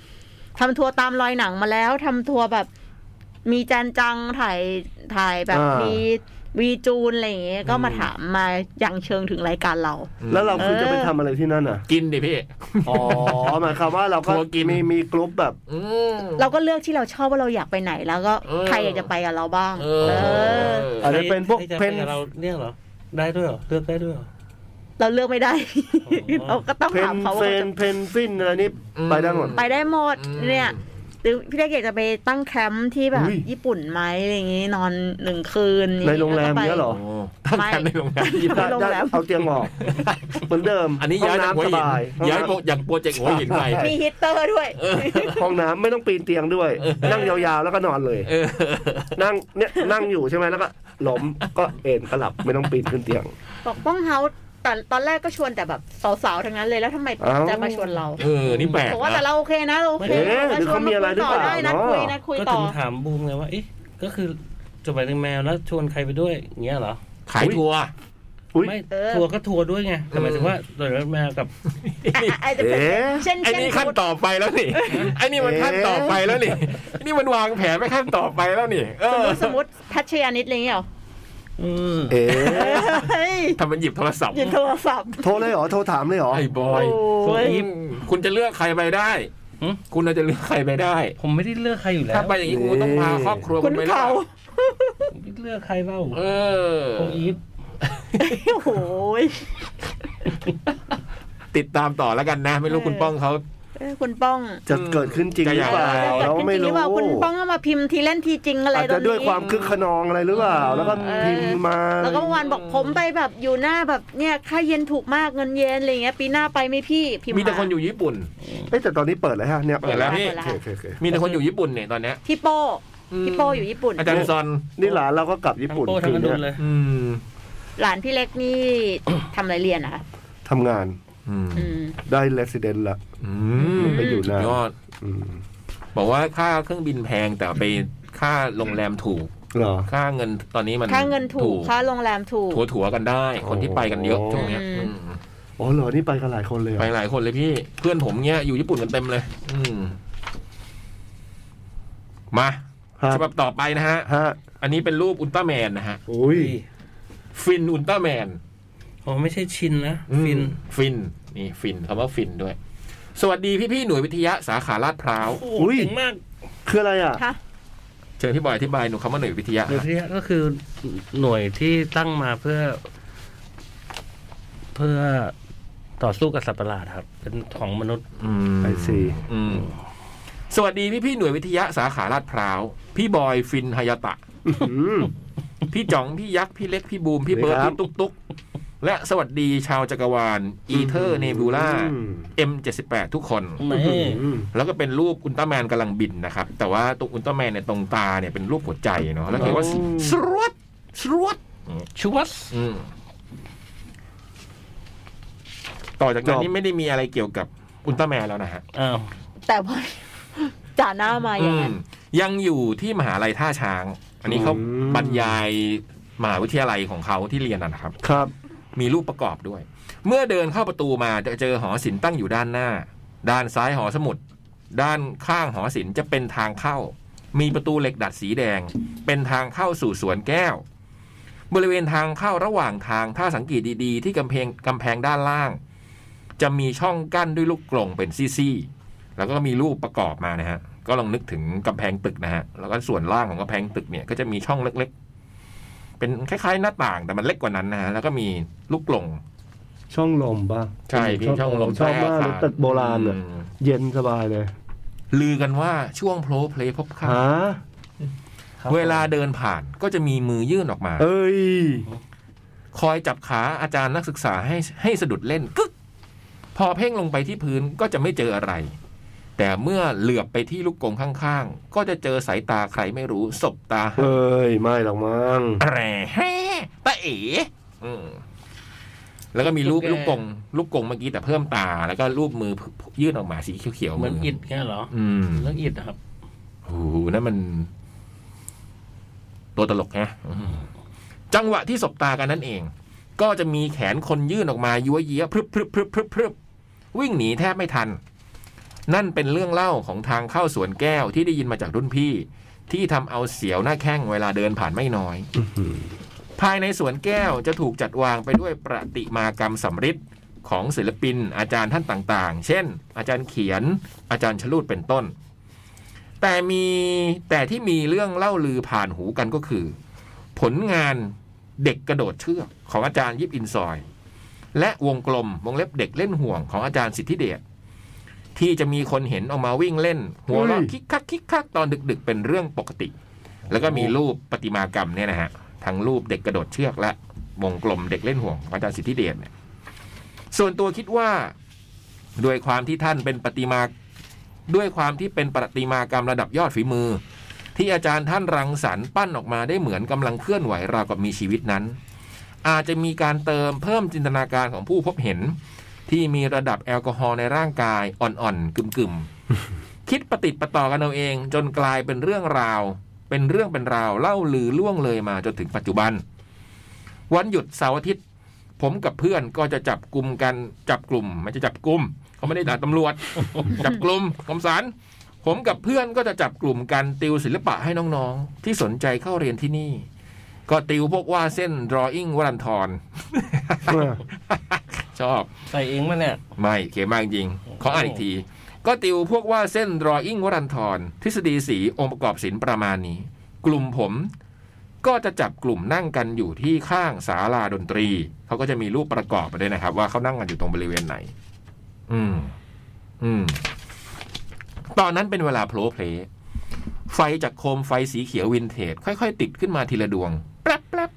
ทำทัวร์ตามรอยหนังมาแล้วทำทัวร์แบบ มีจานจังถ่ายถ่ายแบบ
อ่ามี
มีวีจูนอะไรอย่างเงี้ยก็มาถามมาอย่างเชิงถึงรายการเรา
แล้วเราคือจะไปทำอะไรที่นั่นอ่ะ
กินดิพี่
อ๋อหมายความว่าเราก็
ทัวร์กิน
มีมีกลุ่มแบบ
อืม
เราก็เลือกที่เราชอบว่าเราอยากไปไหนแล้วก็
เออ ใค
ใค
ร
รอ
อาย
ยาก ก
จะ
จะ
ไป
ไป
กั
กั
บบ เรา
เราบ้าง
เอ
เออ
อ
อาจจะเป็นพวก
ใครจะ
เพน
ไกับเราเรียกเหรอ ได้ด้วยเหรอเลือกได้ด้วยเหรอ
เราเลือกไม่ได้
อ๋อ
เราก็ต้อง
เพน
ถามเขา
เฟ
ว่าเขา
น
จะ
เพนฟินอะไรนี่
อืม
ไปได้หมด
ไปได้หมด
อืม
เนี่ยหรือพี่เล็กอยากจะไปตั้งแคมป์ที่แบ
อุ้
บ
ย
ญี่ปุ่นไหมอะไรอย่างงี้นอนหนึ่งคืน
ในโรงแรมเนี้ยเหร
โอ้ท่านแคมป์ในโรง แรมญี่ปุ่น
ได้ได้เอาเตียงออก เหมือนเดิม
อันนี้ย้ายจากหั
ห้
ว
อ
หิน
งำสบาย
ย้ายโปรจากโปรเจกต์หัวหินไป
มีฮีตเตอร์ด้วย
ห้องน้ำไม่ต้องปีนเตียงด้วย นั่งยาวๆแล้วก็นอนเลย
เออ
นั่งเนี่ยนั่งอยู่ใช่ไหมแล้วก็ล้มก็เอนก็หลับไม่ต้องปีนขึ้นเตียง
บอกป้องเฮาแต่ตอนแรกก็ชวนแต่แบบสาวๆทั้งนั้นเลยแล้วทำไม
เอ้า
จะมาชวนเรา
เออนี่แปลก
บอกว่าแต่
นะ
เราโอเคนะเราโอเค
เอ๊ะหรือเขามีอะไรหรือเปล่า
ได้นะคุย
เน
นะ
อะ
คุย
ก็
ต่
ถึ
อง
ถามบูมไงว่าเอ๊ะก็คือจดหมายถึงแมวแล้วชวนใครไปด้วยอย่างเงี้ยเหรอ
ขายทัวร์
อุ๊ย
ไม่ทัวร์ก็ทัวร์ด้วยไงแต่หมายถึงว่าจดหมายถึงแมวกับ
อ่ะอ่ะอาจจะเป็น
เอ๊ะ
เช่น
ไอ้
เช่น
นี่ขั้นต่อไปแล้วนี่ ไอ้นี่มัน
เอ๊ะ
ขั้นต่อไปแล้วนี่นี่มันวางแผนไปขั้นต่อไปแล้วนี่ เอ
ส
อ
มมติสมมติทัชชยานิดอะไรอย่างเงี้ยเหรอ
เออ
เอ๋
เฮ้ย
ทำมันหยิบโทรศัพท์
หยิบโทรศัพท์
โทรเลยเหรอโทรถามเลยเหรอ
ไอ้บอย
โอ้ย
คุณจะเลือกใครไปได้ คุณน่าจะเลือกใครไปได้
ผมไม่ได้เลือกใครอยู่แล้
ถ้าว ไปอย่างนี้คุณต้องพาครอบครัว
คุ
คุณ ณไปด้วย
เขา
ผมไม่ได้เลือกใครเล่า
เออ
โออีฟ
โอ้โหย
ติดตามต่อแล้วกันนะ ไม่รู้คุณป้องเขา
เออ คุณป้อง
จะเกิดขึ้นจริงหรือเป
จะอย่า
ล่า
งไร
เรา
กิดขึ้นจ
ไม่
งห
รู้
อเปล่าคุณป้องก็มาพิมพ์ทีเล่นทีจริงอะไร
อาจ
ตร
จะ
ง
ด้วย
นี้
ความคึกขนองอะไรหรือเปล่า แล้วก็พิมพ์มา
แล้วก็เมื่อวานบอกผมไปแบบอยู่หน้าแบบเนี่ยค่าเย็นถูกมากเงินเย็นอะไรเงี้ยปีหน้าไปไหม่พี่พิมพ์
มีแต่คนอยู่ญี่ปุ่น
เอ้ยแต่ตอนนี้เปิดแล้วฮะเนี่ย
เปิดแล้วพี่
เปิด
โอ
แล้ว
เคโอเคโอเค
มีแต่คนอยู่ญี่ปุ่นเนี่ยตอนเนี้ย
พี่โป้พี่โป้อยู่ญี่ปุ่น
อาจารย์ซอน
นี่หลานเราก็กลับญี่ปุ่น
โป้ทั้
คื
งก
น
ระดุนเล
เนี้ย
ย
อืม
หลานพี่เล็กนี่ ทำอะไรเรียนนะคะ
ทำงาน
อืม
อืม
ได้เลสเดนละ
อืม
ไปอยู่นาน
ยอด
อืม
บอกว่าค่าเครื่องบินแพงแต่ไปค่าโรงแรมถูก
เหรอ
ค่าเงินตอนนี้มัน
ค่าเงินถูกค่าโรงแรมถูก
ถัวถัวๆกันได้ คนที่ไปกันเยอะ
โอ้
ช่วงเนี้ย
อืม
อืม
อ๋อเหรอนี่ไปกันหลายคนเลยเหร
ไป
อ
หลายคนเลยพี่ เพื่อนผมเนี้ยอยู่ญี่ปุ่นกันเต็มเลย อืมมา
ฮะ
ฉบับต่อไปนะฮะ
ฮะ
อันนี้เป็นรูปอุลตร้าแมนนะฮะ
อุ้ย
ฟินอุลตร้าแมน
อ๋อไม่ใช่ชินนะ
อืม
ฟิน
ฟิน นี่ฟินคำว่าฟินด้วย สวัสดีพี่พี่ๆหน่วยวิทยาสาขาลาดพร้าว
โอ้เจ๋งมาก
คืออะไรอ่ะ
ค่ะ
เชิญพี่บอยอธิบายหนูคำว่าหน่วยวิทยา
หน่วยที่ก็คือหน่วยที่ตั้งมาเพื่อ เพื่อต่อสู้กับสัตว์ประหลาดครับ เป็นของมนุษย์
อืม
ไอซี
อืมสวัสดีพี่พี่ๆหน่วยวิทยาสาขาลาดพร้าวพี่บอยฟินฮายาตะ
อืม
พี่จ๋องพี่ยักษ์พี่เล็กพี่บูมพี่เบิร์ด
ครับ
พี่ตุ๊กตุ๊กและสวัสดีชาวจักรวาลอีเทอร์เนบูล่า
อืม
M78 ทุกคน
ไม่
อืม
แล้วก็เป็นรูปอุลตร้าแมนกำลังบินนะครับ แต่ว่าตรงอุลตร้าแมนเนี่ยตรงตาเนี่ยเป็นรูปหัวใจเนาะแล้วเขียนว่า
โอ้
สรวดสรวด
ชูวัส
อืมต่อจากนั้นนี่ไม่ได้มีอะไรเกี่ยวกับอุลตร้าแมนแล้วนะฮะ
อ้าว
แต่ว่า จ่าหน้ามาอ
อื
ย่าง
ม
นั้น
ยังอยู่ที่มหาลัยท่าช้าง อันนี้เขา
อืม
บรรยายมหาวิทยาลัยของเขาที่เรียนนะนะครับ
ครับ
มีรูปประกอบด้วย เมื่อเดินเข้าประตูมาจะเจอหอศิลป์ตั้งอยู่ด้านหน้า ด้านซ้ายหอสมุด ด้านข้างหอศิลป์จะเป็นทางเข้า มีประตูเหล็กดัดสีแดง เป็นทางเข้าสู่สวนแก้ว บริเวณทางเข้าระหว่างทางถ้าสังเกตดีๆ ที่กำแพงกำแพงด้านล่าง จะมีช่องกั้นด้วยลูกกลงเป็นซี่ๆแล้วก็มีรูปประกอบมานะฮะ ก็ลองนึกถึงกำแพงตึกนะฮะ แล้วก็ส่วนล่างของกำแพงตึกเนี่ยก็จะมีช่องเล็ก ๆ เป็นคล้ายๆ หน้าต่างแต่มันเล็กกว่านั้นนะฮะ แล้วก็มีลูกกลง
ช่องลมป่ะ
ใช่พี่ช่องลม
ชอบมาก
ใต้
เล
อค
ย
ร
ตึกโบราณเนี่ย
อืม
เย็นสบายเลย
ลือกันว่าช่วงโพลเพลพบค่า
หา
เวลาเดินผ่านก็จะมีมือยื่นออกมา
เอ้ย
คอยจับขาอาจารย์นักศึกษาให้ให้สะดุดเล่นกึก พอเพ่งลงไปที่พื้นก็จะไม่เจออะไร แต่เมื่อเหลือบไปที่ลูกกงข้างๆ ก็จะเจอสายตาใครไม่รู้สบตาหา
เอ้ย ไม่หรอกมั้ง
อะไรแฮ่ตาเอ๋อืมแล้วก็มีรูป
ลู
ลู
ก
ก
ก
ก
ง
งลูกกงเมื่อกี้แต่เพิ่มตา แล้วก็รูปมือยื่นออกมาสีเขียวๆ
เหมือนอิดแค่เหรอ
อืม
เรื่องอิดนะครับ
โอ้โหนั่นมัน ตัวตลกนะอืมจังหวะที่สบตากันนั่นเอง ก็จะมีแขนคนยื่นออกมายั่วเยี้ยพรึบพรึบพรึบพรึบพรึบวิ่งหนีแทบไม่ทัน นั่นเป็นเรื่องเล่าของทางเข้าสวนแก้วที่ได้ยินมาจากรุ่นพี่ ที่ทำเอาเสียวหน้าแข้งเวลาเดินผ่านไม่น้อย ภายในสวนแก้วจะถูกจัดวางไปด้วยประติมากรรมสำริดของศิลปิน อาจารย์ท่านต่าง ๆ เช่น อาจารย์เขียน อาจารย์ชลูดเป็นต้น แต่มีแต่ที่มีเรื่องเล่าลือผ่านหูกันก็คือ ผลงานเด็กกระโดดเชือกของอาจารย์ยิบอินซอย และวงกลมวงเล็บเด็กเล่นห่วงของอาจารย์สิทธิเดชที่จะมีคนเห็นออกมาวิ่งเล่น หัวเราะ
เฮ้ย
คิกคักคิกคักตอนดึก ๆ เป็นเรื่องปกติ แล้วก็มีรูปประติมากรรมเนี่ยนะฮะทั้งรูปเด็กกระโดดเชือกและวงกลมเด็กเล่นห่วงของอาจารย์สิทธิเดชเนี่ยส่วนตัวคิดว่าด้วยความที่ท่านเป็นประติมา ด้วยความที่เป็นประติมากรรมระดับยอดฝีมือ ที่อาจารย์ท่านรังสรรค์ปั้นออกมาได้เหมือนกำลังเคลื่อนไหวราวกับมีชีวิตนั้น อาจจะมีการเติมเพิ่มจินตนาการของผู้พบเห็น ที่มีระดับแอลกอฮอล์ในร่างกายอ่อนๆกึ่มๆ คิดประติดประต่อกันเอาเอง จนกลายเป็นเรื่องราว เป็นเรื่องเป็นราวเล่าลือล่วงเลยมาจนถึงปัจจุบัน วันหยุดเสาร์อาทิตย์ ผมกับเพื่อนก็จะจับกลุ่มกันจับกลุ่มไม่ใช่จับกลุ่มเขาไม่ได้ด่าตำรวจ จับกลุ่มกรมสารผมกับเพื่อนก็จะจับกลุ่มกันติวศิลปะให้น้องๆ ที่สนใจเข้าเรียนที่นี่ ก็ติวพวกว่าดเส้น drawing วรันทร ชอบ
ใส่เองมาเนี่ย
ไม่เขียนมากจริงขออ่านอีกที ก็ติวพวกว่าดเส้น drawing วรันทรทฤษฎีสีองค์ประกอบศิลป์ประมาณนี้ กลุ่มผมก็จะจับกลุ่มนั่งกันอยู่ที่ข้างศาลาดนตรี เขาก็จะมีรูปประกอบมาด้วยนะครับ ว่าเขานั่งกันอยู่ตรงบริเวณไหน อืม อืม ตอนนั้นเป็นเวลาโผล่เพลไฟจากโคมไฟสีเขียววินเทจค่อย ๆ ติดขึ้นมาทีละดวงแป๊บแป๊บ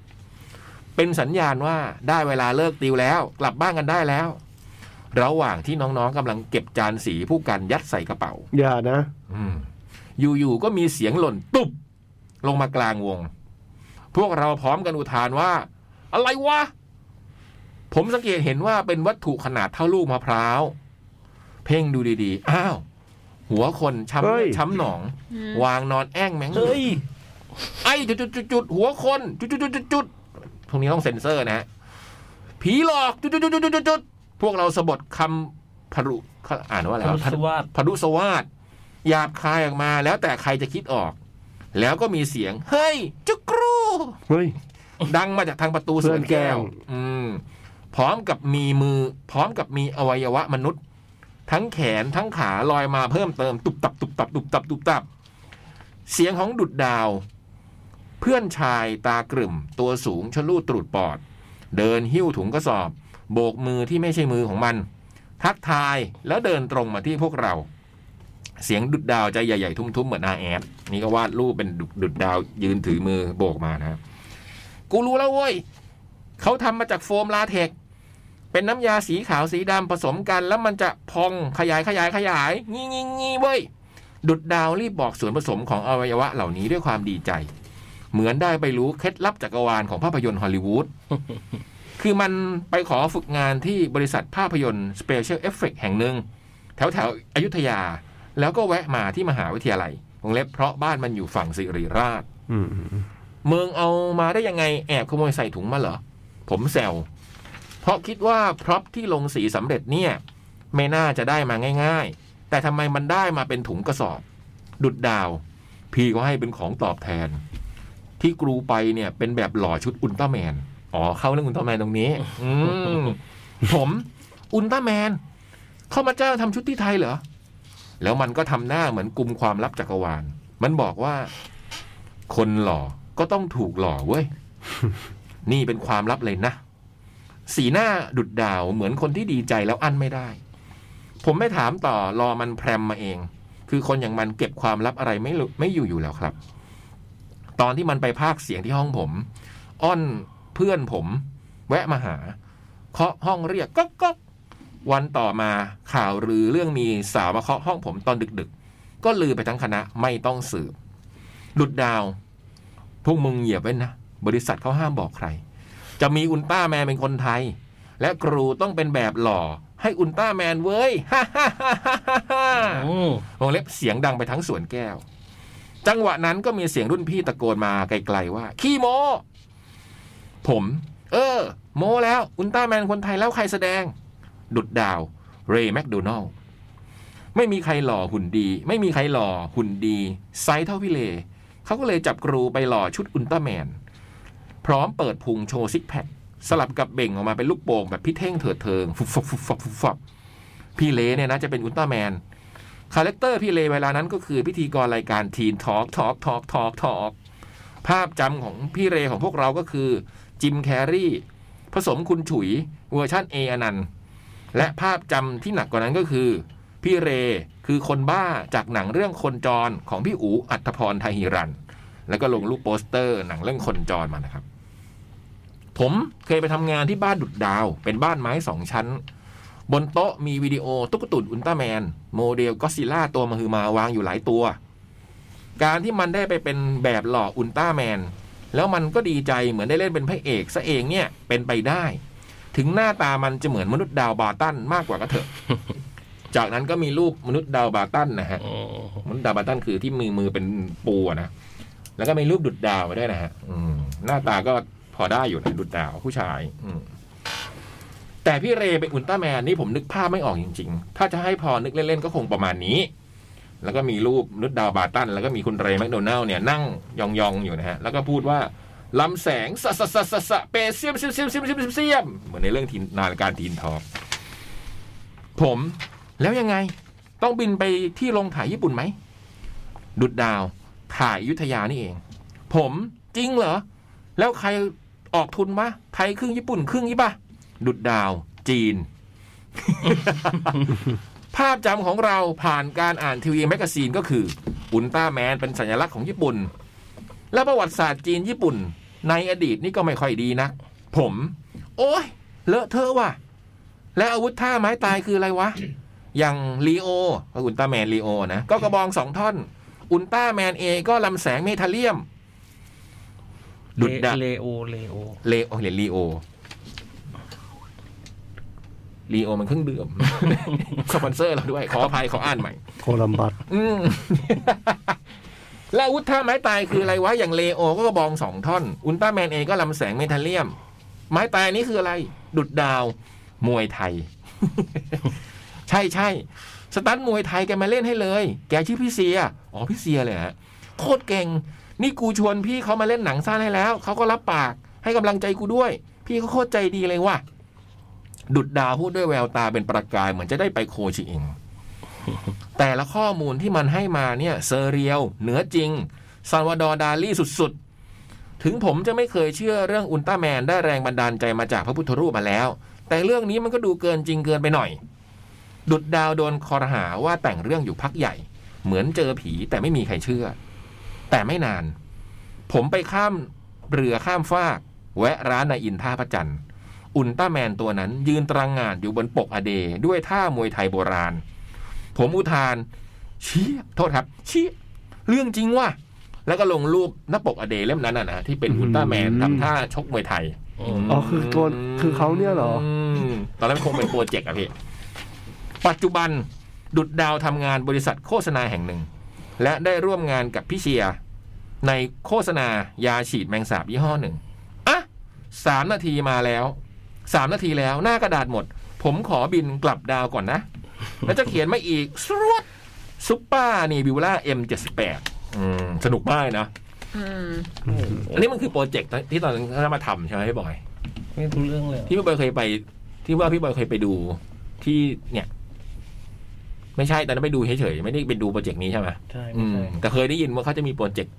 เป็นสัญญาณว่าได้เวลาเลิกติวแล้ว กลับบ้านกันได้แล้ว ระหว่างที่น้องๆกำลังเก็บจานสีผู้กันยัดใส่กระเป๋า
อย่านะ
อืมอยู่ๆก็มีเสียงหล่นตุบลงมากลางวง พวกเราพร้อมกันอุทานว่า อะไรวะ ผมสังเกตเห็นว่าเป็นวัตถุขนาดเท่าลูกมะพร้าว เพ่งดูดีๆ อ้าว หัวคนช้ำ
เฮ้
เลื
ย
อดช้ำหนอง
อืม
วางนอนแอ้งแมง
เฮ้ย
ไอ้จุดจุดจุดๆๆๆหัวคนจุดจุดจุดจุดๆๆๆพวกนี้ต้องเซ็นเซอร์นะฮะผีหลอกจุดจุดจุดจุดจุดๆๆๆๆพวกเราสะบัดคำพรุอ่านว่าอะไรวะ
สวัสด
พดุสวาสหยาบคายออกมาแล้วแต่ใครจะคิดออก แล้วก็มีเสียง เฮ้ย จุกรู
เฮ้ย
ดังมาจากทางประตูสวนแก้ว
เพื่อนแก้ว
อืม พร้อมกับมีมือ พร้อมกับมีอวัยวะมนุษย์ ทั้งแขนทั้งขาลอยมาเพิ่มเติม ตุบตับตุบตับตุบตับตุบตับ เสียงของดุดดาว เพื่อนชายตากรึ่ม ตัวสูงชะลูดตรูดปอด เดินหิ้วถุงกระสอบ โบกมือที่ไม่ใช่มือของมัน ทักทายแล้วเดินตรงมาที่พวกเรา เสียงดุดดาวใจใหญ่ๆ ทุ่มๆ เหมือนอาแอดนี่ก็วาดรูปเป็นดุดดาวยืนถือมือโบกมานะ กูรู้แล้วเว้ย เขาทำมาจากโฟมลาเทกซ์เป็นน้ำยาสีขาวสีดำผสมกัน แล้วมันจะพองขยายขยายขยาย งี้งี้งี้เว้ย ดุดดาวรีบบอกส่วนผสมของอวัยวะเหล่านี้ด้วยความดีใจ เหมือนได้ไปรู้เคล็ดลับจักรวาลของภาพยนตร์ฮอลลีวูด คือมันไปขอฝึกงานที่บริษัทภาพยนตร์ Special Effect แห่งหนึ่ง แถวแถวๆอยุธยา แล้วก็แวะมาที่มหาวิทยาลัยวงเล็บเพราะบ้านมันอยู่ฝั่งสิริราช
อืม
เมืองเอามาได้ยังไงแอบขโมยใส่ถุงมาเหรอ ผมแซวเพราะคิดว่าพร็อพที่ลงสีสำเร็จเนี่ย ไม่น่าจะได้มาง่าย ๆ แต่ทำไมมันได้มาเป็นถุงกระสอบ ดุดดาว พี่ก็ให้เป็นของตอบแทน ที่กรูไปเนี่ยเป็นแบบหล่อชุดอุลตร้าแมน อ๋อ เข้าเรื่องอุลตร้าแมนตรงนี้ อืมผมอุลตร้าแมน เข้ามาเจ้างทำชุดที่ไทยเหรอ แล้วมันก็ทำหน้าเหมือนกลุ่มความลับจักรวาล มันบอกว่า คนหล่อก็ต้องถูกหล่อเว้ย นี่เป็นความลับเลยนะ สีหน้าดุดดาวเหมือนคนที่ดีใจแล้วอั้นไม่ได้ ผมไม่ถามต่อรอมันแพรมมาเอง คือคนอย่างมันเก็บความลับอะไรไม่รู้ไม่อยู่อยู่แล้วครับ ตอนที่มันไปภาคเสียงที่ห้องผม อ้อนเพื่อนผม แวะมาหา เคาะห้องเรียกก๊อกก๊อกวันต่อมาข่าวรือเรื่องมีสาวมาเคาะห้องผมตอนดึกๆ ก็ลือไปทั้งคณะไม่ต้องสืบ หลุดดาว พวกมึงเหยียบไว้นะ บริษัทเขาห้ามบอกใคร จะมีอุลตร้าแมนเป็นคนไทย และครูต้องเป็นแบบหล่อ ให้อุลตร้าแมนเว้ย ฮ่าฮ่าฮ่าฮ่าฮ่า
อืม
วงเล็บเสียงดังไปทั้งสวนแก้ว จังหวะนั้นก็มีเสียงรุ่นพี่ตะโกนมาไกลๆว่า ขี้โม ผม เออ โมแล้ว อุลตร้าแมนคนไทยแล้วใครแสดง ดุดดาว เรย์แมคโดนัลด์ไม่มีใครหล่อหุ่นดี ไม่มีใครหล่อหุ่นดี ไซส์เท่าพี่เล เขาก็เลยจับกรูไปหล่อชุดอุลตร้าแมน พร้อมเปิดพุงโชว์ซิกแพคสลับกับเบ่งออกมาเป็นลูกโป่งแบบพี่เท่งเถิดเทิงฟุบฟับฟุบฟับฟุบฟับพี่เลเนี่ยนะจะเป็นอุลตร้าแมน คาแรคเตอร์พี่เลเวลานั้นก็คือพิธีกรรายการทีนทอล์กทอล์กทอล์กทอล์กทอล์กภาพจำของพี่เรของพวกเราก็คือ จิมแคร์รีผสมคุณฉุยเวอร์ชั่นเออนันต์และภาพจำที่หนักกว่านั้นก็คือ พี่เรคือคนบ้าจากหนังเรื่องคนจรของพี่อูอัธพรไทยฮิรัน แล้วก็ลงรูปโปสเตอร์หนังเรื่องคนจรมานะครับ ผมเคยไปทำงานที่บ้านดุดดาว เป็นบ้านไม้สองชั้น บนโต๊ะมีวิดีโอตุ๊กตุ่นอุลตร้าแมน โมเดลก็อดซิลล่าตัวมหึมาวางอยู่หลายตัว การที่มันได้ไปเป็นแบบหล่ออุลตร้าแมน แล้วมันก็ดีใจเหมือนได้เล่นเป็นพระเอกซะเองเนี่ยเป็นไปได้ ถึงหน้าตามันจะเหมือนมนุษย์ดาวบาร์ตันมากกว่าก็เถอะ จากนั้นก็มีรูปมนุษย์ดาวบาร์ตันนะฮะ
อืม
มนุษย์ดาวบาตันคือที่มือมือเป็นปูอะนะ แล้วก็มีรูปดุดดาวมาด้วยนะฮะอืมหน้าตาก็พอได้อยู่นะดุดดาวผู้ชาย อืมแต่พี่เรเป็นอุลตร้าแมนนี่ผมนึกภาพไม่ออกจริง ๆ ถ้าจะให้พอนึกเล่น ๆ ก็คงประมาณนี้ แล้วก็มีรูปมนุษย์ดาวบาตัน แล้วก็มีคุณเรย์แมคโดนัลล์เนี่ยนั่งยองๆอยู่นะฮะ แล้วก็พูดว่าลำแสงสะสะสะสะสะเปเซียมเซียมเซียมเซียมเซียมเซียมเหมือนในเรื่องทีนนานการทีนทอล์กผมแล้วยังไง ต้องบินไปที่โรงถ่ายญี่ปุ่นไหม ดุดดาว ถ่ายอยุทธยานี่เอง ผมจริงเหรอ แล้วใครออกทุนวะไทยครึ่งญี่ปุ่นครึ่งยี่ปะดุดดาว จีน ภาพจำของเราผ่านการอ่านทีวีแมกกาซีนก็คือ อุลตร้าแมนเป็นสัญลักษณ์ของญี่ปุ่น และประวัติศาสตร์จีนญี่ปุ่น ในอดีตนี่ก็ไม่ค่อยดีนะ ผม โอ้ยเลอะเทอะว่ะ และอาวุธท่าไม้ตายคืออะไรวะ อย่างลีโอก็อุลตร้าแมนลีโอนะ ก็กระบองสองท่อน อุลตร้าแมนเอก็ลำแสงเมทัลเลียม ดุดดะ
เลโอเลโอ
เลโอเรียนลีโอลีโอมันเครื่องดื่ม สปอนเซอร์เราด้วย ขออภัยขออ่านใหม่
โคลัมบัส
อืม และอาวุธท่าไม้ตายคืออะไรวะ อย่างเลโอก็กระบองสองท่อน อุลตร้าแมนเอก็ลำแสงเมทัลเลียม ไม้ตายนี่คืออะไร ดุดดาว มวยไทย ใช่ใช่สตันท์มวยไทยแกมาเล่นให้เลย แกชื่อพี่เซีย อ๋อพี่เซียเลยเหรอฮะ โคตรเก่ง นี่กูชวนพี่เขามาเล่นหนังสั้นให้แล้ว เขาก็รับปาก ให้กำลังใจกูด้วย พี่เขาโคตรใจดีเลยว่ะ ดุดดาวพูดด้วยแววตาเป็นประกายเหมือนจะได้ไปโคชิอิง แต่ละข้อมูลที่มันให้มาเนี่ยเซอร์เรียลเหนือจริงซันวาดอร์ดาลี่สุดๆ ถึงผมจะไม่เคยเชื่อเรื่องอุลตร้าแมนได้แรงบันดาลใจมาจากพระพุทธรูปมาแล้ว แต่เรื่องนี้มันก็ดูเกินจริงเกินไปหน่อย ดุดดาวโดนคอรหาว่าแต่งเรื่องอยู่พักใหญ่ เหมือนเจอผีแต่ไม่มีใครเชื่อ แต่ไม่นาน ผมไปข้ามเรือข้ามฟาก แวะร้านนายอินท่าพระจันทร์ อุลตร้าแมนตัวนั้นยืนตระหงานอยู่บนปกอเดด้วยท่ามวยไทยโบราณ ผมอุทาน เชี่ยโทษครับ เชี่ยเรื่องจริงว่ะแล้วก็ลงรูปหน้าปกอเดเล่มนั้นน่ะนะที่เป็นอุลตร้าแมนทำท่าชกมวยไทย
อ๋อคือตัวคือเขาเนี่ยเหรอ
มตอนนั้นคงเป็นโปรเจกต์อะพี่ ปัจจุบันดุดดาวทำงานบริษัทโฆษณาแห่งหนึ่ง และได้ร่วมงานกับพี่เชียร์ในโฆษณายาฉีดแมงสาบยี่ห้อหนึ่งอ่ะสามนาทีมาแล้วสามนาทีแล้วหน้ากระดาษหมด ผมขอบินกลับดาวก่อนนะ แล้วจะเขียนมาอีกสรวดซุปเปอร์นี่บิวล่าเอ็มเจ็ดสิบแปดสนุกมากเลยนะ
อืม
อันนี้มันคือโปรเจกต์ที่ตอนนั้นเขามาทำใช่ไหมพี่บอย
ไม่รู้เรื่องเลย
ที่พี่บอยเคยไป ที่ว่าพี่บอยเคยไปดูที่เนี่ย ไม่ใช่แต่นั้นไปดูเฉยๆไม่ได้ไปดูโปรเจกต์นี้ใช่ไหม
ใช่
อื
ไม่
ม
ใช่
แต่เคยได้ยินว่าเขาจะมีโปรเจกต์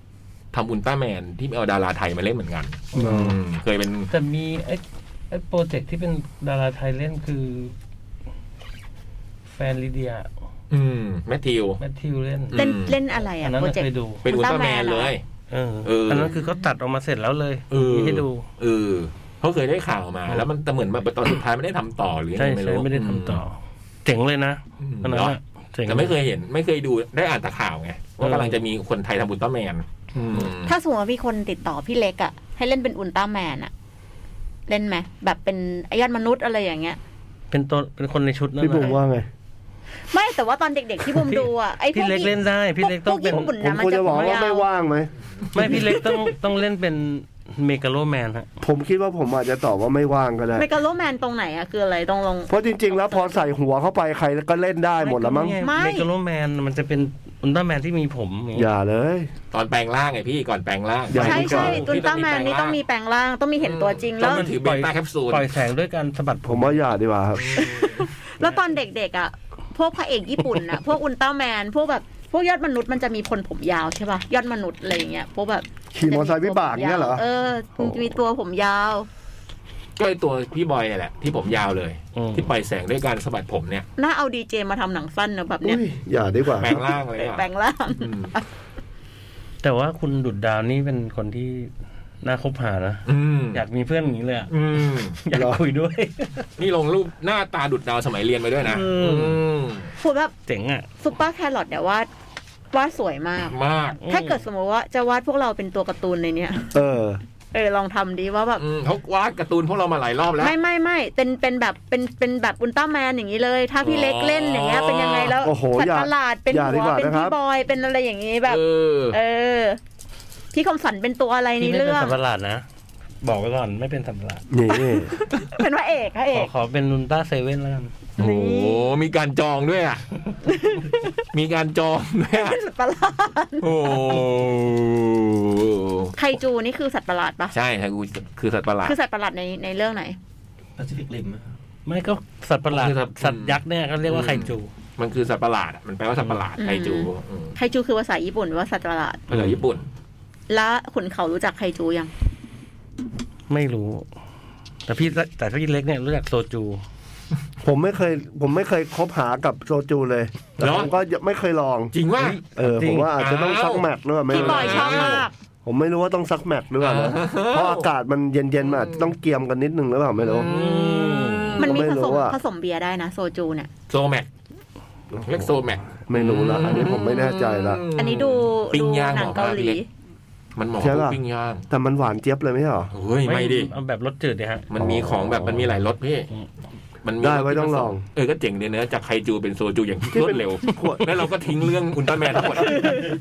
ทำอุลตร้าแมนที่เอาดาราไทยมาเล่นเหมือนกัน
อืม
อืมเคยเป็น
แต่มีไอ้ไอ้โปรเจกต์ที่เป็นดาราไทยเล่นคือ แฟนลิเดีย
อืมแมทธิว
แมทธิวเล่น
อืม
เล่นเล่นอะไร
อั
อ่ะ
นนั้น
โปร
น่ะ
เจก
เคย
ต์
ดู
เป็นอุลตร้าแมน
Ultraman เหรอ
เลย
เออ
เอออั
อันนั้นคือเขาตัดออกมาเสร็จแล้วเลย
เออ
มีให้ดู
เออเขาะเคยได้ข่าวมา แล้วมันแต่เหมือนแบบตอนสุดท้ายไม่ได้ทำต่อหรือยัง
ใช่
ไงไม่
ใช่
รู้
ไม่ได้ทำต่อเจ๋งเลยนะ
ม
อันนั้น
เนาะ
อะเจ๋ง
แต่ไม่เคยเห็นไม่เคยดูได้อ่านแต่ข่าวไงว่ากำลังจะมีคนไทยทำอุลตร้าแมนอืม
ถ้าสมมติว่ามีคนติดต่อพี่เล็กอ่ะ ให้เล่นเป็นอุลตร้าแมนอ่ะ เล่นไหมแบบเป็นไอ้ยอดมนุษย์อะไรอย่างเงี้ย
เป็นตัวเป็นคนในชุดนั้น
พี่บุ๋ม
นะ
ว่าไง
ไม่แต่ว่าตอนเด็กๆที่บุม
พี่
ดูอ่ะไอ้พ
พี่
วก
เล็กเล่นได้ พี่เล็กต้องเป็น
พวญี่ปุ่น
ผม
นะมัน
ควร
จะ
จะบอกว่าไม่ว่างไหม
ไม่พี่เล็กต้องต้องเล่นเป็นเมกาโลแมนฮะ
ผมคิดว่าผมอาจจะตอบว่าไม่ว่างก็ได้
เมกาโลแมนตรงไหนอ่ะคืออะไรตรงลง
เพราะจริง ๆ แล้วพอใส่หัวเข้าไปใครก็เล่นได้หมดแล้วมั้ง
ไม่
เมกาโลแมนมันจะเป็นอุลตร้าแมนที่มีผมอย่า
อ
งเงี้ย
ย่าเลย
ตอนแปลงร่างไงพี่ก่อนแปลงร่าง
ใช่
ใช่ใช่
ที่
อุล
ต้
ต
อง
ร้า
มี
แมนนี่
แปลงร่าง
ต้องมีแปลงร่างต้องมีเห็นตัวจริง
ต้
แล้
อ
ว
งมันถือเบต้าแคปซูล
ปล่อยแสงด้วยการสะบัดผ
ผม
ม
ว่าอย่าดีกว่าครับ
แล้วตอนเด็กๆอ่ะ พวกพระเอกญี่ปุ่นอ่ะ พวกอุลตร้าแมน พวกแบบพวกยอดมนุษย์มันจะมีคนผมยาวใช่ป่ะยอดมนุษย์อะไรอย่างเงี้ยพวกแบบ
ขี่มอเตอร์ไซค์วิบากเนี่ยเหรอ
เออมีตัวผมยาว
ก็ไอตัวพี่บอยเนี่ยแหละ ที่ผมยาวเลย
อืม
ที่ปล่อยแสงด้วยการสะบัดผมเนี่ย
น่าเอาดีเจมาทำหนังสั้นนะแบบ
อุ้
เนี้ย
ยอย่าดีกว่า
แปลงร่างเลยอ่ะ
แปลงร่าง
อืม
แต่ว่าคุณดุดดาวนี่เป็นคนที่น่าคบหานะ
อืม
อยากมีเพื่อนอย่างนี้เลยอะ
อืม
อยาก
เหรอ
คุยด้วย
นี่ลงรูปหน้าตาดุดดาวสมัยเรียนไปด้วยนะ
อืม
อืม
พูดแบบ
เจ๋งอ่ะ
ซุปเปอร์แครอทเนี่ยว่าดวาดสวยมาก
มาก
อืม
ถ้าเกิดสมมติว่าจะวาดพวกเราเป็นตัวการ์ตูนในเนี้ย
เออ
เออลองทำดีว่าแบบ
อืมเขาวาดการ์ตูนพวกเรามาหลายรอบแล้ว
ไม่ไม่ไม่เป็นเป็นแบบเป็นเป็นแบบอุลตร้าแมนอย่างนี้เลย ถ้าพี่เล็กเล่นอย่างเงี้ยเป็นยังไงแล้ว
โอ้โห
สัต
อย่า
ว์ประหลาดเป็น
อย่าดี
หัว
กว่า
เป็น
นะครับ
พี่บอยเป็นอะไรอย่างงี้แบบ
เออ
เออ พี่คมสันเป็นตัวอะไรใน
พี่ไม่
เรื่
เป็น
อง
สัตว์ประหลาดนะ บอกไว้ก่อนไม่เป็นสัตว์ประหลาด
นี่
เป็นพระเอกพระเอ
ขอก ขอเป็นอุลตร้าเซเว่นแล้วกัน
โอ้โหมีการจองด้วยอ่ะ มีการจองด้วยอะ
สัตว์ประหลาด
โอ้
ไคจูนี่คือสัตว์ประหลาดปะ
ใช่ครับกูคือสัตว์ประหลาด
คือสัตว์ประหลาดในในเรื่องไหน
แปซิฟิกริมอะ
ไม่ก็สัตว์ประหลาด
คือสัตว์
สัตว์ยักษ์เนี่ยเขาเรียกว่าไคจู
มันคือสัตว์ประหลาดอะมันแปลว่าสัตว์ประหลาด
อืม
ไคจูอืม
ไคจูคือภาษาญี่ปุ่นหรือว่าสัตว์ประหลาด
ภาษาญี่ปุ่น
แล้วขุนเขารู้จักไคจูยัง
ไม่รู้ แต่พี่แต่พี่เล็กเนี่ยรู้จักโซจู
ผมไม่เคย ผมไม่เคยคบหากับโซจูเลย
เหรอ
ผมก็ยังไม่เคยลอง
จริงว่า
เออ
จริ
ผ
ง
มว่าอาจจะต้องซักแมทด้วยไม่
พี่
รู้
บอยชอบมาก
ผมไม่รู้ว่าต้องซักแมทด้วยนะ
อ้าว
เพราะอากาศมันเย็นๆมันอาจจะต้องเกรียมกันนิดนึงหรือเปล่าไม่รู้
อืม
มันมีผ
ผมไม่รู้
สม
อะ
ผสมเบียร์ได้นะ โซจูเนี่ย
โซแมกเรียกโซแมก
ไม่รู้ละอันนี้ผมไม่แน่ใจละ
อันนี้ดู
ปิ้ง
ดู
ย่าง
หนั
หม
ง
อ
เกาหลี
มกมันเหมอ
ใช่ป่ะ
ปิ้งย่าง
แต่มันหวานเจี๊ยบเลยไม่ใช่เหรอ
เฮ้ยไม่ดิ
เอาแบบรสจืดดิฮะ
มันมีของแบบมันมีหลายรสพี่ มันมี
ได้ไว้ต้องลอง
เออก็เจ๋งเลยนะจากไคจูเป็นโซจูอย่าง
ที่
รว
ป็
ด
น
เร็ว
ขวด
แล้วเราก็ทิ้งเรื่องอุลตร้าแมนทั้ง หมด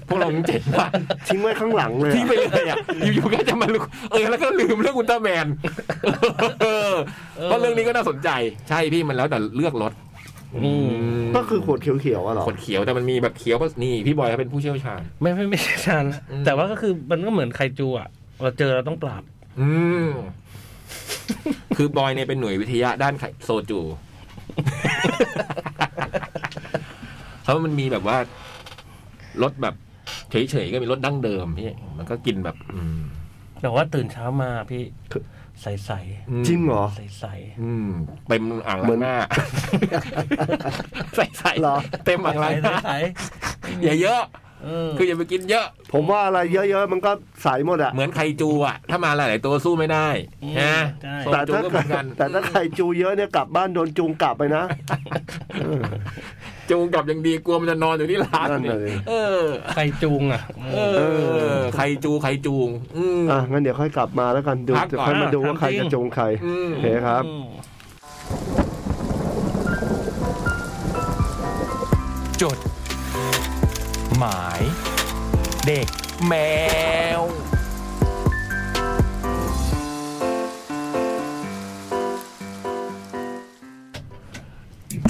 พวกเราเจ๋งว่ะ
ทิ้งไว้ข้างหลังเลย
ทิ้งไปเลยอ่ะอยู่ๆก็จะมาลุกเออแล้วก็ลืมเรื่องอุลตร้าแมนเออเพราะเรื่องนี้ก็น่าสนใจ ใช่พี่มันแล้วแต่เลือกรส
อืม
ก็คือขวดเขียวๆอ่ะเหรอ
ขวดเขียวแต่มันมีแบบเขียวก็นี่พี่บอยเขาเป็นผู้เชี่ยวชาญ
ไม่ไม่ไม่ใช่ชานนะ
อืม
แต่ว่าก็คือมันก็เหมือนไคจูอ่ะ เราเจอเราต้องปราบ
อืมคือบอยเนี่ยเป็นหน่วยวิทยาด้านไข่โซจู เพราะมันมีแบบว่ารสแบบเฉยๆก็มีรสดั้งเดิมพี่มันก็กินแบบ อืม
แต่ว่าตื่นเช้ามาพี่ใสใส
จริงเหรอ
ใสใส
อืมเต็มอ่างล้างหน้า ใส่
เหรอ
ๆเต็มอ่าง
ใส
ล้างหน้า
ใส
อย่าเยอะ
เออ
คืออย่าไปกินเยอะ
ผมว่าอะไรเยอะๆมันก็ใสหมดอะ
เหมือนไคจูอ่ะ ถ้ามาหลายๆตัวสู้ไม่ได้นะ
ใช่
โซ
แต่
จู
ถ้า
ก็เหมือนกัน
แต่ถ้าใครจูเยอะเนี่ยกลับบ้านโดนจูงกลับไปนะ
จูงกลับยังดีกลัวมันจะนอนอยู่ที่ร้าน
นั่นเลย
เออ
ใครจูงอ่ะ
เออ ใครจู ใครจูง อืม
อ่ะงั้นเดี๋ยวค่อยกลับมาแล้วกันดู
พักก่อน
จะค่อยมาดูว่าใครจะจงใคร
อืม
โอเคครับ
จด หมาย เด็กแมว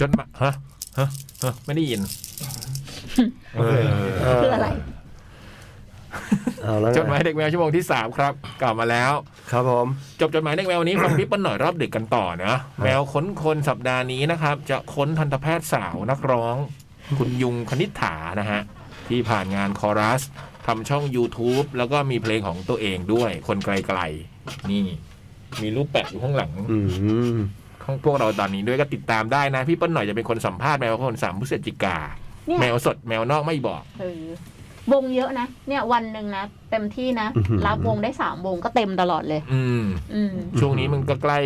จดหมายฮะฮะฮะไม่ได้ยิน
คืออะไร
เอาแล้วไง
จดหมายเด็กแมวชั่วโมงที่ 3 ครับ กลับมาแล้ว
ครับผม
จบจดหมายเด็กแมววันนี้ ฟังพี่เปิ้ลหน่อยรอบดึกกันต่อนะแมวค้นคนสัปดาห์นี้นะครับ จะค้นทันตแพทย์สาวนักร้อง คุณยุงคณิษฐานะฮะ ที่ผ่านงานคอรัสทำช่อง YouTube แล้วก็มีเพลงของตัวเองด้วย คนไกลๆ นี่ มีรูปแปะอยู่ข้างหลัง
อืม
ของพวกเราตอนนี้ด้วยก็ติดตามได้นะ พี่เปิ้ลหน่อยจะเป็นคนสัมภาษณ์แมวคนสามพฤศจิกา
เนี่ย
แมวสดแมวนอกไม่บอก
เออวงเยอะนะ เนี่ยวันหนึ่งนะ เต็มที่นะ
อื้อหือ
รับวงได้สามวงก็เต็มตลอดเลย
อืม
อืม
ช่วงนี้มันก็ใกล้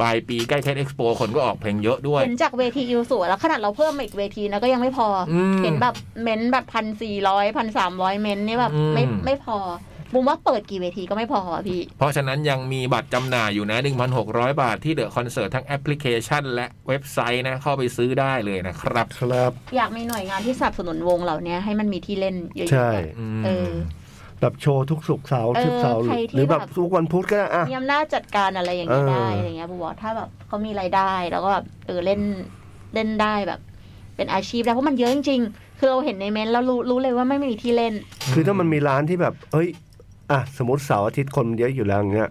ปลายปีใกล้แคดเอ็กซ์โปคนก็ออกเพลงเยอะด้วย
เห็นจากเวทีอิวสวยแล้วขนาดเราเพิ่มมาอีกเวทีนะก็ยังไม่พออ
ม
เห็นแบบเม้นต์แบบพันสี่ร้อยพันสามร้อยเม้นต์นี่แบบ
อืม
ไม่ไม่พอบุมว่าเปิดกี่เวทีก็ไม่พออะพี่
เพราะฉะนั้นยังมีบัตรจำหน่ายอยู่นะ 1,600 บาทที่เดอะคอนเสิร์ตทั้งแอปพลิเคชันและเว็บไซต์นะ เข้าไปซื้อได้เลยนะครับ
ครับ
อยากมีหน่วยงานที่สนับสนุนวงเหล่านี้ให้มันมีที่เล่นเยอะ
ใช่
ๆอะ
อืม
เออ
แบบโชว์ทุกสุกร์เสาร์
เออ
ทุกเสาร์
ใครที่
หรือแบบ
แบบ
ทุกวันพุธก็ได้อ่ะ
มีอำนาจจัดการอะไรอย่างเงี้ย
เออ
ได้อะไรเงี้ยบุบอกถ้าแบบเขามีรายได้แล้วก็แบบเออเล่นเล่นได้แบบ เป็นอาชีพได้เพราะมันเยอะจริงๆ คือเราเห็นในเมนต์แล้วรู้รู้เลยว่าไม่มีที่เล่น
คือถ้ามันมีร้านที่แบบ เอ้ย อ่ะ สมมติเสาร์อาทิตย์คนมันเยอะอยู่แล้วอย่างเงี้ย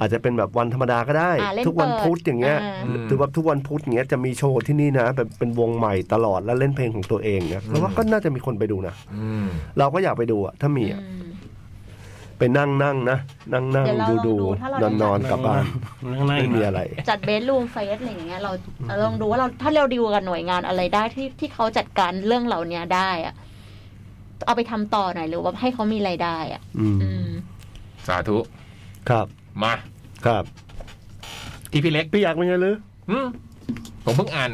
อาจจะเป็นแบบวันธรรมดาก็ได้
อ่ะเล่น
ทุกวัน
เปิด
พุธอย่างเงี้ย
อ่า
หรือว่าทุกวันพุธอย่างเงี้ยจะมีโชว์ที่นี่นะแบบเป็นวงใหม่ตลอดแล้วเล่นเพลงของตัวเองเนี่ยแล้วว่าก็น่าจะมีคนไปดูนะ
อืม
เราก็อยากไปดูอะถ้ามีอะ
อืม
ไปนั่งนั่งนะ นั่งนั่ง
เดี๋ยวเรา
ดู
ลองดู
ดู
ถ้าเรา
น
ได้
อนนอนกลับบ้าน
นั่งๆ
ไม่มีอะไร
จัดเบสรูมเฟสอะไรอย่างเงี้ยเราเราลองดูว่าเราถ้าเราดีลกับหน่วยงานอะไรได้ที่ที่เขาจัดการเรื่องเหล่านี้ได้อะเอาไปทำต่อหน่อยหรือว่าให้เขามีรายได้อะ
อืม
อืม
สาธุ
ครับ
มา
ครับ
ที่พี่เล็ก
พี่อยากเป็นไงหรือ
อืมผมเพิ่งอ่าน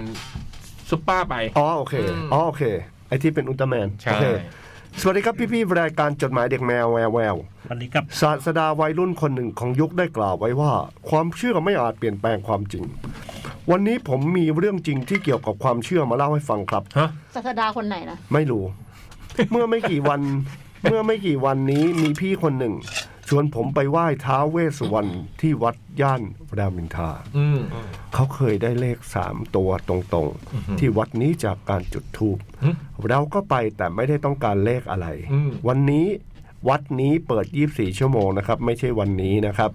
ซุปเปอร์ไป
อ๋อโอเค
อืม
อ๋อโอเค ไอที่เป็นอุลตร้าแมน
ใช่
โอเค สวัสดีครับพี่ๆรายการจดหมายเด็กแมวแววแวว
วันนี้กับ
ศาสดาวัยรุ่นคนหนึ่งของยุคได้กล่าวไว้ว่า ความเชื่อไม่อาจเปลี่ยนแปลงความจริง วันนี้ผมมีเรื่องจริงที่เกี่ยวกับความเชื่อมาเล่าให้ฟังครับ
ฮะ
ศาสดาคนไหนนะ
ไม่รู้ เมื่อไม่กี่วัน เมื่อไม่กี่วันนี้มีพี่คนหนึ่ง ชวนผมไปไหว้ท้าวเวสสุวรรณที่วัดย่านรามอินทรา
อืม
เขาเคยได้เลขสามตัวตรงๆ ที่วัดนี้จากการจุดธูป
อืม
เราก็ไปแต่ไม่ได้ต้องการเลขอะไร
อืม
วันนี้วัดนี้เปิด 24 ชั่วโมงนะครับ ไม่ใช่วันนี้นะครับ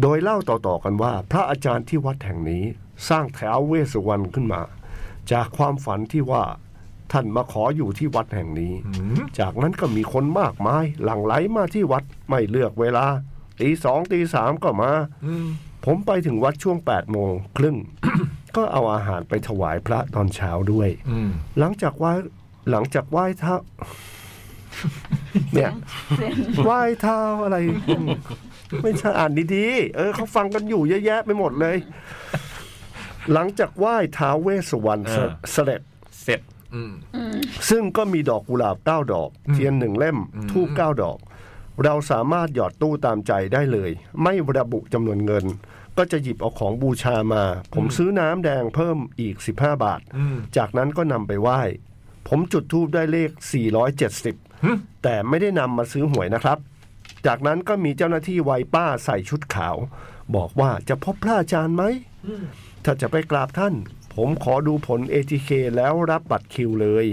โดยเล่าต่อๆกันว่า พระอาจารย์ที่วัดแห่งนี้ สร้างแถวเวสสุวรรณขึ้นมา จากความฝันที่ว่าท่านมาขออยู่ที่วัดแห่งนี้
อืม
จากนั้นก็มีคนมากมาย หลั่งไหลมาที่วัดไม่เลือกเวลาตีสองตีสามก็มา
อืม
ผมไปถึงวัดช่วง8ปดโมงครึ่ง ก็เอาอาหารไปถวายพระตอนเช้าด้วย
อืม
หลังจากไหว้หลังจากไหว้เท้า เนี่ยไหว้เท้าอะไรอืมไม่ใช่อ่านดีๆเออเขาฟังกันอยู่เยอะแยะไปหมดเลย หลังจากไหว้ท้าวเวสสวรรณ
เออ
เสด็จ
เสร็จ อืม
ซึ่งก็มีดอกกุหลาบเก้าดอก
อืม
เทียนหนึ่งเล่ม
อืม
ทูบเก้าดอก เราสามารถหยอดตู้ตามใจได้เลย ไม่ระบุจำนวนเงิน ก็จะหยิบเอาของบูชามา ผมซื้อน้ำแดงเพิ่มอีก 15 บาท
อืม
จากนั้นก็นำไปไหว้ ผมจุดทูบได้เลข
หึ
470 แต่ไม่ได้นำมาซื้อหวยนะครับ จากนั้นก็มีเจ้าหน้าที่วัยป้าใส่ชุดขาว บอกว่าจะพบพระอาจารย์ไหม ถ้าจะไปกราบท่าน ผมขอดูผล ATK แล้วรับบัตรคิวเลย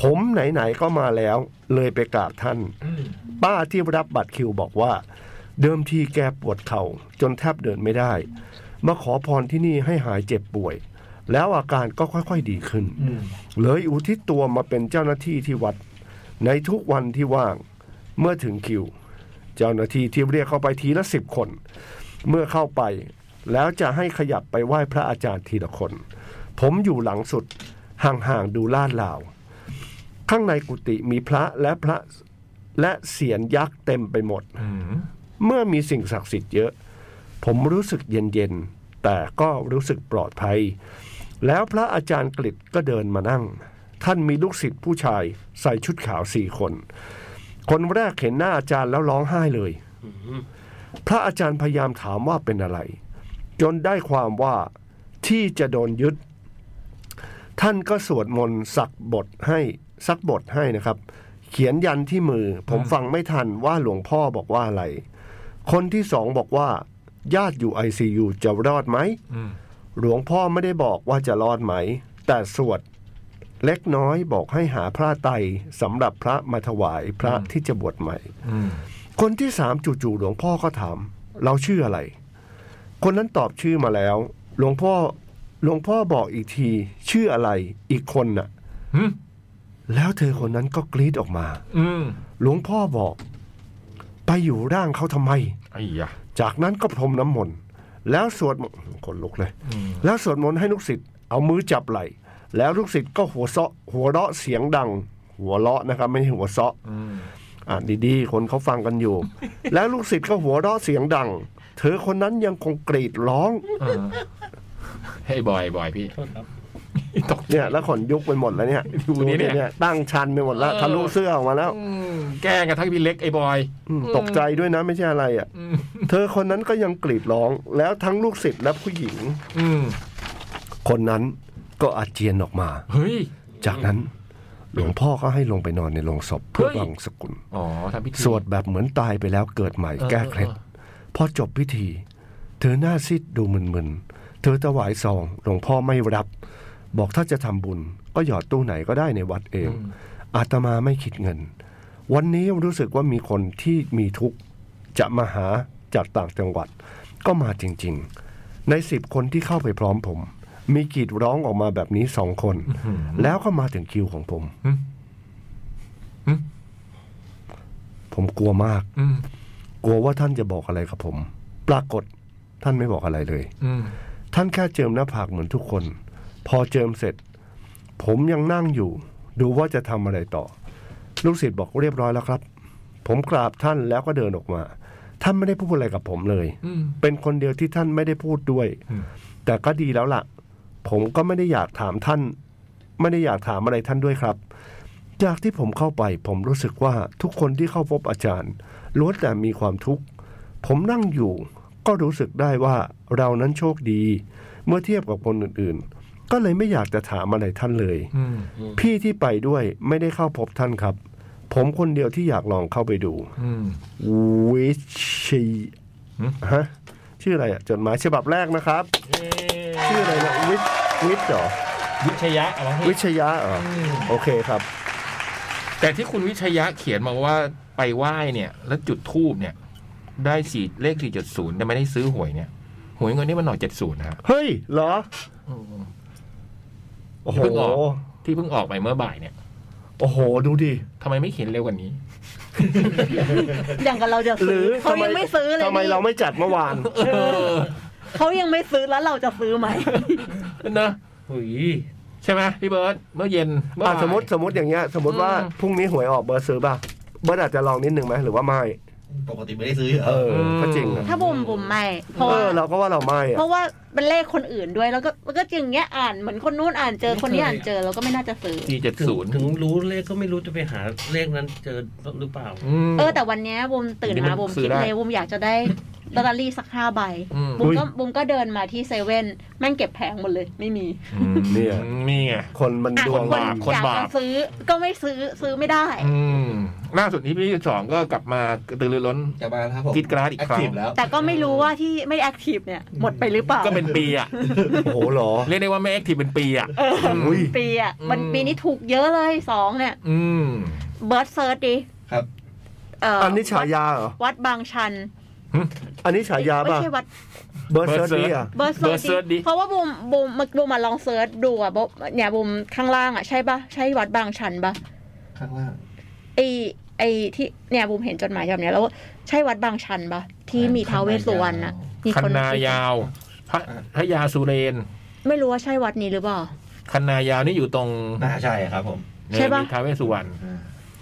ผมไหน ๆ ก็มาแล้ว เลยไปกราบท่าน ป้าที่รับบัตรคิวบอกว่า เดิมทีแกปวดเข่า จนแทบเดินไม่ได้ มาขอพรที่นี่ให้หายเจ็บป่วย แล้วอาการก็ค่อย ๆ ดีขึ้น เลยอุทิศตัวมาเป็นเจ้าหน้าที่ที่วัด ในทุกวันที่ว่าง เมื่อถึงคิว เจ้าหน้าที่ที่เรียกเข้าไปทีละสิบคน เมื่อเข้าไป แล้วจะให้ขยับไปไหว้พระอาจารย์ทีละคน ผมอยู่หลังสุด ห่างๆดูลาดลาว ข้างในกุฏิมีพระและพระและเสียนยักษ์เต็มไปหมด
อืม
เมื่อมีสิ่งศักดิ์สิทธิ์เยอะ ผมรู้สึกเย็นๆ แต่ก็รู้สึกปลอดภัย แล้วพระอาจารย์กฤษก็เดินมานั่ง ท่านมีลูกศิษย์ผู้ชายใส่ชุดขาวสี่คน คนแรกเห็นหน้าอาจารย์แล้วร้องไห้เลย พระอาจารย์พยายามถามว่าเป็นอะไร จนได้ความว่าที่จะโดนยึด ท่านก็สวดมนต์สักบทให้สักบทให้นะครับ เขียนยันที่มือ ผมฟังไม่ทันว่าหลวงพ่อบอกว่าอะไร คนที่สองบอกว่า ญาติอยู่ไอซียูจะรอดไหม
อืม
หลวงพ่อไม่ได้บอกว่าจะรอดไหม แต่สวดเล็กน้อยบอกให้หาพระไตรสำหรับพระมาถวายพระที่จะบวชใหม่
อืม
คนที่สามจู่ๆหลวงพ่อก็ถาม เราชื่ออะไร คนนั้นตอบชื่อมาแล้ว หลวงพ่อหลวงพ่อบอกอีกที ชื่ออะไรอีกคนน่ะ
หึ
แล้วเธอคนนั้นก็กรีดออกมา
อืม
หลวงพ่อบอก ไปอยู่ร่างเขาทำไม
ไอ้ยะ
จากนั้นก็พรมน้ำมนต์แล้วสวดมนต์คนลุกเลย แล้วสวดมนต์ให้ลูกศิษย์เอามือจับไหล่แล้วลูกศิษย์ก็หัวเสาะหัวเราะเสียงดัง หัวเราะนะครับ ไม่ใช่หัวเสาะ
อืม
อ่านดีๆ คนเขาฟังกันอยู่ แล้วลูกศิษย์ก็หัวเราะเสียงดัง เธอคนนั้นยังคงกรีดร้อง
เออให้บอยบอยพี่ตกใจ
เนี่ยแล้วขนยุกไปหมดแล้วเนี่ย
ดูนี่เนี่ย
เนี่ยตั้งชันไปหมดแล้ว
เออ
ทะลุเสื้อออกมาแล้ว
อืมแกล้งกระทั่งพี่เล็กไอ้บอย
อืมตกใจด้วยนะไม่ใช่อะไรอ่ะ
อืม
เธอคนนั้นก็ยังกรีดร้อง แล้วทั้งลูกศิษย์และผู้หญิง
อืม
คนนั้นก็อาเจียนออกมา
เฮ้ย
จากนั้นหลวงพ่อก็ให้ลงไปนอนในโรงศพเพื่อ
เฮ้ย
บังสกุล
อ๋อทำพิธี
สวดแบบเหมือนตายไปแล้วเกิดใหม่
เออ
แก้เคล็ด
เออ
พอจบพิธี เธอหน้าซีดดูมึนๆ เธอถวายซองหลวงพ่อไม่รับ บอกถ้าจะทำบุญ ก็หยอดตู้ไหนก็ได้ในวัดเอง อาตมาไม่คิดเงิน วันนี้รู้สึกว่ามีคนที่มีทุกข์จะมาหาจากต่างจังหวัด ก็มาจริงๆ ในสิบคนที่เข้าไปพร้อมผม มีกรีดร้องออกมาแบบนี้สองคน แล้วก็มาถึงคิวของผม
หึหึ
ผมกลัวมาก
อืม
กลัวว่าท่านจะบอกอะไรกับผม ปรากฏท่านไม่บอกอะไรเลย
อืม
ท่านแค่เจิมหน้าผากเหมือนทุกคน พอเจิมเสร็จ ผมยังนั่งอยู่ ดูว่าจะทำอะไรต่อ ลูกศิษย์บอกเรียบร้อยแล้วครับ ผมกราบท่านแล้วก็เดินออกมา ท่านไม่ได้พูดอะไรกับผมเลย
อืม
เป็นคนเดียวที่ท่านไม่ได้พูดด้วย
อืม
แต่ก็ดีแล้วล่ะ ผมก็ไม่ได้อยากถามท่าน ไม่ได้อยากถามอะไรท่านด้วยครับ จากที่ผมเข้าไป ผมรู้สึกว่าทุกคนที่เข้าพบอาจารย์ล้วนแต่มีความทุกข์ ผมนั่งอยู่ ก็รู้สึกได้ว่าเรานั้นโชคดี เมื่อเทียบกับคนอื่นๆ ก็เลยไม่อยากจะถามอะไรท่านเลย
อืม
พี่ที่ไปด้วยไม่ได้เข้าพบท่านครับ ผมคนเดียวที่อยากลองเข้าไปดู
อืม
วิชี
หืม
ฮะชื่ออะไรอ่ะจดหมายฉบับแรกนะครับ ชื่ออะไรนะวิทวิทย์เหรอ
วิชยะอะไร
วิชยะเหรอโอเคครับ
แต่ที่คุณวิชยะเขียนมาว่าไปไหว้เนี่ย แล้วจุดทูบเนี่ย ได้สี่เลขสี่จุดศูนย์แต่ไม่ได้ซื้อหวยเนี่ย หวยเงินนี่มันหน่อยเจ็ดศูนย์นะฮะ
เฮ้ยเหรอโอ้โห
เพิ่งออก ที่เพิ่งออกไปเมื่อบ่ายเนี่ย
โอ้โหดูดิ
ทำไมไม่เขียนเร็วกว่านี้
อย่างกับเราจะ
หรื
ซื้อ
อ
เขา
ทำไม
ยังไม่ซื้อเลย
ทำไม
นี่
เราไม่จัดเมื่อวาน
เขายังไม่ซื้อแล้วเราจะซื้อไหม
เนอะ
หุย
ใช่ไหมพี่เบิร์ตเมื่อเย็นเมื่อ
อ่ะ
บ่าย
สมมติสมมติอย่างเงี้ย สมมติว่า
อืม
พรุ่งนี้หวยออกเบิร์ดซื้อป่ะเบิร์ดอาจจะลองนิดนึงไหมหรือว่าไม่
ปกติไม่ได้ซื้อเหร
เอ
อ
อก็จริงนะ
ถ้าบุ่มบุ่มไม่เพราะ
เอ
ว่า
อเราก็ว่าเราไม่อะ
เพราะว่าเป็นเลขคนอื่นด้วยแล้วก็แล้วก็จึงเงี้ยอ่านเหมือนคนนู้นอ่านเจอคนนี้อ่านเจอเราก็ไม่น่าจะซื้อ
G เจ็ด
ถึง
ศูนย์
ถึงรู้เลขก็ไม่รู้จะไปหาเลขนั้นเจอหรือเปล่า
เออแต่วันเนี้ยบุมตื่นมาบุมคิดเลยบุมอยากจะได้ลอตเตอรี่สักห้าใบ บุมก็บุมก็เดินมาที่เซเว่นแม่งเก็บแผงหมดเลยไม่มี
เนี่ยนี่ไง
คนมัน
อ่ะ
ด
ค
วน ง
บาปคน
อยาก
บาป
จะซื้อก็ไม่ซื้อซื้อไม่ได้
อืมล่าสุดนี้พี่สองก็กลับมากระตือรือร้น
จะมาแล้วครับผม
คิดกราดอีกครั้ง
แทีฟแล้ว
แต่ก็ไม่รู้ว่าที่ไม่แอคทีฟเนี่ยหมดไปหรือเปล่า
ก็เป็นปีอ่ะ
โอ้โหเหรอ
เรียกได้ว่าไม่แอคทีฟเป็นปีอ่ะ
เออ
อุ้ย
ปีอ่ะ
อืม
มันปีนี้ถูกเยอะเลยสองเนี่ย
อืม
เบิร์ดเซิร์ชดิ
ครับ
เอ่อ
อั
อั
นนี้ฉายาเหรอ
วัดบางชัน
อันนี้ฉายา
ไม่
ป่ะ
ใช่วัด
เบิร์ดเซิร์ชนี่อ่ะ
เบิร์ดเ
เบิร์ดเซิ
ซิ
ร์
ร์
ช
ช
ดิ
ดิเพราะว่าบุมบุมบุมมาลองเซิร์ชดูอ่ะบุมเนี่ยบุมข้างล่างอ่ะใช่ปะใช่วัดบางชันปะ
ข้างล่าง
ไอไอที่เนี่ยบูมเห็นจดหมายฉบับเนี้ยแล้วใช่วัดบางชันปะที่มีท้าวเวสสุวรรณนะมี
คัน
คน
นายาว พระพระยาสุเรน
ไม่รู้ว่าใช่วัดนี้หรือเปล่า
คันนายาวนี่อยู่ตรง
น่าใช่ครับผม
ใช่ปะ
มีท้าวเวสสุวรรณ
อ่า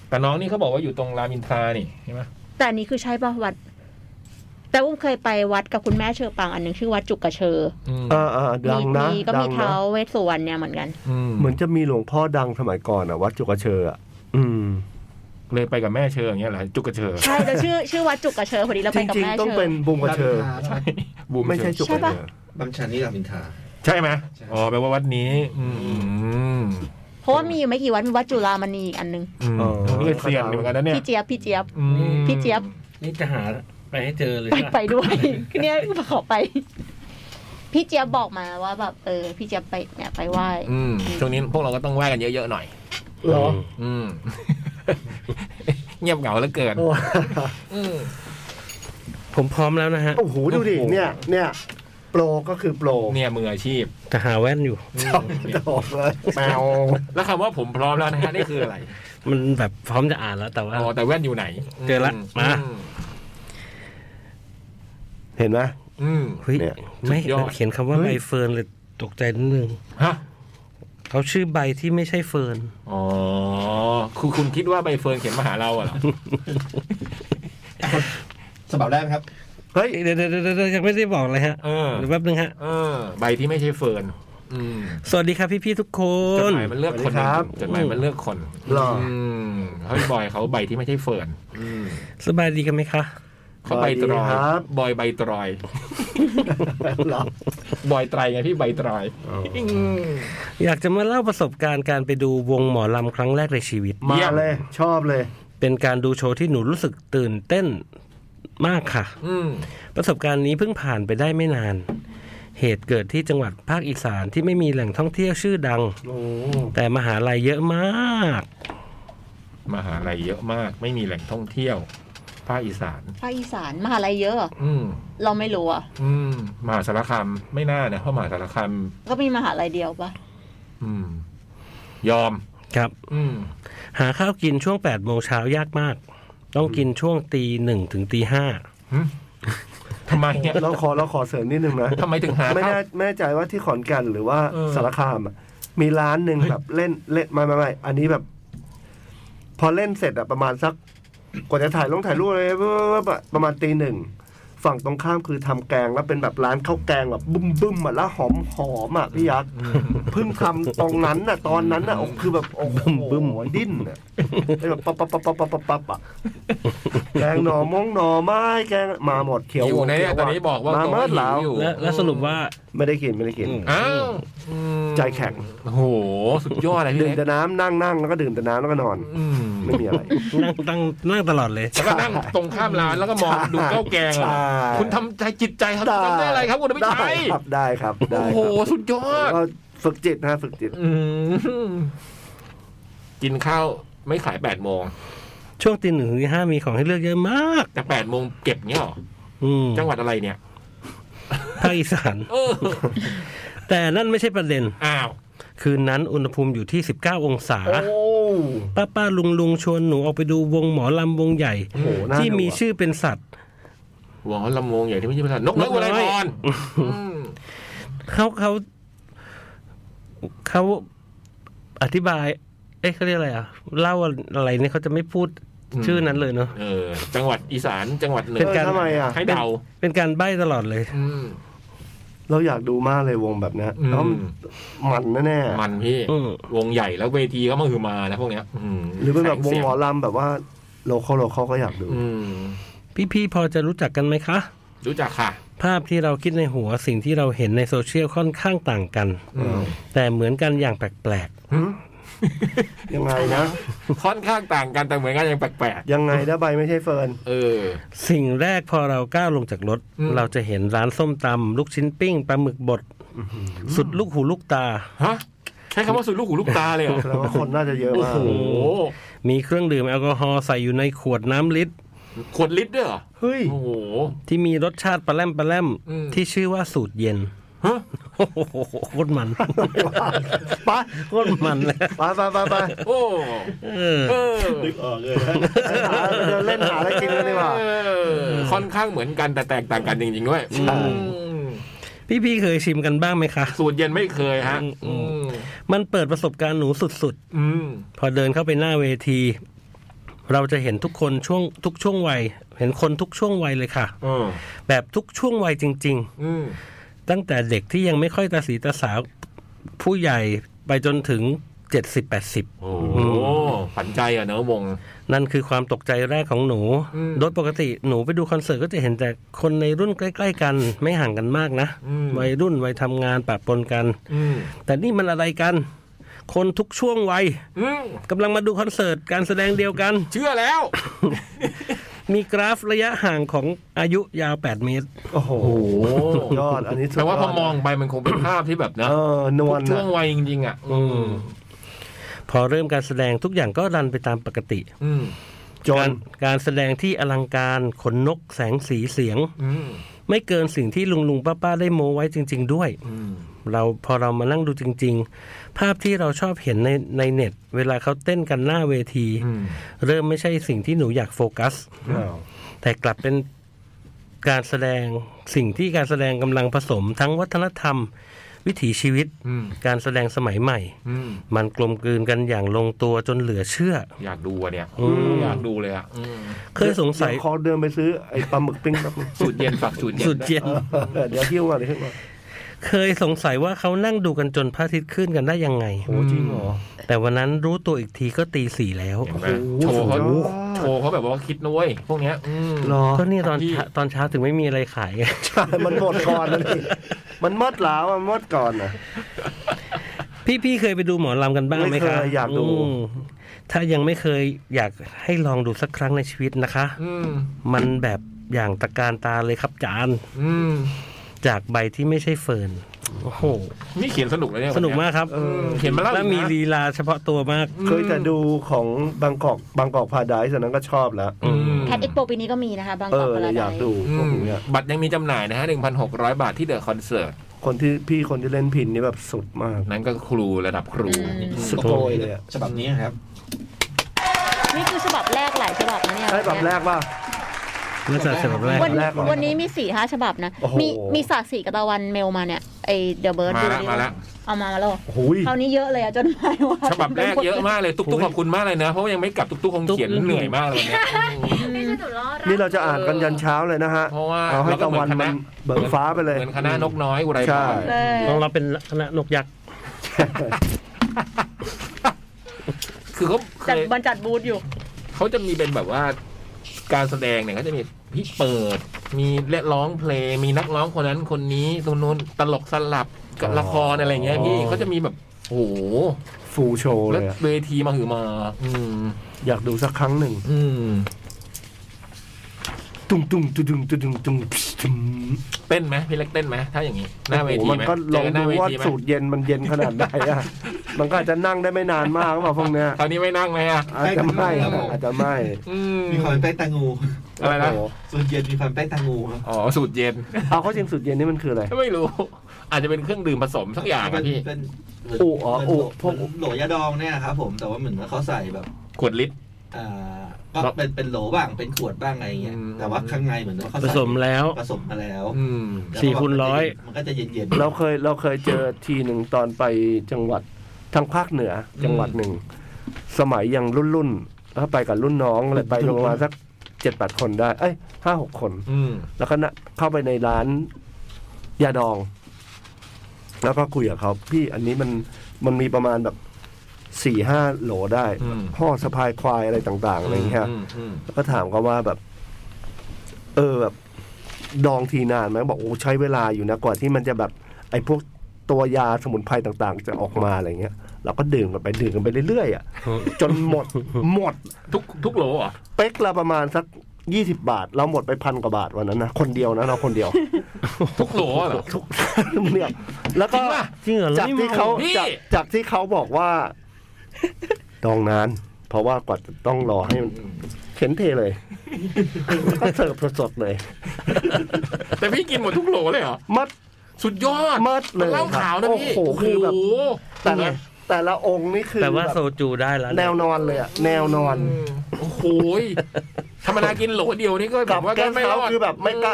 แต่น้องนี่เขาบอกว่าอยู่ตรงรามอินทรานี่ใช่ไหม
แต่อันนี้คือใช่ปะวัด แต่บูมเคยไปวัดกับคุณแม่เชอปังอันหนึ่งชื่อวัดจุกกระเชอ
อืม
อ่าอ่าดังนะ
มีก็
ดั
มี
งนะ
ท้าวเวสสุวรรณเนี่ยเหมือนกัน
อืม
เหมือนจะมีหลวงพ่อดังสมัยก่อนอ่ะวัดจุกเชออ่ะอืม
เลยไปกับแม่เชออย่างเงี้ยเหรอจุกกระเชอ
ใช่แล้วชื่อชื่อวัดจุกกระเชอพอดีเรา
จ
ไปกับ
ริง
แม่
ๆ
เช
ต้อง
อ
เป็นบุงกระเชอ
ใช่
บูม
ไม่ใช่
เชอ
จุก
ใช่ปะ
บางชันนี่รามอินทรา
ใช่ไหม
ใช่
อ๋อแปลว่าวัดนี้ อืม
เพราะว่ามีอยู่ไม่กี่วัดมีวัดจุฬามณีอีกอันหนึ่ง
อืม
อ๋อ
ตรงนี้ก็เสี่ยงเหมือนกันนะเนี่ย
พี่เจี๊ยบพี่เจี๊ยบ
อืม
พี่เจี๊ยบ
นี่จะหาไปให้เจอเลย
ไป
นะ
ไปด้วยเนี่ยขอไป พี่เจี๊ยบบอกมาว่าแบบเออ พี่เจี๊ยบไปเนี่ยไปไหว้
อืมช่วงนี้พวกเราก็ต้องไหว้กันเยอะๆหน่อย
เหรอ
อืม เงียบเหงาเหลือเกิน
โอ้
อืม
ผมพร้อมแล้วนะฮะ
โอ้โหดูดิ
โอ้โห
เนี่ยเนี่ยโปรก็คือโปร
เนี่ยมืออาชีพ
แต่หาแว่นอยู่
ชอบดอกเลย
แมวแล้วคำว่าผมพร้อมแล้วนะฮะนี่คืออะไร
มันแบบพร้อมจะอ่านแล้วแต่ว่า
อ๋อแต่แว่นอยู่ไหน
เจอละมา
เห็นไหม
อืม
เฮ้ย
เนี่ย
ไม่
สุดยอด
เขียนคำว่า
เฮ้ย
ใบเฟิร์นเลยตกใจนิดนึง
ฮะ
เขาชื่อใบที่ไม่ใช่เฟิร์น
อ๋อคือคุณคิดว่าใบเฟิร์นเขียนมาหาเราอะเหรอ
สบับได้ไหมครับ
เฮ้ย
เดี๋ยวเดี๋ยวเดี๋ยวเดี๋ยวยังไม่ได้บอกเลยฮะ
เออ
เดี๋ยวแป๊บนึงฮะ
เออ ใบที่ไม่ใช่เฟิร์นอืม
สวัสดีครับพี่ๆทุกค
จด
น
หมายมันเลือกคนจริงๆจดหมายมันเลือกคน
หรอ
อืมเฮ้ยบอยเขาใบที่ไม่ใช่เฟิร์นอืม
สบายดีกันไหมคะ
เขาใบตรอย
ครับ
บอยใบตรอย
หรอบ
อยไตรไงพี่ใบตรอย
อยากจะมาเล่าประสบการณ์การไปดูวงหมอลำครั้งแรกในชีวิต
มา
เยี่ยม
เลยชอบเลย
เป็นการดูโชว์ที่หนูรู้สึกตื่นเต้นมากค่ะ
อืม
ประสบการณ์นี้เพิ่งผ่านไปได้ไม่นาน เหตุเกิดที่จังหวัดภาคอีสานที่ไม่มีแหล่งท่องเที่ยวชื่อดัง
โอ้
แต่มหาลัยเยอะมาก
มหาลัยเยอะมาก ไม่มีแหล่งท่องเที่ยวภาคอีสาน
ภาคอีสานมหาลัยเยอะเหรอ
อืม
เราไม่รู้อ่ะ
อืมมหาสารคามไม่น่านะเพราะมหาสารคาม
ก็มีมหาลัยเดียวปะ
อืม ยอม
ครับ
อืม
หาข้าวกินช่วง8โมงเช้ายากมาก ต้องกินช่วงตีหนึ่งถึงตีห้า
ทำไมเนี่ย
เราขอเราขอเสริมนิดนึงนะ
ทำไมถึงหา
ไม่
ข้าว
แน่ไม่แน่ใจว่าที่ขอนแก่นหรือว่า
เออ
สารคามอะมีร้านหนึ่ง
เฮ้ย
แบบเล่นเล่นไม่ไม่ไม่อันนี้แบบ พอเล่นเสร็จอะประมาณสัก กว่าจะถ่ายลงถ่ายรูปอะไรปุ๊บปุ๊บปุ๊บประมาณตีหนึ่งฝั่งตรงข้ามคือทำแกงแล้วเป็นแบบร้านข้าวแกงแบบบึ้มบึ้มอะแล้วหอมหอมอะพี่ยักษ์เพิ่งทำตรงนั้นน่ะ ตอนนั้นน่ะโอ้คือแบบโอ้โหดิ้นอะแบบปั๊บปั๊บปั๊บปั๊บปั๊บปั๊บอะแกงหน่อมงหน่อไม้แกงมาหมดเขียว
อยู่ในเนี่ย
เขียวะ
ตอนนี้บอกว่า
มา
ตัว
เมื่อ
หิ
แล้
วอยู่
และและสรุปว่า
ไม่ได้กินไม่ได้กิน
อืม
อ้าวอืม
ใจแข็ง
โอ้โห สุดยอดเลยพี่
ดื่ม
เล็ก
แต่น้ำนั่งนั่งแล้วก็ดื่มแต่น้ำแล้วก็นอน
อืม
ไม่มีอะไร
นั่งตั้งนั่งตลอดเลย
แล้วก็นั่งตรงข้ามร้านแล้วก็มองดูข้าวแกงอะ
ใช่
คุณทำใจจิตใจเขาทำได้อะไรครับคุณไม่
ได้
ใช่
ครับได้ครับได้
โอ้
ครับ
โห สุดยอด
ก็ฝึกจิตนะฝึกจิต
อืมกินข้าวไม่ขายแปดโมง
ช่วงตีหนึ่งถึงตีห้ามีของให้เลือกเยอะมาก
แต่แปดโมงเก็บเงี้ยเหรอ
อืม
จังหวัดอะไรเนี่ย
ภาคอีสาน
เออ
แต่นั่นไม่ใช่ประเด็น
อ้าว
คืนนั้นอุณหภูมิอยู่ที่ 19 องศา
โอ้
ป้าป้าลุงลุงชวนหนูออกไปดูวงหมอลำวงใหญ่
โหน่า
ที่มี
ดูะ
ชื่อเป็นสัตว์
หวงลำวงใหญ่ที่ไม่ใช่ประธานนกน้อยอุไรพรอืม
เขาเขา เขาอธิบาย เอ๊ะเขาเรียกอะไรอ่ะเล่าอะไรเนี่ยเขาจะไม่พูด
อืม
ชื่อนั้นเลยเนาะ
เออ จังหวัดอีสานจังหวัดเหนื
เป็น
อ
การ
ทำไมอ่ะ
ให้เดา
เป็นการใบ้ตลอดเลย
อืม
เราอยากดูมากเลยวงแบบเนี้ย
อืม
แล้วมันแน่
มันพี่
อืม
วงใหญ่แล้วเวทีก็มาคือมานะพวกเนี้ยม
ๆหรือเป็นแบบวง
สีย
หมอลำแบบว่าโลเคอลโลเคอก็อยากดู
อืม
พี่พี่ๆพอจะรู้จักกันไหมคะ
รู้จักค่ะ
ภาพที่เราคิดในหัวสิ่งที่เราเห็นในโซเชียลค่อนข้างต่างกัน
อืม
แต่เหมือนกันอย่างแปลก
ยังไงนะ
ค่อนข้างต่างกันแต่เหมือนกันยังแปลก
ยังไงนะใบไม่ใช่เฟิร์น
ๆเออ
ๆ สิ่งแรกพอเราก้าวลงจากรถ
อืม
เราจะเห็นร้านส้มตำลูกชิ้นปิ้งปลาหมึกบดสุดลูกหูลูกตา
ฮะใช้คำว่าสุดลูกหูลูกตาเลยเหรอ
แสดงว่าคนน่าจะเยอะ
โอ้
มาก
โห
มีเครื่องดื่มแอลกอฮอล์ใส่อยู่ในขวดน้ำลิตร
ขวดลิตรด้วยเหรอ
เฮ้ย
โอ้โห
ที่มีรสชาติปลาแรมปลาแรม
อืม
ที่ชื่อว่าสูตรเย็น
ฮะ
โอ้โหโคตร มัน
ไป
โคตรมันเลย
ไปไปไปไป
โอ้
เออ
เออ
นึกออกเลย
ไปหาไปเดินเล่นหาอะไรกินกันดีกว่า
เออค่อนข้างเหมือนกันแต่แตกต่างกันจริงๆด้วย
ใช่
อืม
พี่ๆเคยชิมกันบ้างไหมคะ
สูตรเย็นไม่เคยฮะ
อื
อื
ม
ม
มันเปิดประสบการณ์หนูสุด ๆ
อืม
พอเดินเข้าไปหน้าเวที เราจะเห็นทุกคนช่วงทุกช่วงวัย เห็นคนทุกช่วงวัยเลยค่ะ
เออ
แบบทุกช่วงวัยจริง
อืม
ๆ ตั้งแต่เด็กที่ยังไม่ค่อยตาสีตาสาวผู้ใหญ่ไปจนถึง 70-80
โอ้โหผันใจอ่ะเนอะวง
นั่นคือความตกใจแรกของหนู
อืม
โดยปกติหนูไปดูคอนเสิร์ตก็จะเห็นแต่คนในรุ่นใกล้ ๆ กันไม่ห่างกันมากนะ
อืม
วัยรุ่นวัยทำงานปะปนกัน
อืม
แต่นี่มันอะไรกัน คนทุกช่วงวัย
อืม
กำลังมาดูคอนเสิร์ตการแสดงเดียวกัน
เชื่อแล้ว
มีกราฟระยะห่างของอายุยาว 8 เมตร
โอ้โห
โอ้โห
ยอด อันนี้สุด
แต่ว่าพอย
ด
มองไปมันคงเป็นภาพที่แบบนะ
เออ นวล
ช่ว
นะ
งวัยจริงๆอ่ะ อืม
พอเริ่มการแสดงทุกอย่างก็รันไปตามปกติ
อืม
จ
กาน รการแสดงที่อลังการขนนกแสงสีเสียง
อืม
ไม่เกินสิ่งที่ลุงลุงป้าป้าๆได้โมไว้จริง ๆ ด้วย
อืม
เราพอเรามานั่งดูจริง ๆ ภาพที่เราชอบเห็นในในเน็ต เวลาเขาเต้นกันหน้าเวที
อืม
เริ่มไม่ใช่สิ่งที่หนูอยากโฟกัส
อ้าว
แต่กลับเป็นการแสดงสิ่งที่การแสดงกำลังผสมทั้งวัฒนธรรม วิถีชีวิต
อืม
การแสดงสมัยใหม่
อืม
มันกลมกลืนกันอย่างลงตัวจนเหลือเชื่อ
อยากดูอ่ะเนี่ย
อ
อยากดูเลยอ่ะอืม
เคยสงสัย
เดี๋วขอเดินไปซื้อไอ้ปลาหมึกปิ้งแบบนึง
สูตรเย็นฝักสูตรเย็น
สุดเย็น
เออเดี๋ยวหิ้วมาเดี๋ยวหิ้วมา
เคยสงสัยว่าเขานั่งดูกันจนพระอาทิตย์ขึ้นกันได้ยังไง
โอ้จริงเหรอ
แต่วันนั้นรู้ตัวอีกทีก็ตีสี่แล้ว
เห็นไหม
โอ้
โชว์
โห
เขา
สุดยอด
โชว์เขาแบบว่าคิดนุ้ยพวกเนี้ยอืม
รอ
ก็เนี่ยตอน
พี่
ตอนเช้าถึงไม่มีอะไรขาย
ใช่มันหมดก่อนนะนี่มันหมดแล้วมันหมดก่อนนะ
พี่พี่เคยไปดูหมอลำกันบ้างไหม
ไม่เค
คะ
ยอยากดู
มถ้ายังไม่เคยอยากให้ลองดูสักครั้งในชีวิตนะคะ
อืม
มันแบบอย่างตะการตาเลยครับจาน
อืม
จากใบที่ไม่ใช่เฟิร์นโอ้โห
นี่เขียนสนุกเลยเนี่ย
สนุกมากครับ
วันเนี้ยอืมเขียนมาเล่า
และ
อีกนะ
มีลีลาเฉพาะตัวมาก
อืม
เคยแต่ดูของบางกอกบางกอกพาไดส์อันนั้นก็ชอบแล้ว
อืม
แคดเอ็กโปปีนี้ก็มีนะคะ บาง
เอก
อก
อ
ลา
อยากดูพวกเนี้ย
บัตรยังมีจำหน่ายนะฮะ 1,600 บาทที่เดอะคอนเสิร์ต
คนที่พี่คนที่เล่นพินนี่แบบสุดมาก
นั้นก็ครูระดับครู
สุดโกยเลยอะ
ฉบับนี้ครับ
นี่คือฉบับแรกหลายฉบับนะเนี่ย
ใช่แบบแรกป่ะ
น่าจะฉบับแรก
วัน
แรกเหรอ
วันนี้มีสี่ห้าฉบับนะ
โอ้โห
มีมีศาสตร์สีกบตะวันเมลมาเนี่ยไอเดอะเบิร์ด
มาละมาละ
เอามามาแล้ว
หุย
คราวนี้เยอะเลยอะจนหมายว่า
ฉบับแรกเยอะมากเลย ตุ๊กตุ๊กขอบคุณมากเลยนะ เพราะว่ายังไม่กลับตุ๊กตุ๊กคงเขียน
ตุ๊ก
เหนื่อยมากเลยเนี่ย
ไม่ใช่ตัวล้อรัก
นี่เราจะอ่านกันยันเช้าเลยนะฮะ
เพราะว่า
เอาให้ตะวัน
เราก็เหมื
มั
อน น
เบิกฟ้าไปเลย
เหมือนคณะนกน้อยอุไร
ใช่
พร
เลย
ของเราเป็นคณะนกยักษ์
คือเขาเค
จัด
ย
บันจัดบูธอยู่
เขาจะมีเป็นแบบว่าการแสดงเนี่ยเขาจะมีพิเปิด มีเล่นร้องเพลง มีนักร้องคนนั้นคนนี้ตรงนู้นตลกสลับกับ
อ๋อ
ละครอะไรเงี้ยพี่เขาจะมีแบบโอ้โห
ฟูลโชว์เล
แล้ว
ยอะ
เวทีมาหือมา อืม
อยากดูสักครั้งหนึ่ง
อืม
ตุ้งตุ้งตุ้งตุ้งตุ้งตุ้งตุ้งตุ้ง
เต้นไหมพี่เล็กเต้นไหมถ้าอย่างนี้หน้าเว
โอ้
ที
โหมัน
ไหม
ก็ล
เจ
อง
อห
ดู
น้าเว
ว่า
ทีไหม
สูตรเย็นมันเย็นขนาดไหนอะ มันก็อาจจะนั่งได้ไม่นานมากหรือเปล่าพวกเนี้ย
คราวนี้ไม่นั่งไหมอ่ะ
อาจจะไม่
ครับผม
อาจจะไม่
อืม
มีความเป็นแป้งตางู
อะไรนะ
โโห
ส่วนเย็นมีความแป้งตางูครับ
อ๋อสูตรเย็น
เอาเขาจริงสูตรเย็นนี่มันคืออะไร
ไม่รู้ อาจจะเป็นเครื่องดื่มผสมสักอย่าง
มั
อะพี่
เป็น
โอ้อ๋อโอ้
พ
พว
ว
ก
กโหลยาดองเนี่ยครับผมแต่ว่าเหมือนว่าเขาใส่แบบ
ขวดลิตร
อ่า ก็เป็นเป็นโหลบ้างเป็นขวดบ้างอะไรอย่างเงี้ย
อืม
แต่ว่าข้างในเหมือนว่าเขา
ผ
ใ
สมแล้ว
ผสมมาแล้ว
อืม
แล้วก็
สี่คูณร้อย
มันก็จะเย็น
เราเคยเราเคยเจอทีหนึ่งตอนไปจังหวัดทางภาคเหนืออ
ม
จังหวัดหนึ่ง สมัยยังรุ่นรุ่นๆแล้วไปกับรุ่นน้องอะไรไปลงมาสักเจ็ดแปดคนได้ เอ้ยห้าหกคน
อืม
แล้วก็นะเข้าไปในร้านยาดอง แล้วก็คุยกับเขาพี่อันนี้มันมันมีประมาณแบบสี่ห้าโหลได้
อืม
ห่อสะพายควายอะไรต่าง ๆอะไรอย่างเงี้ย
มอืม
แล้วก็ถามเขาว่าแบบ เออแบบ ดองทีนานไหมบอกโอ้ใช้เวลาอยู่นะกว่าที่มันจะแบบ ไอ้พวกตัวยาสมุนไพรต่างๆ จะออกมาอะไรเงี้ย เราก็ดื่มกันไปดื่มกันไปเรื่อยๆอ่ะจนหมด หมด
ทุกทุกโหลเหรอ่ะ
เป๊กละประมาณสักยี่สิบาท เราหมดไปพันกว่าบาทวันนั้นนะคนเดียวนะเราคนเดียว
ทุกโหลเหรอ
ทุก เนี่ยแล้ว
จริ
ก็
งป่ะ
จริงเหรอ
จากที่เขา
พี่
จากจากที่เขาบอกว่า ดองนาน เพราะว่ากว่าจะต้องรอให้มันเข็นเทเลยแล้วก็เสิร์ฟสดๆเลย
แต่พี่กินหมดทุกโหลเลยเหรอ
มัด
สุดยอด
มัดเลย
นเหล่า
ครับ
ขาวนะพี่
โอ้โหคือแบบ
โโห
แต่ละแต่ละองค์นี่คือ
แต่ว่า
บบ
โซจูได้แล้ว
แนวนอนเลยอะแนวนอน
โอ้โหยธรรมดากินโหลเดียวนี่ก็แบ
กับบ
ว่า
แก๊
ก็
ส
ไม่ร
เขา
อด
คือแบบไม่กล้า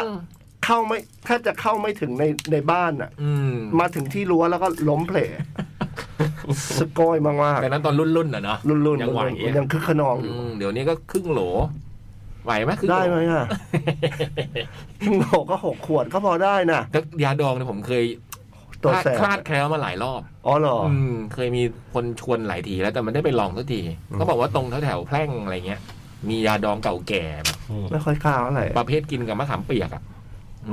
เข้าไม่ถ้าจะเข้าไม่ถึงในในบ้านอ่ะ
อืม
มาถึงที่รั้วแล้วก็ล้มเพล สกอยมาก
แต่นั้นตอนรุ่นรุ่นๆน่ะเนาะ
ๆรุ่นๆรุ่น
ยังไหว
ๆมันยังคึกขนองอยู่
อืมเดี๋ยวนี้ก็ครึ่งโหล ไหวไหมครึ่งโล
ได้ไหม อ่ะ หกก็หกขวดก็พอได้น่ะ
แต่ยาดองเนี่ยผมเคย
ตั
พ
ว
ลาด
แสบ
คลาดแคล้วมาหลายรอบ
อ๋อเหรออ
อืมเคยมีคนชวนหลายทีแล้วแต่มันได้ไปลองสักทีเขาบอกว่าตรงแถวแถวๆแพร่งอะไรเงี้ย มียาดองเก่าแก่แบบ
ไม่ค่อยกล้าเท่าไหร่
ประเภทกินกับมะขามเปียกอะ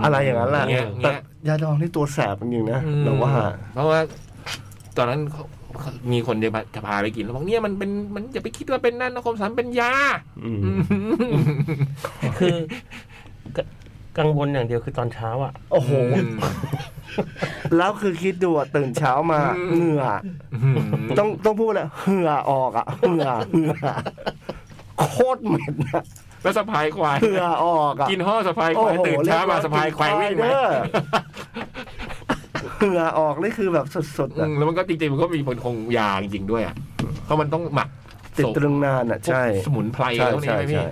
ม
อะไรอย่างนั้นแหละ
เงี้ย
แต่
เงี้ย
ยาดองนี่ตัวแสบจริงๆนะ
อืม
เราว่า
เพราะว่า ตอนนั้นเขาเขามีคนจะพาจะพาไปกินแล้วบอกเนี่ยมันเป็นมันอย่าไปคิดว่าเป็นนั่นนะความสามเป็นยา
อืม
คือ ก็กังวลอย่างเดียวคือตอนเช้าอ่ะ
โอ้โห แล้วคือคิดดูอะตื่นเช้ามาเหงื่อ
ต้อ
ต้องงต้องพูดเลยเหงื่อออกอ่ะเหงื่อเหงื่อโคตรเหม็นอะ
แล้วสะพายควาย
เหงื่อออกอ่ะ
กินห่อสะพายค
โอ้
วาย
โห
ตื่นเช้ามา
เรีก
สะพายควายวิ่งไหม
เด้อเหงื่อออกนี่คือแบบสดๆ
อื
อ่ะ
มแล้วมันก็จริงๆมันก็มีผลของยาจริงๆด้วยอ่ะเพราะมันต้องหมัก
ติดตรึงนานอ่ะ ใช่
พวกสมุนไพร
ใช่
แล้วนี่ไหม
ใช่
พี่
ใช่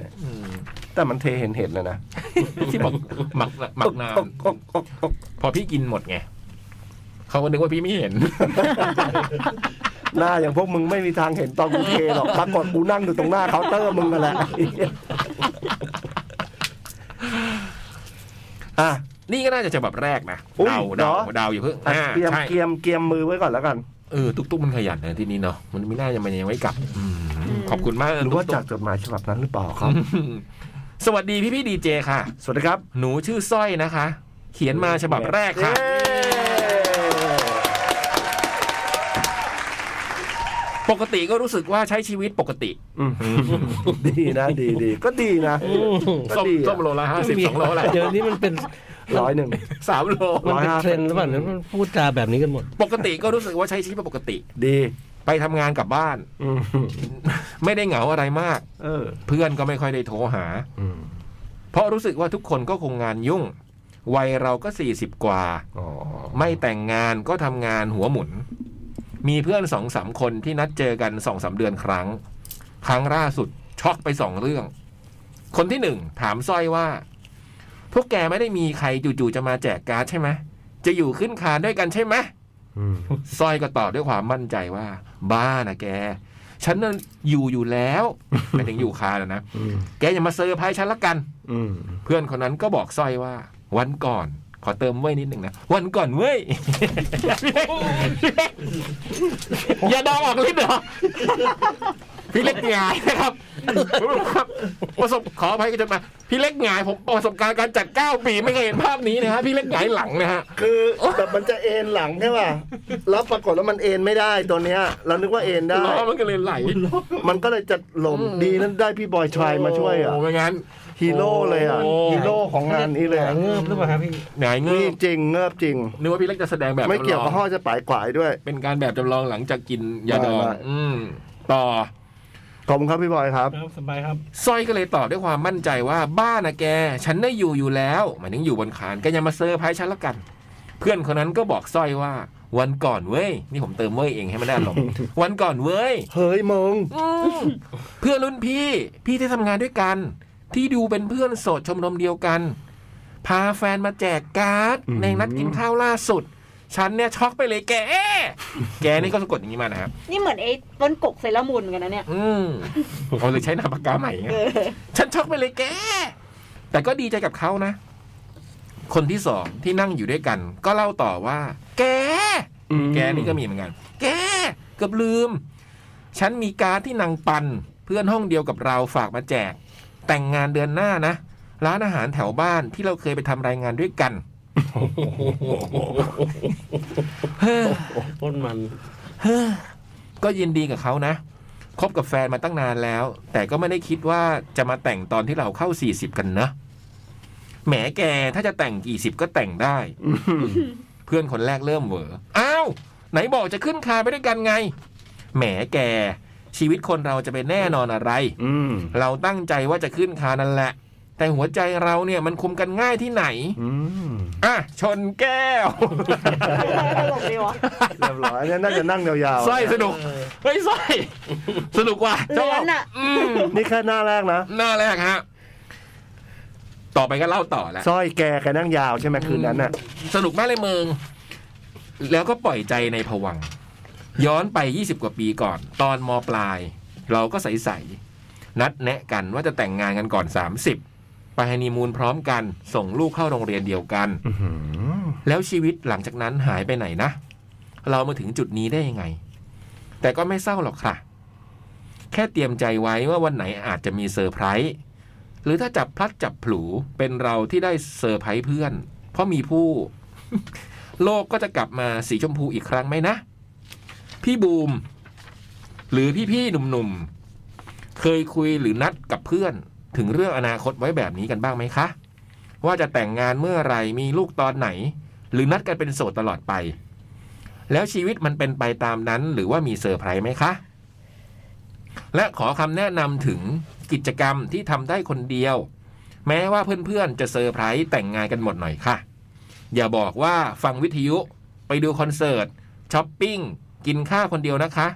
แต่มันเทเห็นเห็นๆเลยนะ
อืมที่บอก หมักหมักนาน
อกอกอกอก
พอพี่กินหมดไงเขาก็นึกว่าพี่ไม่เห็น
หน้าอย่างพวกมึงไม่มีทางเห็นตอนกูเทหรอกปร ากฏกูนั่งอยู่ตรงหน้าเคาน์เตอร์มึงกันแหละ อ่ะ
นี่ก็น่าจะฉบับแรกนะ
อุ๊ย
เดาเดา
เหรอ
เดาอยู่เพิ่ง
อ่ะ
อ่า
เตรียม
ใช่
เตรียมเตรียมมือไว้ก่อนแล้วกัน
เออตุ๊กตุ๊กมันขยันนะที่นี่เนาะมันไม่น่าจะมันยังไม่กลับอืม
อืม
ขอบคุณมาก
หรือว่า
ตุ๊
จากจดหมายฉบับนั้นหรือเปล่าครับ
อืมสวัสดีพี่พี่ดีเจค่ะ
สวัสดีครับ
หนูชื่อสร้อยนะคะ เขียนมาฉบับแรกค่ะ
เย้
ปกติก็รู้สึกว่าใช้ชีวิตปกติ
อื มดีนะดีดีก็ดีนะ
ส้
ก็
ม
ดีอะ
ส้มโลละห้าสิบสองโลละ
เดี๋ยวนี้มันเป็น
ร้อยหนึ่ง
สามโล
มันเป็น
ร้อยห้าสิบ
เทรนด์หรือเปล่าเนี่ยมันพูดจาแบบนี้กันหมด
ปกติก็รู้สึกว่าใช้ชีวิตปกติ
ดี
ไปทำงานกลับบ้าน
อืม
ไม่ได้เหงาอะไรมาก
เออ
เพื่อนก็ไม่ค่อยได้โทรหา
อืม
เพราะรู้สึกว่าทุกคนก็คงงานยุ่ง วัยเราก็สี่สิบกว่า
อ๋อ
ไม่แต่งงานก็ทำงานหัวหมุน มีเพื่อนสองสามคนที่นัดเจอกันสองสามเดือนครั้ง ครั้งล่าสุดช็อกไปสองเรื่อง คนที่หนึ่งถามสร้อยว่า พวกแกไม่ได้มีใครจู่ๆจะมาแจกการ์ดใช่ไหมจะอยู่ขึ้นคานด้วยกันใช่ไหม
อืม
สร้อยก็ตอบด้วยความมั่นใจว่า บ้านะแก ฉันนั่นอยู่อยู่ แล้วไปถึงอยู่คานอะนะ
อืม
แกอย่ามาเซอร์ไพรส์ฉันละกัน
อืม
เพื่อนคนนั้นก็บอกสร้อยว่า วันก่อน ขอเติมเว้ยนิดหนึ่งนะ วันก่อนเว้ย อย่าดองออกลิ้นเหรอ พี่เล็กหงายนะครับ ผมบอกครับ ประสบขออภัยกันจนมาพี่เล็กหงายผมประสบการณ์การจัดเก้าปีไม่เคยเห็นภาพนี้นะฮะพี่เล็กหงายหลังนะฮะ
คือแบบมันจะเอ็นหลังใช่ป่ะแล้วปรากฏว่ามันเอ็นไม่ได้ตัวเนี้ย เรานึกว่าเอ็นได้
ล้อมันก็เลยไหล
มันก็เลยจะหลมดีนั่นได้พี่บอยชายมาช่วยอ่ะ
โอ้ไม่งั้น
ฮีโร่เลยอ่ะ
โอ้
ฮีโร่ของงานนี้เลย
หา
อะ
เงือบหรือเปล่าครับพี่
หงายเงื
นี่
อก
จริงเงือบจริง
นึกว่าพี่เล็กจะแสดงแบบ
ไม่เกี่ยว
จำล
กับ
อง
ห่อจะปลายกวายด้วย
เป็นการแบบจำลองหลังจากกินยาดอง
ได้ได้
อืมต่อ
ขอบคุณครับพี่บอยครับ
ครับสบายครับ
สร้อยก็เลยตอบด้วยความมั่นใจว่าบ้านะแก ฉันน่ะอยู่อยู่แล้วหมันยังอยู่บนคานแกอยังมาเซอร์ไพรส์ฉันละกัน เพื่อนคนนั้นก็บอกสร้อยว่า วันก่อนเว้ย นี่ผมเติมเว้ยเองให้มันได้หรอก วันก่อนเว้ย
เฮ้ยมึง
อืมเพื่อนรุ่นพี่ พี่ที่ทำงานด้วยกัน ที่ดูเป็นเพื่อนโสดชมรมเดียวกัน พาแฟนมาแจกการ์ดในนัดกินข้าวล่าสุด ฉันเนี่ยช็อกไปเลยแก แกนี่ก็สะกดอย่างนี้มานะครับ
นี่เหมือนไอ้ต้นกกเซรามูนกันนะเนี่ย
อืมเอาเลยใช้นามปากกาใหม่ไง
เออ
ฉันช็อกไปเลยแก แต่ก็ดีใจกับเขานะ คนที่สองที่นั่งอยู่ด้วยกัน ก็เล่าต่อว่า แก แกนี่ก็มีเหมือนกัน แกเกือบลืม ฉันมีการดที่นางปัน เพื่อนห้องเดียวกับเราฝากมาแจก แต่งงานเดือนหน้านะ ร้านอาหารแถวบ้านที่เราเคยไปทำรายงานด้วยกัน เฮ้อ
ต้นมัน
เฮ้อก็ยินดีกับเขานะ คบกับแฟนมาตั้งนานแล้ว แต่ก็ไม่ได้คิดว่าจะมาแต่งตอนที่เราเข้า 40 กันเนอะแหมแกถ้าจะแต่งกี่สิบก็แต่งได้ เพื่อนคนแรกเริ่มเหวออ้าว ไหนบอกจะขึ้นคานไปด้วยกันไง แหมแก ชีวิตคนเราจะไปแน่นอนอะไร
อืม
เราตั้งใจว่าจะขึ้นคานนั่นแหละ แต่หัวใจเราเนี่ยมันคุมกันง่ายที่ไหน
อืม
อ่ะ ชนแก้ว
ตลกดีวะ
เรียบร้อยเนี่ยน่าจะนั่งยาว
สร้อยสนุก เฮ้ยสร้อยสนุกว่ะช
เลื
อ
อบ นอะ
อืม
นี่แค่หน้าแรกนะ
หน้าแรกฮะ ต่อไปก็เล่าต่อแหละ
สร้อยแกแกนั่งยาวใช่ไหมคืนนั้นน่ะ
สนุกมากเลยเมือง แล้วก็ปล่อยใจในผวังค์ย้อนไป 20 กว่าปีก่อน ตอนมปลาย เราก็ใสๆนัดแนะกันว่าจะแต่งงานกันก่อน 30 ไปฮันนีมูนพร้อมกัน ส่งลูกเข้าโรงเรียนเดียวกัน
อื้อหือ
แล้วชีวิตหลังจากนั้นหายไปไหนนะ เรามาถึงจุดนี้ได้ยังไง แต่ก็ไม่เศร้าหรอกค่ะ แค่เตรียมใจไว้ว่าวันไหนอาจจะมีเซอร์ไพรส์หรือถ้าจับพลัดจับผลูเป็นเราที่ได้เซอร์ไพรส์เพื่อน เพราะมีผู้ โลกก็จะกลับมาสีชมพูอีกครั้งไหมนะ พี่บูม หรือพี่ๆหนุ่มๆ เคยคุยหรือนัดกับเพื่อน ถึงเรื่องอนาคตไว้แบบนี้กันบ้างไหมคะ ว่าจะแต่งงานเมื่อไหร่มีลูกตอนไหน หรือนัดกันเป็นโสดตลอดไป แล้วชีวิตมันเป็นไปตามนั้น หรือว่ามีเซอร์ไพรส์ไหมคะ และขอคำแนะนำถึงกิจกรรมที่ทำได้คนเดียว แม้ว่าเพื่อนๆ จะเซอร์ไพรส์แต่งงานกันหมดหน่อยค่ะ อย่าบอกว่าฟังวิทยุไปดูคอนเสิร์ตช้อปปิ้ง กินข้าวคนเดียวนะคะ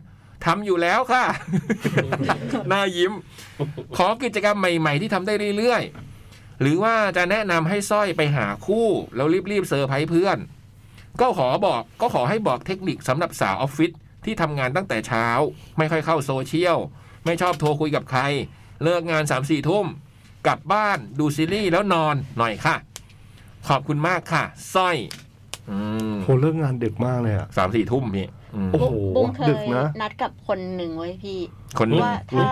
ทำอยู่แล้วค่ะ หน้ายิ้ม ขอกิจกรรมใหม่ ๆ ที่ทำได้เรื่อยๆ หรือว่าจะแนะนำให้สร้อยไปหาคู่ แล้วรีบๆเซอร์ไพรส์เพื่อน ก็ขอบอกก็ขอให้บอกเทคนิคสำหรับสาวออฟฟิศที่ทำงานตั้งแต่เช้า ไม่ค่อยเข้าโซเชียล ไม่ชอบโทรคุยกับใคร เลิกงาน3ามสี่ทุ่ม กลับบ้านดูซีรีส์แล้วนอนหน่อยค่ะ ขอบคุณมากค่ะสร้อย
โหเลิกงานดึกมากเลยอ่ะ
สามสี่ทุ่มพี่อืม
โอ้โห
บุ้งเค
ดึ
ย
กนะ
นัดกับคนหนึ่งไว้พี่
คนหนึง
ว่าถ้า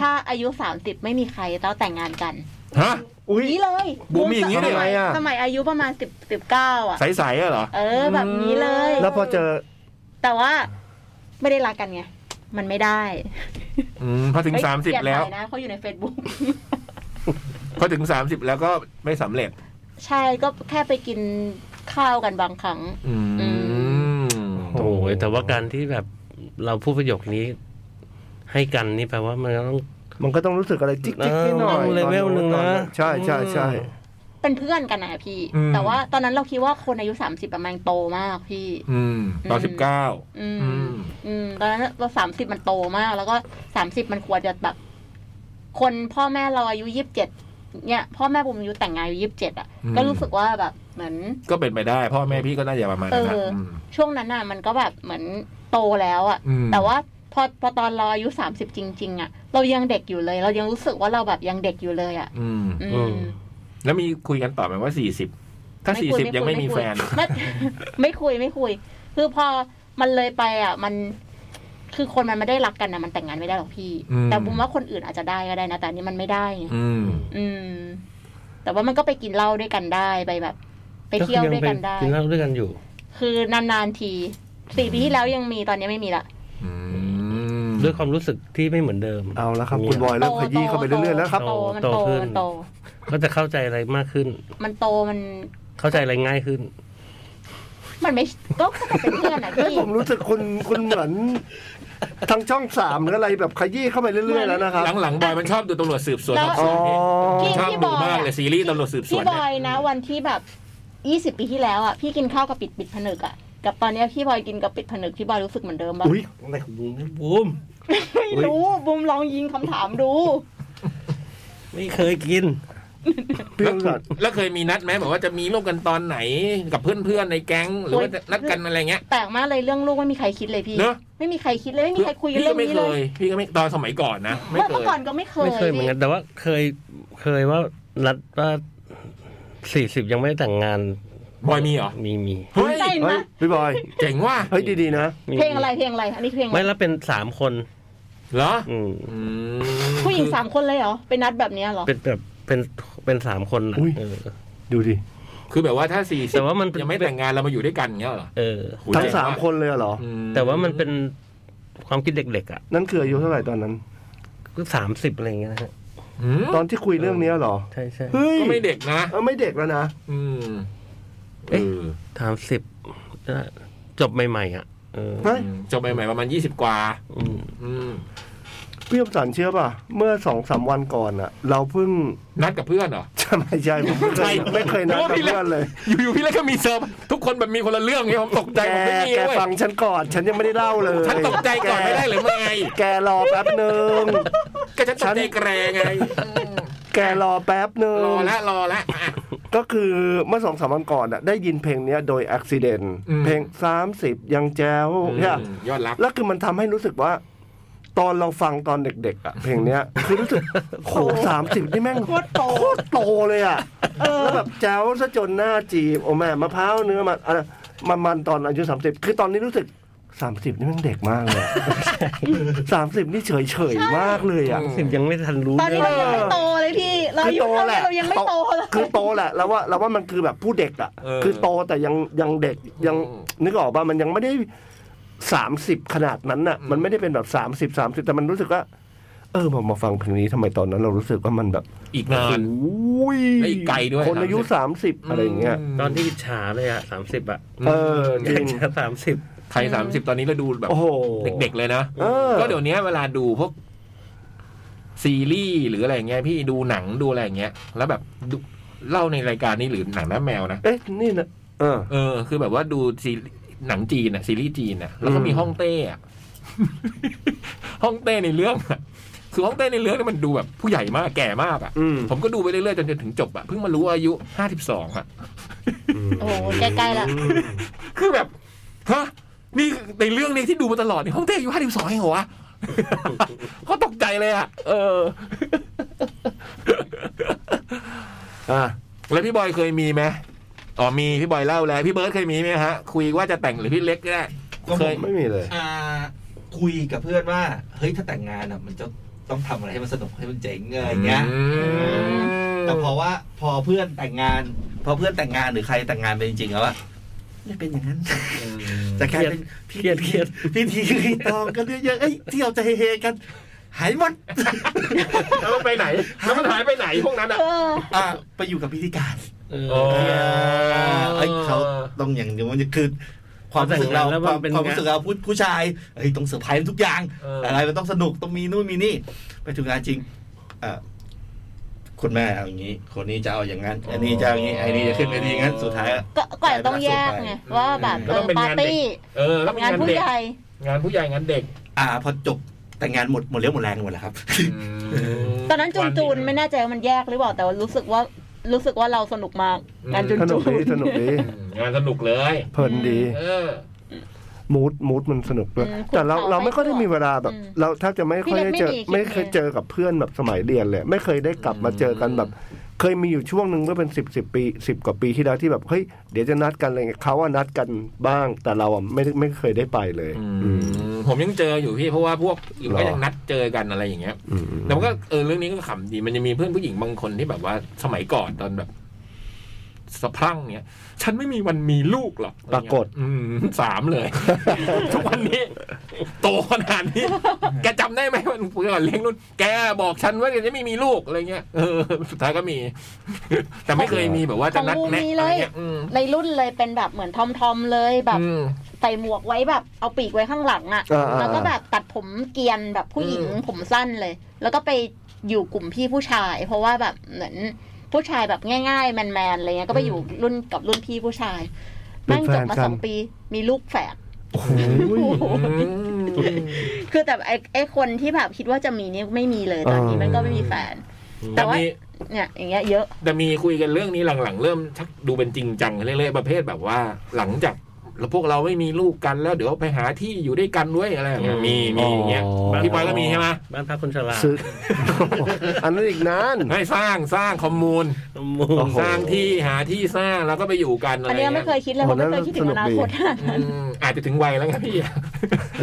ถ้าอายุสามสิบไม่มีใครแล้วแต่งงานกัน
ฮะ
อุ้ย
นี้เลย
บูมมีอย่างนี้ด้วยเหรอ
สมัสมัยอายุประมาณสิบสิบเก้าอ่ะ
ใสๆอะเหรอ
เออแบบนี้เลย
แล้วพอเจอ
แต่ว่าไม่ได้รักกันไง มันไม่ได้
อืมพอถึง
เฮ้ย
สามสิบ
อย่ถ่ย
แล้ว
นะเขาอยู่ใน Facebook
พอถึงสามสิบแล้วก็ไม่สำเร็จ
ใช่ก็แค่ไปกินข้าวกันบางครั้ง
อื
อื
ม
โอ้ยแต่ว่าการที่แบบเราพูดประโยคนี้ ให้กันนี่แปลว่ามันก็ต้อง
มันก็ต้องรู้สึกอะไรจิกจิกนิดหน่อย
เออเลเวลหนึ่งนะ
ใช่ใช่ใช่
เป็นเพื่อนกันนะพี่
อืม
แต่ว่าตอนนั้นเราคิดว่าคนอายุสามสิบประมาณโตมากพี่
อืมตอน
อืม
สิบเก้า
อืม
อืม
อืมตอนนั้นเราสามสิบมันโตมาก แล้วก็สามสิบมันควรจะแบบ คนพ่อแม่เราอายุยี่สิบเจ็ดเนี่ย พ่อแม่บุมอายุแต่งงานอายุยี่สิบเจ็ดอ่ะ
อืม
ก็รู้สึกว่าแบบเหมือน
ก็เป็นไปได้พ่อแม่พี่ก็น่าจะประมาณนั้นนะ
เอออื
ม
ช่วงนั้นน่ะมันก็แบบเหมือนโตแล้วอะ่ะ
อืม
แต่ว่าพอพอตอนเราอายุสามสิบจริง ๆอะ่ะ เรายังเด็กอยู่เลย เรายังรู้สึกว่าเราแบบยังเด็กอยู่เลยอะ่ะ
อืม
อื
อื
ม
ม
แล้วมีคุยกันต่อไหมว่าสี่สิบถ้าสี่สิบยังไม่มีแฟน
ไม่ไม่คุย ไม่คุย คือพอมันเลยไปอะ่ะ มันคือคนมันไม่ได้รักกันนะมันแต่งงานไม่ได้หรอกพี่
อืม
แต่บุมว่าคนอื่นอาจจะได้ก็ได้นะแต่อันนี้มันไม่ได้ไง
อืม
อืม แต่ว่ามันก็ไปกินเหล้าด้วยกันได้ไปแบบ ไปเที่ยวด้วยกันได้
กินเหล้าด้วยกันอยู่
คือนานๆทีสี่ปีที่แล้วยังมีตอนนี้ไม่มีละ
อืม
ด้วยความรู้สึกที่ไม่เหมือนเดิม
เอาละครับ คุณบอยเริ่มขยี้เข้าไปเรื่อยๆแล้วครับ
โตมันโต
โตขึ้น
มันโต
ก็จะเข้าใจอะไรมากขึ้น
มันโตมัน
เข้าใจอะไรง่ายขึ้น
มันไม่ก็ก็เป็นเพื่อนอะ
เฮ้ย
พี่
ผมรู้สึกคุณคุณเหมือน ทางช่องสามหรืออะไรแบบขยี้เข้าไปเรื่อยๆแล้วนะครับ
หลังๆบอยมันชอบดูตำรวจสืบสวนสอบส
อ๋
ว
อ
นเนี่ย
พี่
ชอบ
พี่
ดู
บอย
มากเลย
อะ
ซีรีส์ตำรวจสืบสว
พี่
น
บ
เนี่ย
อยนะ วันที่แบบยี่สิบ20 ปีที่แล้วอ่ะพี่กินข้าวกับปิดปิดผนึกอ่ะ กับตอนเนี้ยพี่บอยกินกับปิดผนึกพี่บอยรู้สึกเหมือนเดิมปะ
อุ้ย
อะไรของมึงนะบูม
ไม่รู้บุมลองยิงคำถามดู
ไม่เคยกิน
เปรี้ยวสัตว์
แล้วเคยมีนัดไหมบอกว่าจะมีลูกกันตอนไหนกับเพื่อนๆในแก๊ง หรือว่าจะนัดกันอะไรเงี้ย
แปลกมากเลยเรื่องลูกไม่มีใครคิดเลยพี่
เนอะ
ไม่มีใครคิดเลยไม่มีใครคุยกัน
พี่
เรื่
ก็
อง
ไม่
นี้
เค
เลย ย
พี่ก็ไม่ตอนสมัยก่อนนะ ไม่
เมื่อ
เคย
ก่อนก็ไม่เคย
ไม่เคยเหมือนกันแต่ว่าเคยเคยว่ารัดว่าสี่สิบยังไม่ได้แต่งงาน
บอยมีเหรอ
มีมี
เฮ้ย
ได้
เฮ้ย
นะ
พี่บอย
เจ๋งว่ะ
เฮ้ยดีๆนะ
มี
เพลงอะไรเพลงอะไร อันนี้เพลงอะ
ไม่
ไร
แล้วเป็นสามคน
เหรอ
อืม
อืม
ผู้หญิงสามคนเลยเหรอไปนัดแบบเนี้ยเหรอ
เป็นแบบเป็นเป็นสามคนน่ะ
อุ๊ย
เออ
ดูดิ
คือแบบว่าถ้าสี่สิ
แต่
บ
ว่ามันเป็น
ยังไม่แต่งงานเรามาอยู่ด้วยกันเงี้ยเหรอ
เออ
โห
ทั้ง
เจ๋ว่ะ
สามคนเลยเหรอ
อื
แต่ว่ามันเป็นความคิดเด็กๆอ่ะ
นั่นคืออายุเท่าไหร่ตอนนั้น
ก็สามสิบอะไรอย่างเงี้ยนะฮะ
อืม
ตอนที่คุยเรื่องเนี้ยเหรอ
ใช่ใช่
เฮ้ย
ก็ไม่เด็กนะ
เออไม่เด็กแล้วนะ
อืม
เอ๊ะ สามสิบจบใหม่ ๆ อ่ะ เออ
เออจบใหม่ๆประมาณยี่สิบกว่า
อืม
อืม
พี่อมสันเชื่อป่ะ เมื่อสองสามวันก่อนอะเราเพิ่ง
นัดกับเพื่อนเหรอ
ทำไมใช่ ผมไม่เคย
ใช่
ไม่เคยนัดกับเพื่อนเลย
อยู่ๆพี่เล็กก็มีเซอร์ฟทุกคนแบบมีคนละเรื่องเนี่ยผมตกใจ
แก
ผมไม่มี
แก
เว้ย
ฟังฉันก่อน ฉันยังไม่ได้เล่าเลย
ฉันตกใจก่อนไม่ได้หรือไม่
แกรอแป๊บหนึ่ง
ก็ฉันตกใจแกรงไง
แกรอแป๊บหนึ่ง
รอละรอละอ่ะ
ก็คือเมื่อสองสามวันก่อนอะได้ยินเพลงเนี้ยโดยอักซิเดน
อืม
เพลงสามสิบยังแจ้วเนี่ย
อืมยอดรัก
แล้วคือมันทำให้รู้สึกว่า ตอนเราฟังตอนเด็ก ๆอะเพลงเนี้ย คือ รู้สึกโหสามสิบนี่แม่งโคตรโตโตเลยอะแล้วแบบแจ้วซะจนหน้าจีบโอ้แม่มะพร้าวเนื้อมันอะไรมันมันตอนอายุสามสิบคือตอนนี้รู้สึกสามสิบนี่แม่งเด็กมาก เลยอะสามสิบนี่เฉยเฉยๆมากเลยอะ
อืม
สิบยังไม่ทันรู้
ตอนนี้
เรื่
เรายังไม่
อง
โตเลยพี่ เรา
คือ
อายุ
โต
เท่า
แห
นี้
ละ
เรายังไม่โตเลย
คือโตแหละแล้วว่าแล้วว่ามันคือแบบผู้เด็กอ่ะ
เออ
คือโตแต่ยังยังเด็กยัง
อืม
นึกออกป่ะมันยังไม่ได้สามสิบขนาดนั้นน่ะ
อืม
มันไม่ได้เป็นแบบสามสิบสามสิบแต่มันรู้สึกว่า เออมามาฟังเพลงนี้ทำไมตอนนั้น เรารู้สึกว่ามันแบบ
อีกนาน
โอ้ย
และอีกไกลด้วย
คนอายุสามสิบอะไรอย่างเงี้ย
ตอนที่อิจฉาเลยอ่ะสามสิบอ่ะ
เออจริง
จะสามสิบ
ใครสามสิบตอนนี้ก็ดูแบบ
โอ้โห
เด็กๆเลยนะ
เออ
ก็เดี๋ยวนี้เวลาดูพวกซีรีส์หรืออะไรอย่างเงี้ยพี่ดูหนังดูอะไรอย่างเงี้ย แล้วแบบดูเล่าในรายการนี้หรือหนังและแมวนะ
เอ๊ะนี่นะเออ
เออ คือแบบว่าดูซีรีส์หนังจีนอะซีรีส์จีนอะแล้วก็มี
อืม
ฮ่องเต้อะ ฮ่องเต้ในเรื่องอะคือฮ่องเต้ในเรื่องเนี่ยมันดูแบบผู้ใหญ่มากแก่มากอะ
อืม
ผมก็ดูไปเรื่อยๆจนจนถึงจบอะเพิ่งมารู้ว่าอายุห้าสิบสองอะ
โอ้โหใกล้ๆละ
คือแบบฮะนี่ในเรื่องนี้ที่ดูมาตลอดนี่ฮ่องเต้อายุห้าสิบสองเองเหรอวะ ก็ตกใจเลยอะเออ
อ่ะ
แล้วพี่บอยเคยมีไหมอ๋อมีพี่บอยเล่าแล้วพี่เบิร์ดเคยมีไหมฮะ คุยว่าจะแต่งหรือพี่เล็กก็ได้
ก็
เค
ผ
ย
ม
ไม่มีเลย
อ่าคุยกับเพื่อนว่า เฮ้ยถ้าแต่งงานอ่ะ มันจะต้องทำอะไรให้มันสนุกให้มันเจ๋งอะไรอย่างเงี้ย
อืม
แต่พอว่าพอเพื่อนแต่งงาน พอเพื่อนแต่งงานหรือใครแต่งงานไปจริงๆแล้วอะไม่เป็นอย่างนั้นแต่กลายเป็น
เครียดเครียด
พิธีรีตองกันเยอะๆเอ้ยเที่ยวจะเฮๆกัน หายหมด
แล้วมันไปไหนแล้วมันหายไปไหนพวกนั้นอ่ะ
เออ
อ่ะไปอยู่กับพิธีการ
เออ
เอ้ยเขาต้องอย่างเดียวมันจะคือความรู้สึกเรา
แต่งงานแล้วมั
ความ
นเป็น
ความรู้สึกเราผู้ผู้ชายเอ้ยต้องเซอร์ไพรส์ทุกอย่าง
เออ
อะไรมันต้องสนุกต้องมีนู่นมีนี่ ไปถึงงานจริงอ่ะคุณแม่เอาอย่างนี้ คนนี้จะเอาอย่างนั้นอันนี้จะเอาอย่างนี้ไอ้นี่จะขึ้นไปดีงั้นสุดท้ายอะ
ก็ก็อาจจะต้องแยกไงว่าแบบเออปาร์ตี้
เออแล้วเป็น
งาน
งาน
ผู้
เด็ก
ใหญ่
งานผู้ใหญ่งานเด็ก
อ่าพอจบแต่งงานหมดหมดเลี้ยวหมดแรงหมดแล้วครับ
ตอนนั้นจูนจูนไม่แน่ใจว่ามันแยกหรือเปล่าแต่ว่ารู้สึกว่ารู้สึกว่าเราสนุกมากงานจูน
สนุ
จู
กดี
น
สนุกดี
อืมงานสนุกเลย
เพลินดี
เออ
มูดมูดมันสนุกด้วย
อืม
แต่เรา
ภูเขา
เราไม่ค่อยได้มีเวลาแบบ
อืม
เราแทบจะไม่ค่อยได้เจอ
พี่เล็กไม่มี
ไม่เคย
คิดเนี่ย
เจอกับเพื่อนแบบสมัยเรียนเลย ไม่เคยได้กลับมาเจอกันแบบ เคยมีอยู่ช่วงหนึ่งเมื่อเป็นสิบสิบปีสิบกว่าปีที่แล้วที่แบบเฮ้ยเดี๋ยวจะนัดกันอะไรเงี้ยเขาว่านัดกันบ้าง แต่เราอ่ะไม่ได้ไม่เคยได้ไปเลย
อืมผมยังเจออยู่พี่เพราะว่าพวกอื่นก็ยังนัดเจอกันอะไรอย่างเงี้ย
อืม
แต่มันก็เออเรื่องนี้ก็ขำดีมันจะมีเพื่อนผู้หญิงบางคนที่แบบว่าสมัยก่อนตอนแบบสะพรั่งเนี้ยฉันไม่มีวันมีลูกหรอก
ปรากฏ
อืมสามเลย ทุกวันนี้ โตขนาดนี้ แกจำได้ไหมมันก่อนเลี้ยงรุ่น แกบอกฉันว่าแกจะไม่มีลูกอะไรเงี้ยเออสุดท้ายก็มี แต่ไม่เคยมีแบบว่าจะนัดแนะอะไรเงี้ยอืม
ในรุ่นเลยเป็นแบบเหมือนทอมทอมๆเลยแบบ
อืม
ใส่หมวกไว้แบบเอาปีกไว้ข้างหลังอ่ะ
อ่า
แล้วก็แบบตัดผมเกรียนแบบผู้หญิง
อืม
ผมสั้นเลย แล้วก็ไปอยู่กลุ่มพี่ผู้ชาย เพราะว่าแบบเหมือนผู้ชายแบบง่ายๆแมนๆอะไรเงี้ยก็ไปอยู่รุ่นกับรุ่นพี่ผู้ชาย
เป็
แม่
น
ง
แฟ
จบ
น
มา
กั
ส
น
องปี มีลูกแฝด
โอ้โห
โอ้โหคือแต่ไอ้ไอ้คนที่แบบคิดว่าจะมีนี่ไม่มีเลยตอนนี้มันก็ไม่มีแฟน แต่
แต่
ว่า
มี
เนี่ยอย่างเงี้ยเยอะ
แต่มีคุยกันเรื่องนี้หลังๆ เริ่มชักดูเป็นจริงจังเรื่อยๆประเภทแบบว่า หลังจากแล้วพวกเราไม่มีลูกกันแล้วเดี๋ยวไปหาที่อยู่ด้วยกันด้วยอะไรอย่างเงี้ยมีมีอย่างเงี้ยพี่ปอยก็มีใช่ไหม
บ้านพักคนชรา
ซึก อันนั้นอีกนาน
ให้สร้างสร้างคอมมูน
หมู่
โอ้โห
สร้างที่หาที่สร้างแล้วก็ไปอยู่กันอะไร
อันเนี้ย
เงี้
ไม่
ย
เคยคิดเลยเพราะไม่เคยคิดถึงอนาคต
อืมอาจจะถึงวัยแล้วไงพี่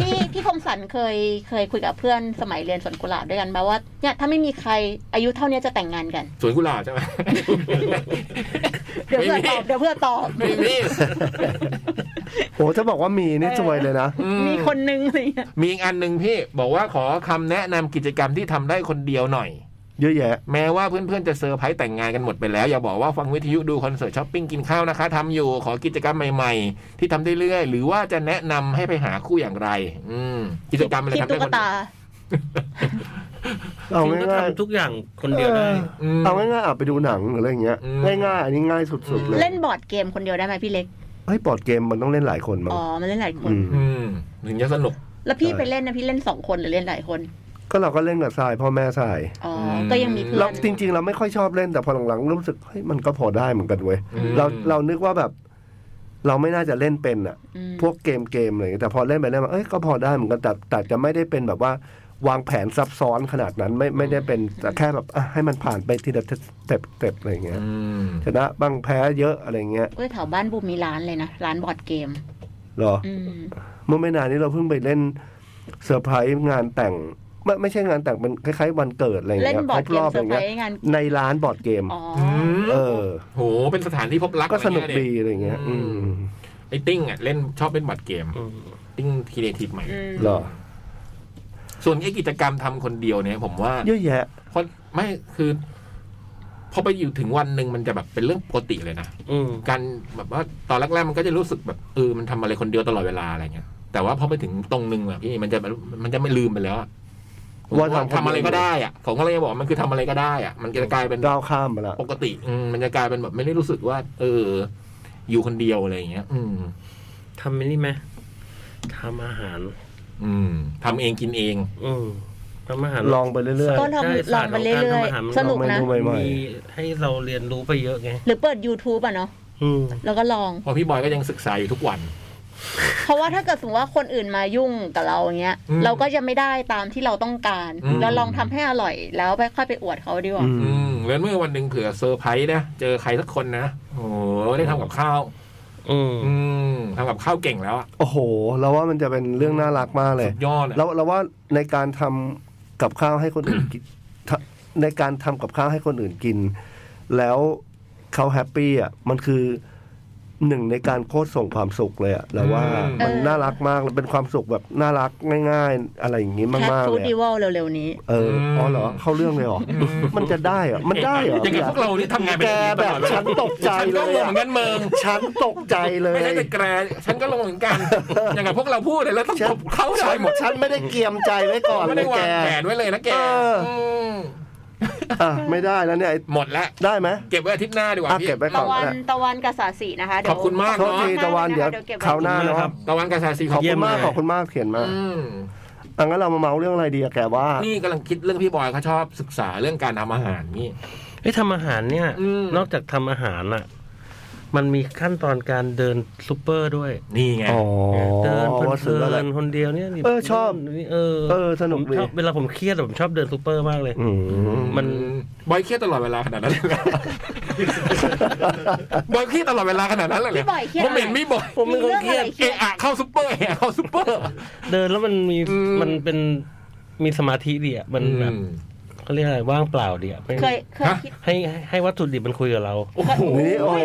พี่พี่คมสันเคยเคยคุยกับเพื่อนสมัยเรียนสวนกุหลาบด้วยกันมาว่าเนี่ยถ้าไม่มีใครอายุเท่าเนี้ยจะแต่งงานกัน
สวนกุหลาบใช่ไหม
เดี๋ยวเพื่อ
ไม่
ต
มี
อบเดี๋ยวเพื่อตอบ
ไม่มี
โอ้ถ้าบอกว่ามีนี่
เออ
สวยเลยนะ
อื
มีคนนึงอะไรเงี้ย
มีอีกอันหนึ่งพี่บอกว่าขอคำแนะนำกิจกรรมที่ทำได้คนเดียวหน่อย
เยอะแยะ
แม้ว่าเพื่อนๆจะเซอร์ไพรส์แต่งงานกันหมดไปแล้ว อย่าบอกว่าฟังวิทยุดูคอนเสิร์ตช้อปปิ้งกินข้าวนะคะทำอยู่ขอกิจกรรมใหม่ๆ ที่ทำได้เรื่อยหรือว่าจะแนะนำให้ไปหาคู่อย่างไร อืมกิจกรรมอะไร
คลิป
ทำได้ค
ตุ๊ก
นเดียว
ตา
เอา
จริงก็
ง่าย
ทำทุกอย่างคนเดียวได้
อืม
ๆเอาง่ายๆอ่ะไปดูหนังหรืออะไรอย่างเงี้ย
อืม
ง่ายๆอันนี้ง่ายสุดๆเลย
เล่นบอร์ดเกมคนเดียวได้ไหมพี่เล็ก
เฮ้ยบอร์ดเกมมันต้องเล่นหลายคนมั้ง
อ๋อ มันเล่นหลายคน
ม
อืมถึงจะสนุก
แล้วพี่ไปเล่นนะพี่เล่นสองคนหรือเล่นหลายคน
ก็เราก็เล่นกับทรายพ่อแม่ทราย
อ๋อ
ม
ก็ยังมีเพื่
เรา
อน
จริง ๆ เราไม่ค่อยชอบเล่นแต่พอหลังๆรู้สึกเฮ้ยมันก็พอได้เหมือนกันเว้ย
อืม
เราเรานึกว่าแบบ เราไม่น่าจะเล่นเป็นอ่ะ
อืม
พวกเกมเกมอะไรอย่างเงี้ยแต่พอเล่นไปเล่นมาเอ้ยก็พอได้เหมือนกันแต่แต่จะไม่ได้เป็นแบบว่าวางแผนซับซ้อนขนาดนั้นไม่ไม่ได้เป็นแต่แค่แบบอ่ะให้มันผ่านไปทีละเต็ปเต็ปอะไรอย่างเงี้ย
อืม
ชนะบ้างแพ้เยอะอะไรอย่างเงี้ย
ก็แถวบ้านบูมมีร้านเลยนะ ร้านบอร์ดเกม
เหรอ
อืม
เมื่อไม่นานนี้เราเพิ่งไปเล่นเซอร์ไพรส์งานแต่งไม่ไม่ใช่งานแต่งเป็นคล้ายๆ วันเกิดอะไรอย่าง
เล่น
เงี้ย
บอ
ค
ร์
ร
ด
บ
เกม
รอบ
เซ
อะ
อ
ไร
ร์ไพร
เงี้ย
ส์งาน
ในร้านบอร์ดเกม
อ๋อ
ม
เออ
โหเป็นสถานที่พบรัก
ก็สนุก
อะไรเงี้ย
ดีอะไรเงี้ย อืม
ไอ้ติ้งอ่ะเล่นชอบเล่นบอร์ดเกม
อืม
ติ้งคีเนทีฟใหม่
อืม
เหรอ
ส่วนไอ้กิจกรรมทำคนเดียวเนี่ยผมว่า
เยอะแยะ
เพราะไม่คือพอไปอยู่ถึงวันหนึ่งมันจะแบบเป็นเรื่องปกติเลยนะ
อืม
การแบบว่าตอนแรกๆมันก็จะรู้สึกแบบเออมันทำอะไรคนเดียวตลอดเวลาอะไรเงี้ยแต่ว่าพอไปถึงตรงนึงอะพี่มันจะแบบมันจะไม่ลืมไปแล้วอะผม
ว่า
ว่า
ทำคนเดียว
ทำอะไรก็ได้อะผมก็เลยจะบอกว่ามันคือทำอะไรก็ได้อะมันจะกลายเป็น
ก้าวข้ามมาละ
ปกติอืมมันจะกลายเป็นแบบไม่ได้รู้สึกว่า เออ อยู่คนเดียวอะไรอย่างเงี้ย อืม
ทำมินี่ไหมทำอาหาร
อืมทำเองกินเอง
อืมทำอาหาร
ลองไปเรื่อย
ก็ลอง
ใช่
ล
ศา
อง
สตร์
ไปเรื่อย
ขง
ๆ
กาทำอาหามั
สนุกนะ
ๆใหม่
มีให้เราเรียนรู้ไปเยอะไง
หรือเปิด YouTube อ่ะเนาะ
อืม
แล้วก็ลอง
พอพี่บอยก็ยังศึกษาอยู่ทุกวัน
เพราะว่าถ้าเกิดสมมติว่าคนอื่นมายุ่งกับเราอย่างเงี้ย
อืม
เราก็จะไม่ได้ตามที่เราต้องการ
อืม
เราลองทำให้อร่อยแล้วไปค่อยไปอวดเขาดีก
ๆ
ว่า
อืม
อืมแล้วเมื่อวันหนึ่งเผื่อเซอร์ไพรส์นะเจอใครสักคนนะโอ้โหได้ทำกับข้าว
อืม
อืมทำกับข้าวเก่งแล้วอะ
โอ้โห เราว่ามันจะเป็นเรื่องน่ารักมากเลย
สุดยอดอะ
เราเราว่าในการทำกับข้าวให้คนอื่น กิน ทะในการทำกับข้าวให้คนอื่นกิน แล้วเขาแฮปปี้อ่ะมันคือหนึ่งในการโคตรส่งความสุขเลยอ่ะแล้วว่ามันน่ารักมากเป็นความสุขแบบน่ารักง่าย ๆ อะไรอย่างนี้
แคท
มากๆ
ฟู
เล
ด
ย
ดิ
อะ
วลเร็วๆนี้
เอออ๋อเหรอเข้าเรื่องเลยเหรอมันจะได้เหรอมันได้เหรอ
อย่างกับพวกเรานี่ทำงานเป็น
แกแบบฉันตกใจ
ฉัน
เล
ก็
ย
งง
อะ
เหมือนกันเมือง
ฉันตกใจเล
ไม่
ย
ใช่แต่แกรฉันก็งงเหมือนกัน อย่างกับพวกเราพูดเลยแล้วต้องตบเข้าใส่
ฉัน
หมด
ฉันไม่ได้เกรียมใจไว้ก่อน
ไม่
เลย
ได้า
วแก
งแผนไว้เลยนะแก
เอออื
ม
อ่ะไม่ได้แล้วเนี่ยไอ้
หมดละ
ได้ไหม
เก็บไว้อาทิตย์หน้าดีกว่า
อ่ะ
พี่
เก็บไว้ก่
ตะ
อ
วันตะวันกับสาสีนะคะเดี๋ยว
ขอบคุณมาก
โทษทีตะวันเดี๋ยว
เก็บไ
คราวหน้า
ขอบคุณมาก
เนาะ
ครับ
ตะวันกาซาซี
ข
ขอ
อบบ คุ
คุณ ณา
มาม
กก
ขอบคุณมากเขียนมา
อืม
อังั้นเรามาเมาเรื่องอะไรดีอะแกว่า
นี่กำลังคิดเรื่องพี่บอยเขาชอบศึกษาเรื่องการทำอาหารนี่
ไอ้ยทำอาหารเนี่ย
อืม
นอกจากทำอาหารอ่ะ มันมีขั้นตอนการเดินซูเปอร์ด้วย
นี่ไง
อ๋อ
เดินเพ
ว่าซื้ออะไร
ลินๆคนเดียวเนี่ย
เออชอบ
เออ
เออสนุกดี
ผมชอบเวลาผมเครียดอะผมชอบเดินซูเปอร์มากเลย
อืม
มัน
บอยเครียดตลอดเวลาขนาดนั้นเลยเหรอบอยเครียดตลอดเวลาขนาดนั้นเลยหร
พี่บอยเครียด
ผมเห็น
อะไร
พี่บอย
ผมเป็นคนเครียด
เอะอะเข้าซุปเปอร์เอะอะเข้าซุปเปอร์
เดินแล้วมันมี
อืม
มันเป็นมีสมาธิดีอ่ะมันแบบ
อืม
เขาเรียกอะไรว่างเปล่าดีอ่ะไม่
เคยเคย
ฮะ
คิด
ให้ให้ให้วัตถุดิบมันคุยกับเรา
โอ้โห
นี่โอ้ย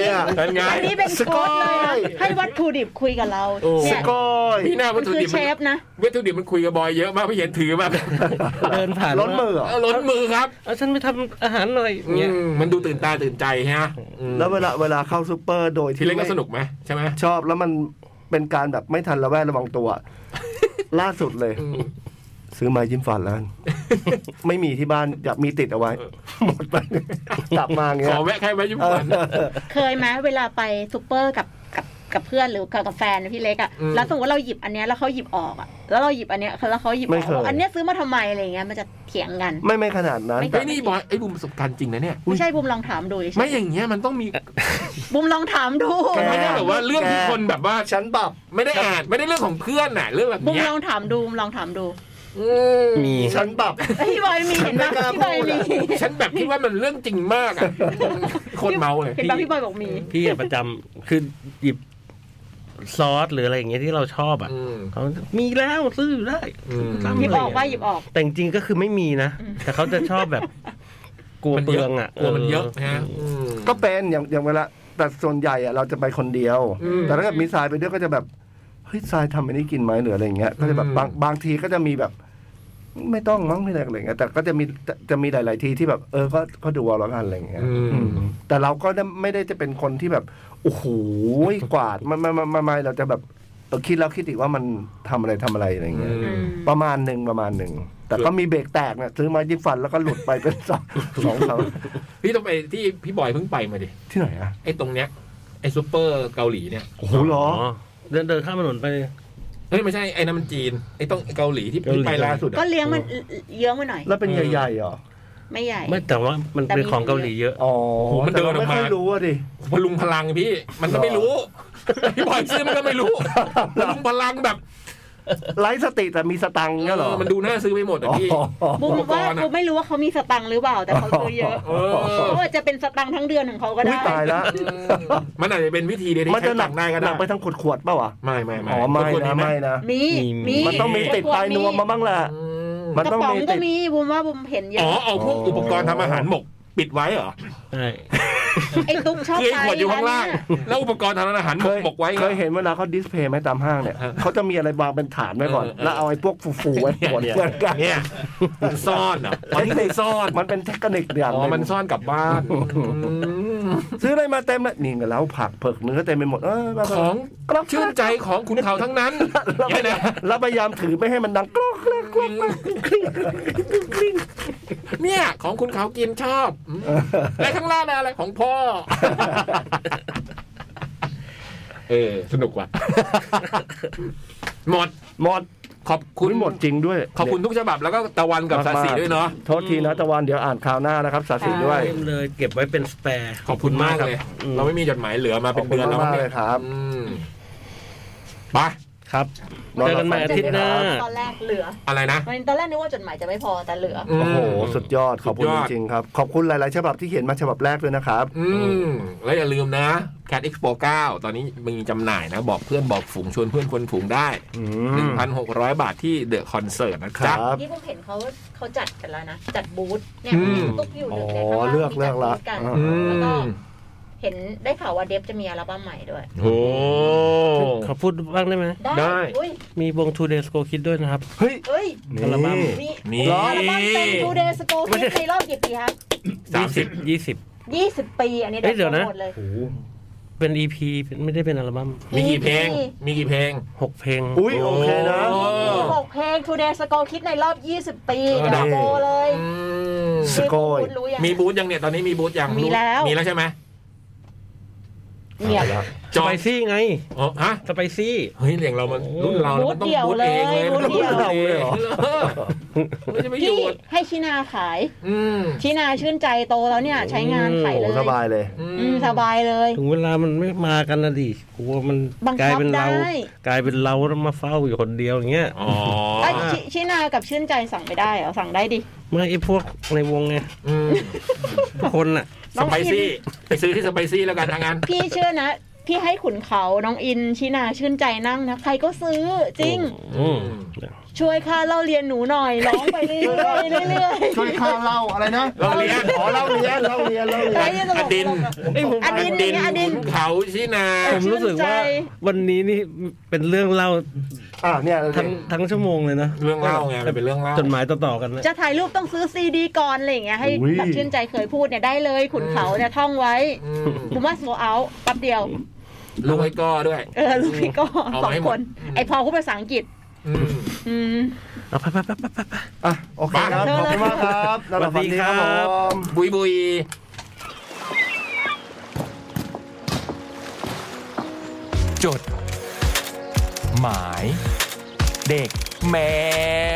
เนี่ย
นั่นไง
อันนี้เป็น
ส
โค้
กอ
ดเลยนะ
ย
ให้วัตถุดิบคุยกับเรา
โอ้
ส
เนี่ย
กอย
พี่หน้าวั
มั
ต
น
ถุ
คือ
ดิบ
เชฟนะ
วัตถุดิบมันคุยกับบอยเยอะมากพี่เห็นถือมา
เดินผ่าน
ร้อนมือเหรอ
ล้นมือครับ
เอาฉันไปทำอาหารหน่อย
อื
เนี่ย
มมันดูตื่นตาตื่นใจฮะอืม
แล้วเวลาเวลาเข้าซูเปอร์โดย
ที
ที่
เล่นก็
ไม่
สนุกไหมใช่ไหม
ชอบแล้วมันเป็นการแบบไม่ทันระแวดระวังตัว ล่าสุดเลย
อืม
ซื้อไม้ยิ้มฝันแล้ว กันไม่มีที่บ้านอยากมีติดเอาไว้ หมดไปกลับมาอย่าง
ข
เงี้ย
อแวะใครไว้ยุ่งก่อน
เคยไหมเวลาไปซูเปอร์กับกับ กับเพื่อนหรือกับแฟนพี่เล็กอ่ะ
อืม
แล้วสมมติเราหยิบอันเนี้ยแล้วเขาหยิบออกอ่ะแล้วเราหยิบอันเนี้ยแล้วเขาหยิบอ
ไม่
อก
เคย
บอกอันเนี้ยซื้อมาทำไมอะไรอย่างเงี้ยมันจะเถียงกัน
ไม่ไม่ขนาดนั้น
ไม่
ไอ้ยนี่บอยไอ้บูมประสบการณ์จริงนะเนี่ย
ไม่ใช่บุมลองถามดูเฉยๆ
ไม่อย่างเงี้ยมันต้องมี
บุมลองถามดู
มันไม่ได้แบบว่าเรื่องที่คนแบบว่า
ฉันปรับ
ไม่ได้อ่านไม่ได้เรื่องของเพื่อนน่ะเรื่องแบบ
บุม
เนี้ย
ลองถามดูบุมลองถามดู
อืม
มี
ฉันปรับ
เอ้ยพี่บอยมีเห็นไหม
ไม่กล้า
พี่บอยม
พูด
ี
อะ
ฉันแบบคิดว่ามันเรื่องจริงมาก อ่ะโคนเมาเลย
เห็นไหมพี่บอยบอกมี
พี่อะประจำคือหยิบซอสหรืออะไรอย่างเงี้ยที่เราชอบอ่ะ
อืม
เขามีแล้วซื้ออยู่ได้
อืม
ทำะ
ห
ไร
ยิบออกว่าหยิบออก
แต่จริงๆก็คือไม่มีนะ แต่เขาจะชอบแบบ กลัวเปลืองอ่ะ
กลัวมันเยอะนะฮะอืม
ก็เป็นอย่างอย่างเวลาแต่ส่วนใหญ่อะเราจะไปคนเดียว
อืม
แต่ถ้าเกิดมีทรายไปด้วยก็จะแบบเฮ้ยทรายทำอันนี้กินไหมหรืออะไรอย่างเงี้ยก็จะแบบ
อืม
บางบางทีก็จะมีแบบ ไม่ต้องมั้งไม่ได้อะไรอย่างเงี้ยแต่ก็จะมีจะจะมีหลาย ๆ ทีที่แบบ เออก็ก็ดูเอาแล้วกันอะไรอย่างเงี้ย
อื
อื
ม
มแต่เราก็ไม่ได้จะเป็นคนที่แบบโอ้โหกวาดไม่ไม่ไม่ไม่ไม่เราจะแบบเออคิดแล้วคิดอีกว่ามันทำอะไรทำอะไรอะไรอย่า
อื
งเงี้ย
ม
ประมาณหนึ่งประมาณหนึ่ง แต่ก็มีเบรกแตกนะซื้อมายิงฟันแล้วก็หลุดไปเป็นสอง สองสาม
พี่ต้องไปที่พี่บอยเพิ่งไปมาดิ
ที่ไหนอะ
ไอ้ตรงเนี้ยไอ้ซูเปอร์เกาหลีเนี่ย
โอ้โหเหรอ
เดินเดินข้ามถนนไป
เฮ้ยไม่ใช่ไอ้นั่นมันจีนไอ้ต้องเกาหลีที่
เกาหลี
พี่ไปล่าสุดอะ
ก็เลี้ยงมันเลี้ยงมันหน่อย
แล้วเป็นใหญ่ๆเหรอ
ไม่ใหญ่
ไม่แต่ว่ามัน
แต่
เป็
มี
นของเกาหลีเยอะ
อ๋อ
โอ้โหมัน
แต่
เดิน
เรา
ออก
ไม่ค่
มา
อยรู้อะดิ
พลุงพลังพี่ มันก็ไม่รู้พี่บอยซื้อมันก็ไม่รู้พลุงพลังแบบ
ไร้สติแต่มีสตังค์เนี่ยเหรอ
เออมันดูน่าซื้อไปหมดอะ
อ๋อ
พี่
บุม
อุปก
ว่าร
ณ์อะ
บุมไม่รู้ว่าเขามีสตังค์หรือเปล่าแต่เขาซื้อเยอะ
เออ
เขาอาจจะเป็นสตังค์ทั้งเดือนของเขาก็
อุ๊ย
ได้
ตายละ
มันอาจจะเป็นวิธีเดียวที่
มันจะ
ใช้
หนั
ตั
ก
งค์ได้ก็
ห
ได้
นักไปทั้งขวดขวดๆเปล่าวะ
ไม่ไม่ไม่
อ๋อไม่
ควร
นะไม่นะ
มี
มี
มันต้องมีติดปลายนวมมาบ้างแหละ
อืม
มัน
กระ
ต้อง
ป๋อง
มี
ก็
ติด
มีบุมว่าบุมเห็นเย
อ๋อ
อะ
เอาพวกอุปกรณ์ทำอาหารหมก ปิดไว้เหรอ
ใช่
ไอ้ตุ๊กชอบ
คือไอ้
ไป
ขวดอยู่ข้างล่าง
ร้นเนี่ย
แล้วอุปกรณ์ทำอาหารหม
เค
ก
ย
หมกไว้ไง
เคยเห็นเวลาเขาดิสเพย์ไหมตามห้างเนี่ย
ฮะ
เขาจะมีอะไรวางเป็นฐานไว้ก่อน
เออเออ
แล้วเอาไอ้พวกฟูๆไว้ก่อนเพื่อนกัน
เนี่ยซ่อนเหรออ๋อนี่คือซ่อน
มันเป็นเทคนิคอย่าง
อ๋
ห
อ
นึ่ง
มันซ่อนกลับบ้านอืม
ซื้ออะไรมาเต็มเลยนี่เล้าผักเผือกเนื้อเต็มไปหมดเออแล้วก็
ของ
กรอบ
ชื่นใจของขุนเขาทั้งนั้น
แล้ว
เนี่ยนะ
แล้วพยายามถือไม่ให้มันดังกรอกกรอกกรอกกรอก
เนี่ย ของขุนเขากินชอบอืมและข้างล่างน่ะอะไรของ พ่อ เออ สนุกว่ะ หมด
หมด
ขอบคุณ
หมดจริงด้วย
ขอบคุณทุกฉบับแล้วก็ตะวันกับสาสีด้วยเนาะ
โทษทีนะตะวันเดี๋ยวอ่านข่าวหน้านะครับสาธิตด้วย
เต็มเลยเก็บไว้เป็นสแปร์
ขอบคุณมากเลย เราไม่มีจดหมายเหลือมาเป็นเดือนแล้ว
ขอบคุณมากเลยครับ
อืมไป
ครับ เจอกันใหม่อาทิตย์หน้า
ตอนแรกเหลือ
อะไรนะ
วันนี้ตอนแรกนึกว่าจดหมายจะไม่พอแต่เหลือ
โอ้โหสุดยอดขอบคุณ
สุดยอด
จริงๆครับ ขอบคุณหลายๆฉบับที่เขียนมาฉบับแรกด้วยนะครับ
อืม แล้วอย่าลืมนะ Cat Expo 9 ตอนนี้มีจำหน่ายนะ บอกเพื่อนบอกฝูงชวนเพื่อนคนฝูงได้
อืม
1,600 บาทที่เดอะคอนเสิร์ตนะ
ค
จ๊ะ
รับ
นี่ผมเห็นเขาเขาจัดกันแล้วนะ จัดบูธเนี่ย
อืม
มีตุ๊กอยู่หนึ่งใน
อ๋อ
ข้างล่างมีจัดบู
เลือกเลือกละ
ธกัน
อ่า
แล้วก็
อืม
เห็นได้ข่าวว่าเดฟจะมีอัลบั้มใหม่ด้วย
โอ้
ขอพูดบ้างได้ไหม
ได้
ได้อุ้ย
มีวง Two Days Go Kid ด้วยนะครับ
เฮ้ย
เอ้ย
นี่
อัลบั้ม
มี
นี่
อัลบั้มเต็มทูเดย์สโกฟิในรอบกี่ปีคะ
สามสิบ
ยี่สิบ
ยี่สิบปี อันนี้
เอ้ยเดี๋ยวนะ
โปรโมทเลย
เป็น EP ไม่ได้เป็นอัลบั้ม
มีกี่เพลง
มี
มีกี่เพลง
หกเพลง
อุ้ยโอเคนะ
โอ้
มีหกเพลงทูเดย์สโกคิดในรอบ 20 ปี
เออ
เดี๋ยวโกเลย
อืม
สโกย
คุณรู้ยัง
มีบูธยังเนี่ย ตอนนี้มีบูธยัง
มีแล้ว
มีแล้วใช่ไหม
เงียบ
จ
ส
อง
ไปซี่ไง
อ๋อฮะ
สไปซี่
เฮ้ยเรียงเรามันรุ่นเราเนี่ยมันต้องบูทเองเลย
บูธเดี่ยว
บูธอ
เลย
งเออมันจะไม่อยู่
พี่ให้ชินาขาย
อืม
ชินาชื่นใจโตแล้วเนี่ย ใช้งานขาย
โอ้
เลย
สบายเลย
อื
อื
ม
มสบายเลย
ถึงเวลามันไม่มากันนะดิกลัวมัน
บังคับ
กลายเป็นเรา
ได้
กลายเป็นเราแล้วมาเฝ้าอยู่คนเดียวอย่างเงี้ย
อ๋อ
ไอ้ชิชินากับชื่นใจสั่งไปได้เหรอสั่งได้ดิ
ไม่ไอ้พวกในวงไง
อืม
คนอ่ะ
สไปซี่ไปซื้อที่สไปซี่แล้วกันทางนั้น
พี่เชื่อนะ พี่ให้ขุนเขาน้องอินชินาชื่นใจนั่งนะ ใครก็ซื้อจริง
อืม
ช่วยค่าเล่าเรียนหนูหน่อยร้องไปเรื่อยๆเรื่อย
ช่วยค่าเหล่าอะไรนะ
เราเรียน
ขอเหล่าเรียนเหล่าเรียนเหล่าเรียน
ๆ
อดิน
ไอ้ยผม
อดินอย่างเงี้ยอดิน
ขุเขาชินา
ผมรู้สึกว่า
ชื่นใจ
วันนี้นี่เป็นเรื่องเล่า
อ่ะเนี่ย
ทั้งทั้งชั่วโมงเลยนะ
เรื่องเล่าไงมันเป็นเรื่องเล่า
จดหมายต่อๆกันนะ
จะถ่ายรูปต้องซื้อซีดีก่อนอะไรอย่างเงี้ยให้
อุ๊ย
แบบชื่นใจเคยพูดเนี่ยได้เลยขุนเขาเนี่ยท่องไว้
อืม
ผมว่าโซเอาแป๊บเดียว
ลุงไอ้ก้อด้วย
เออลูกพี่ก็
เอา
สอ
มาง ให้หม
ค
ด
น ไอพอพูดภาษาอังกฤษ
อืม
อืม
เอาไปไปไปไปไปไป
อ่ะโอเคครับขอบคุณมากครับนอนหลับฝันดีครับผม
บุยบุย จด หมาย เด็กแมว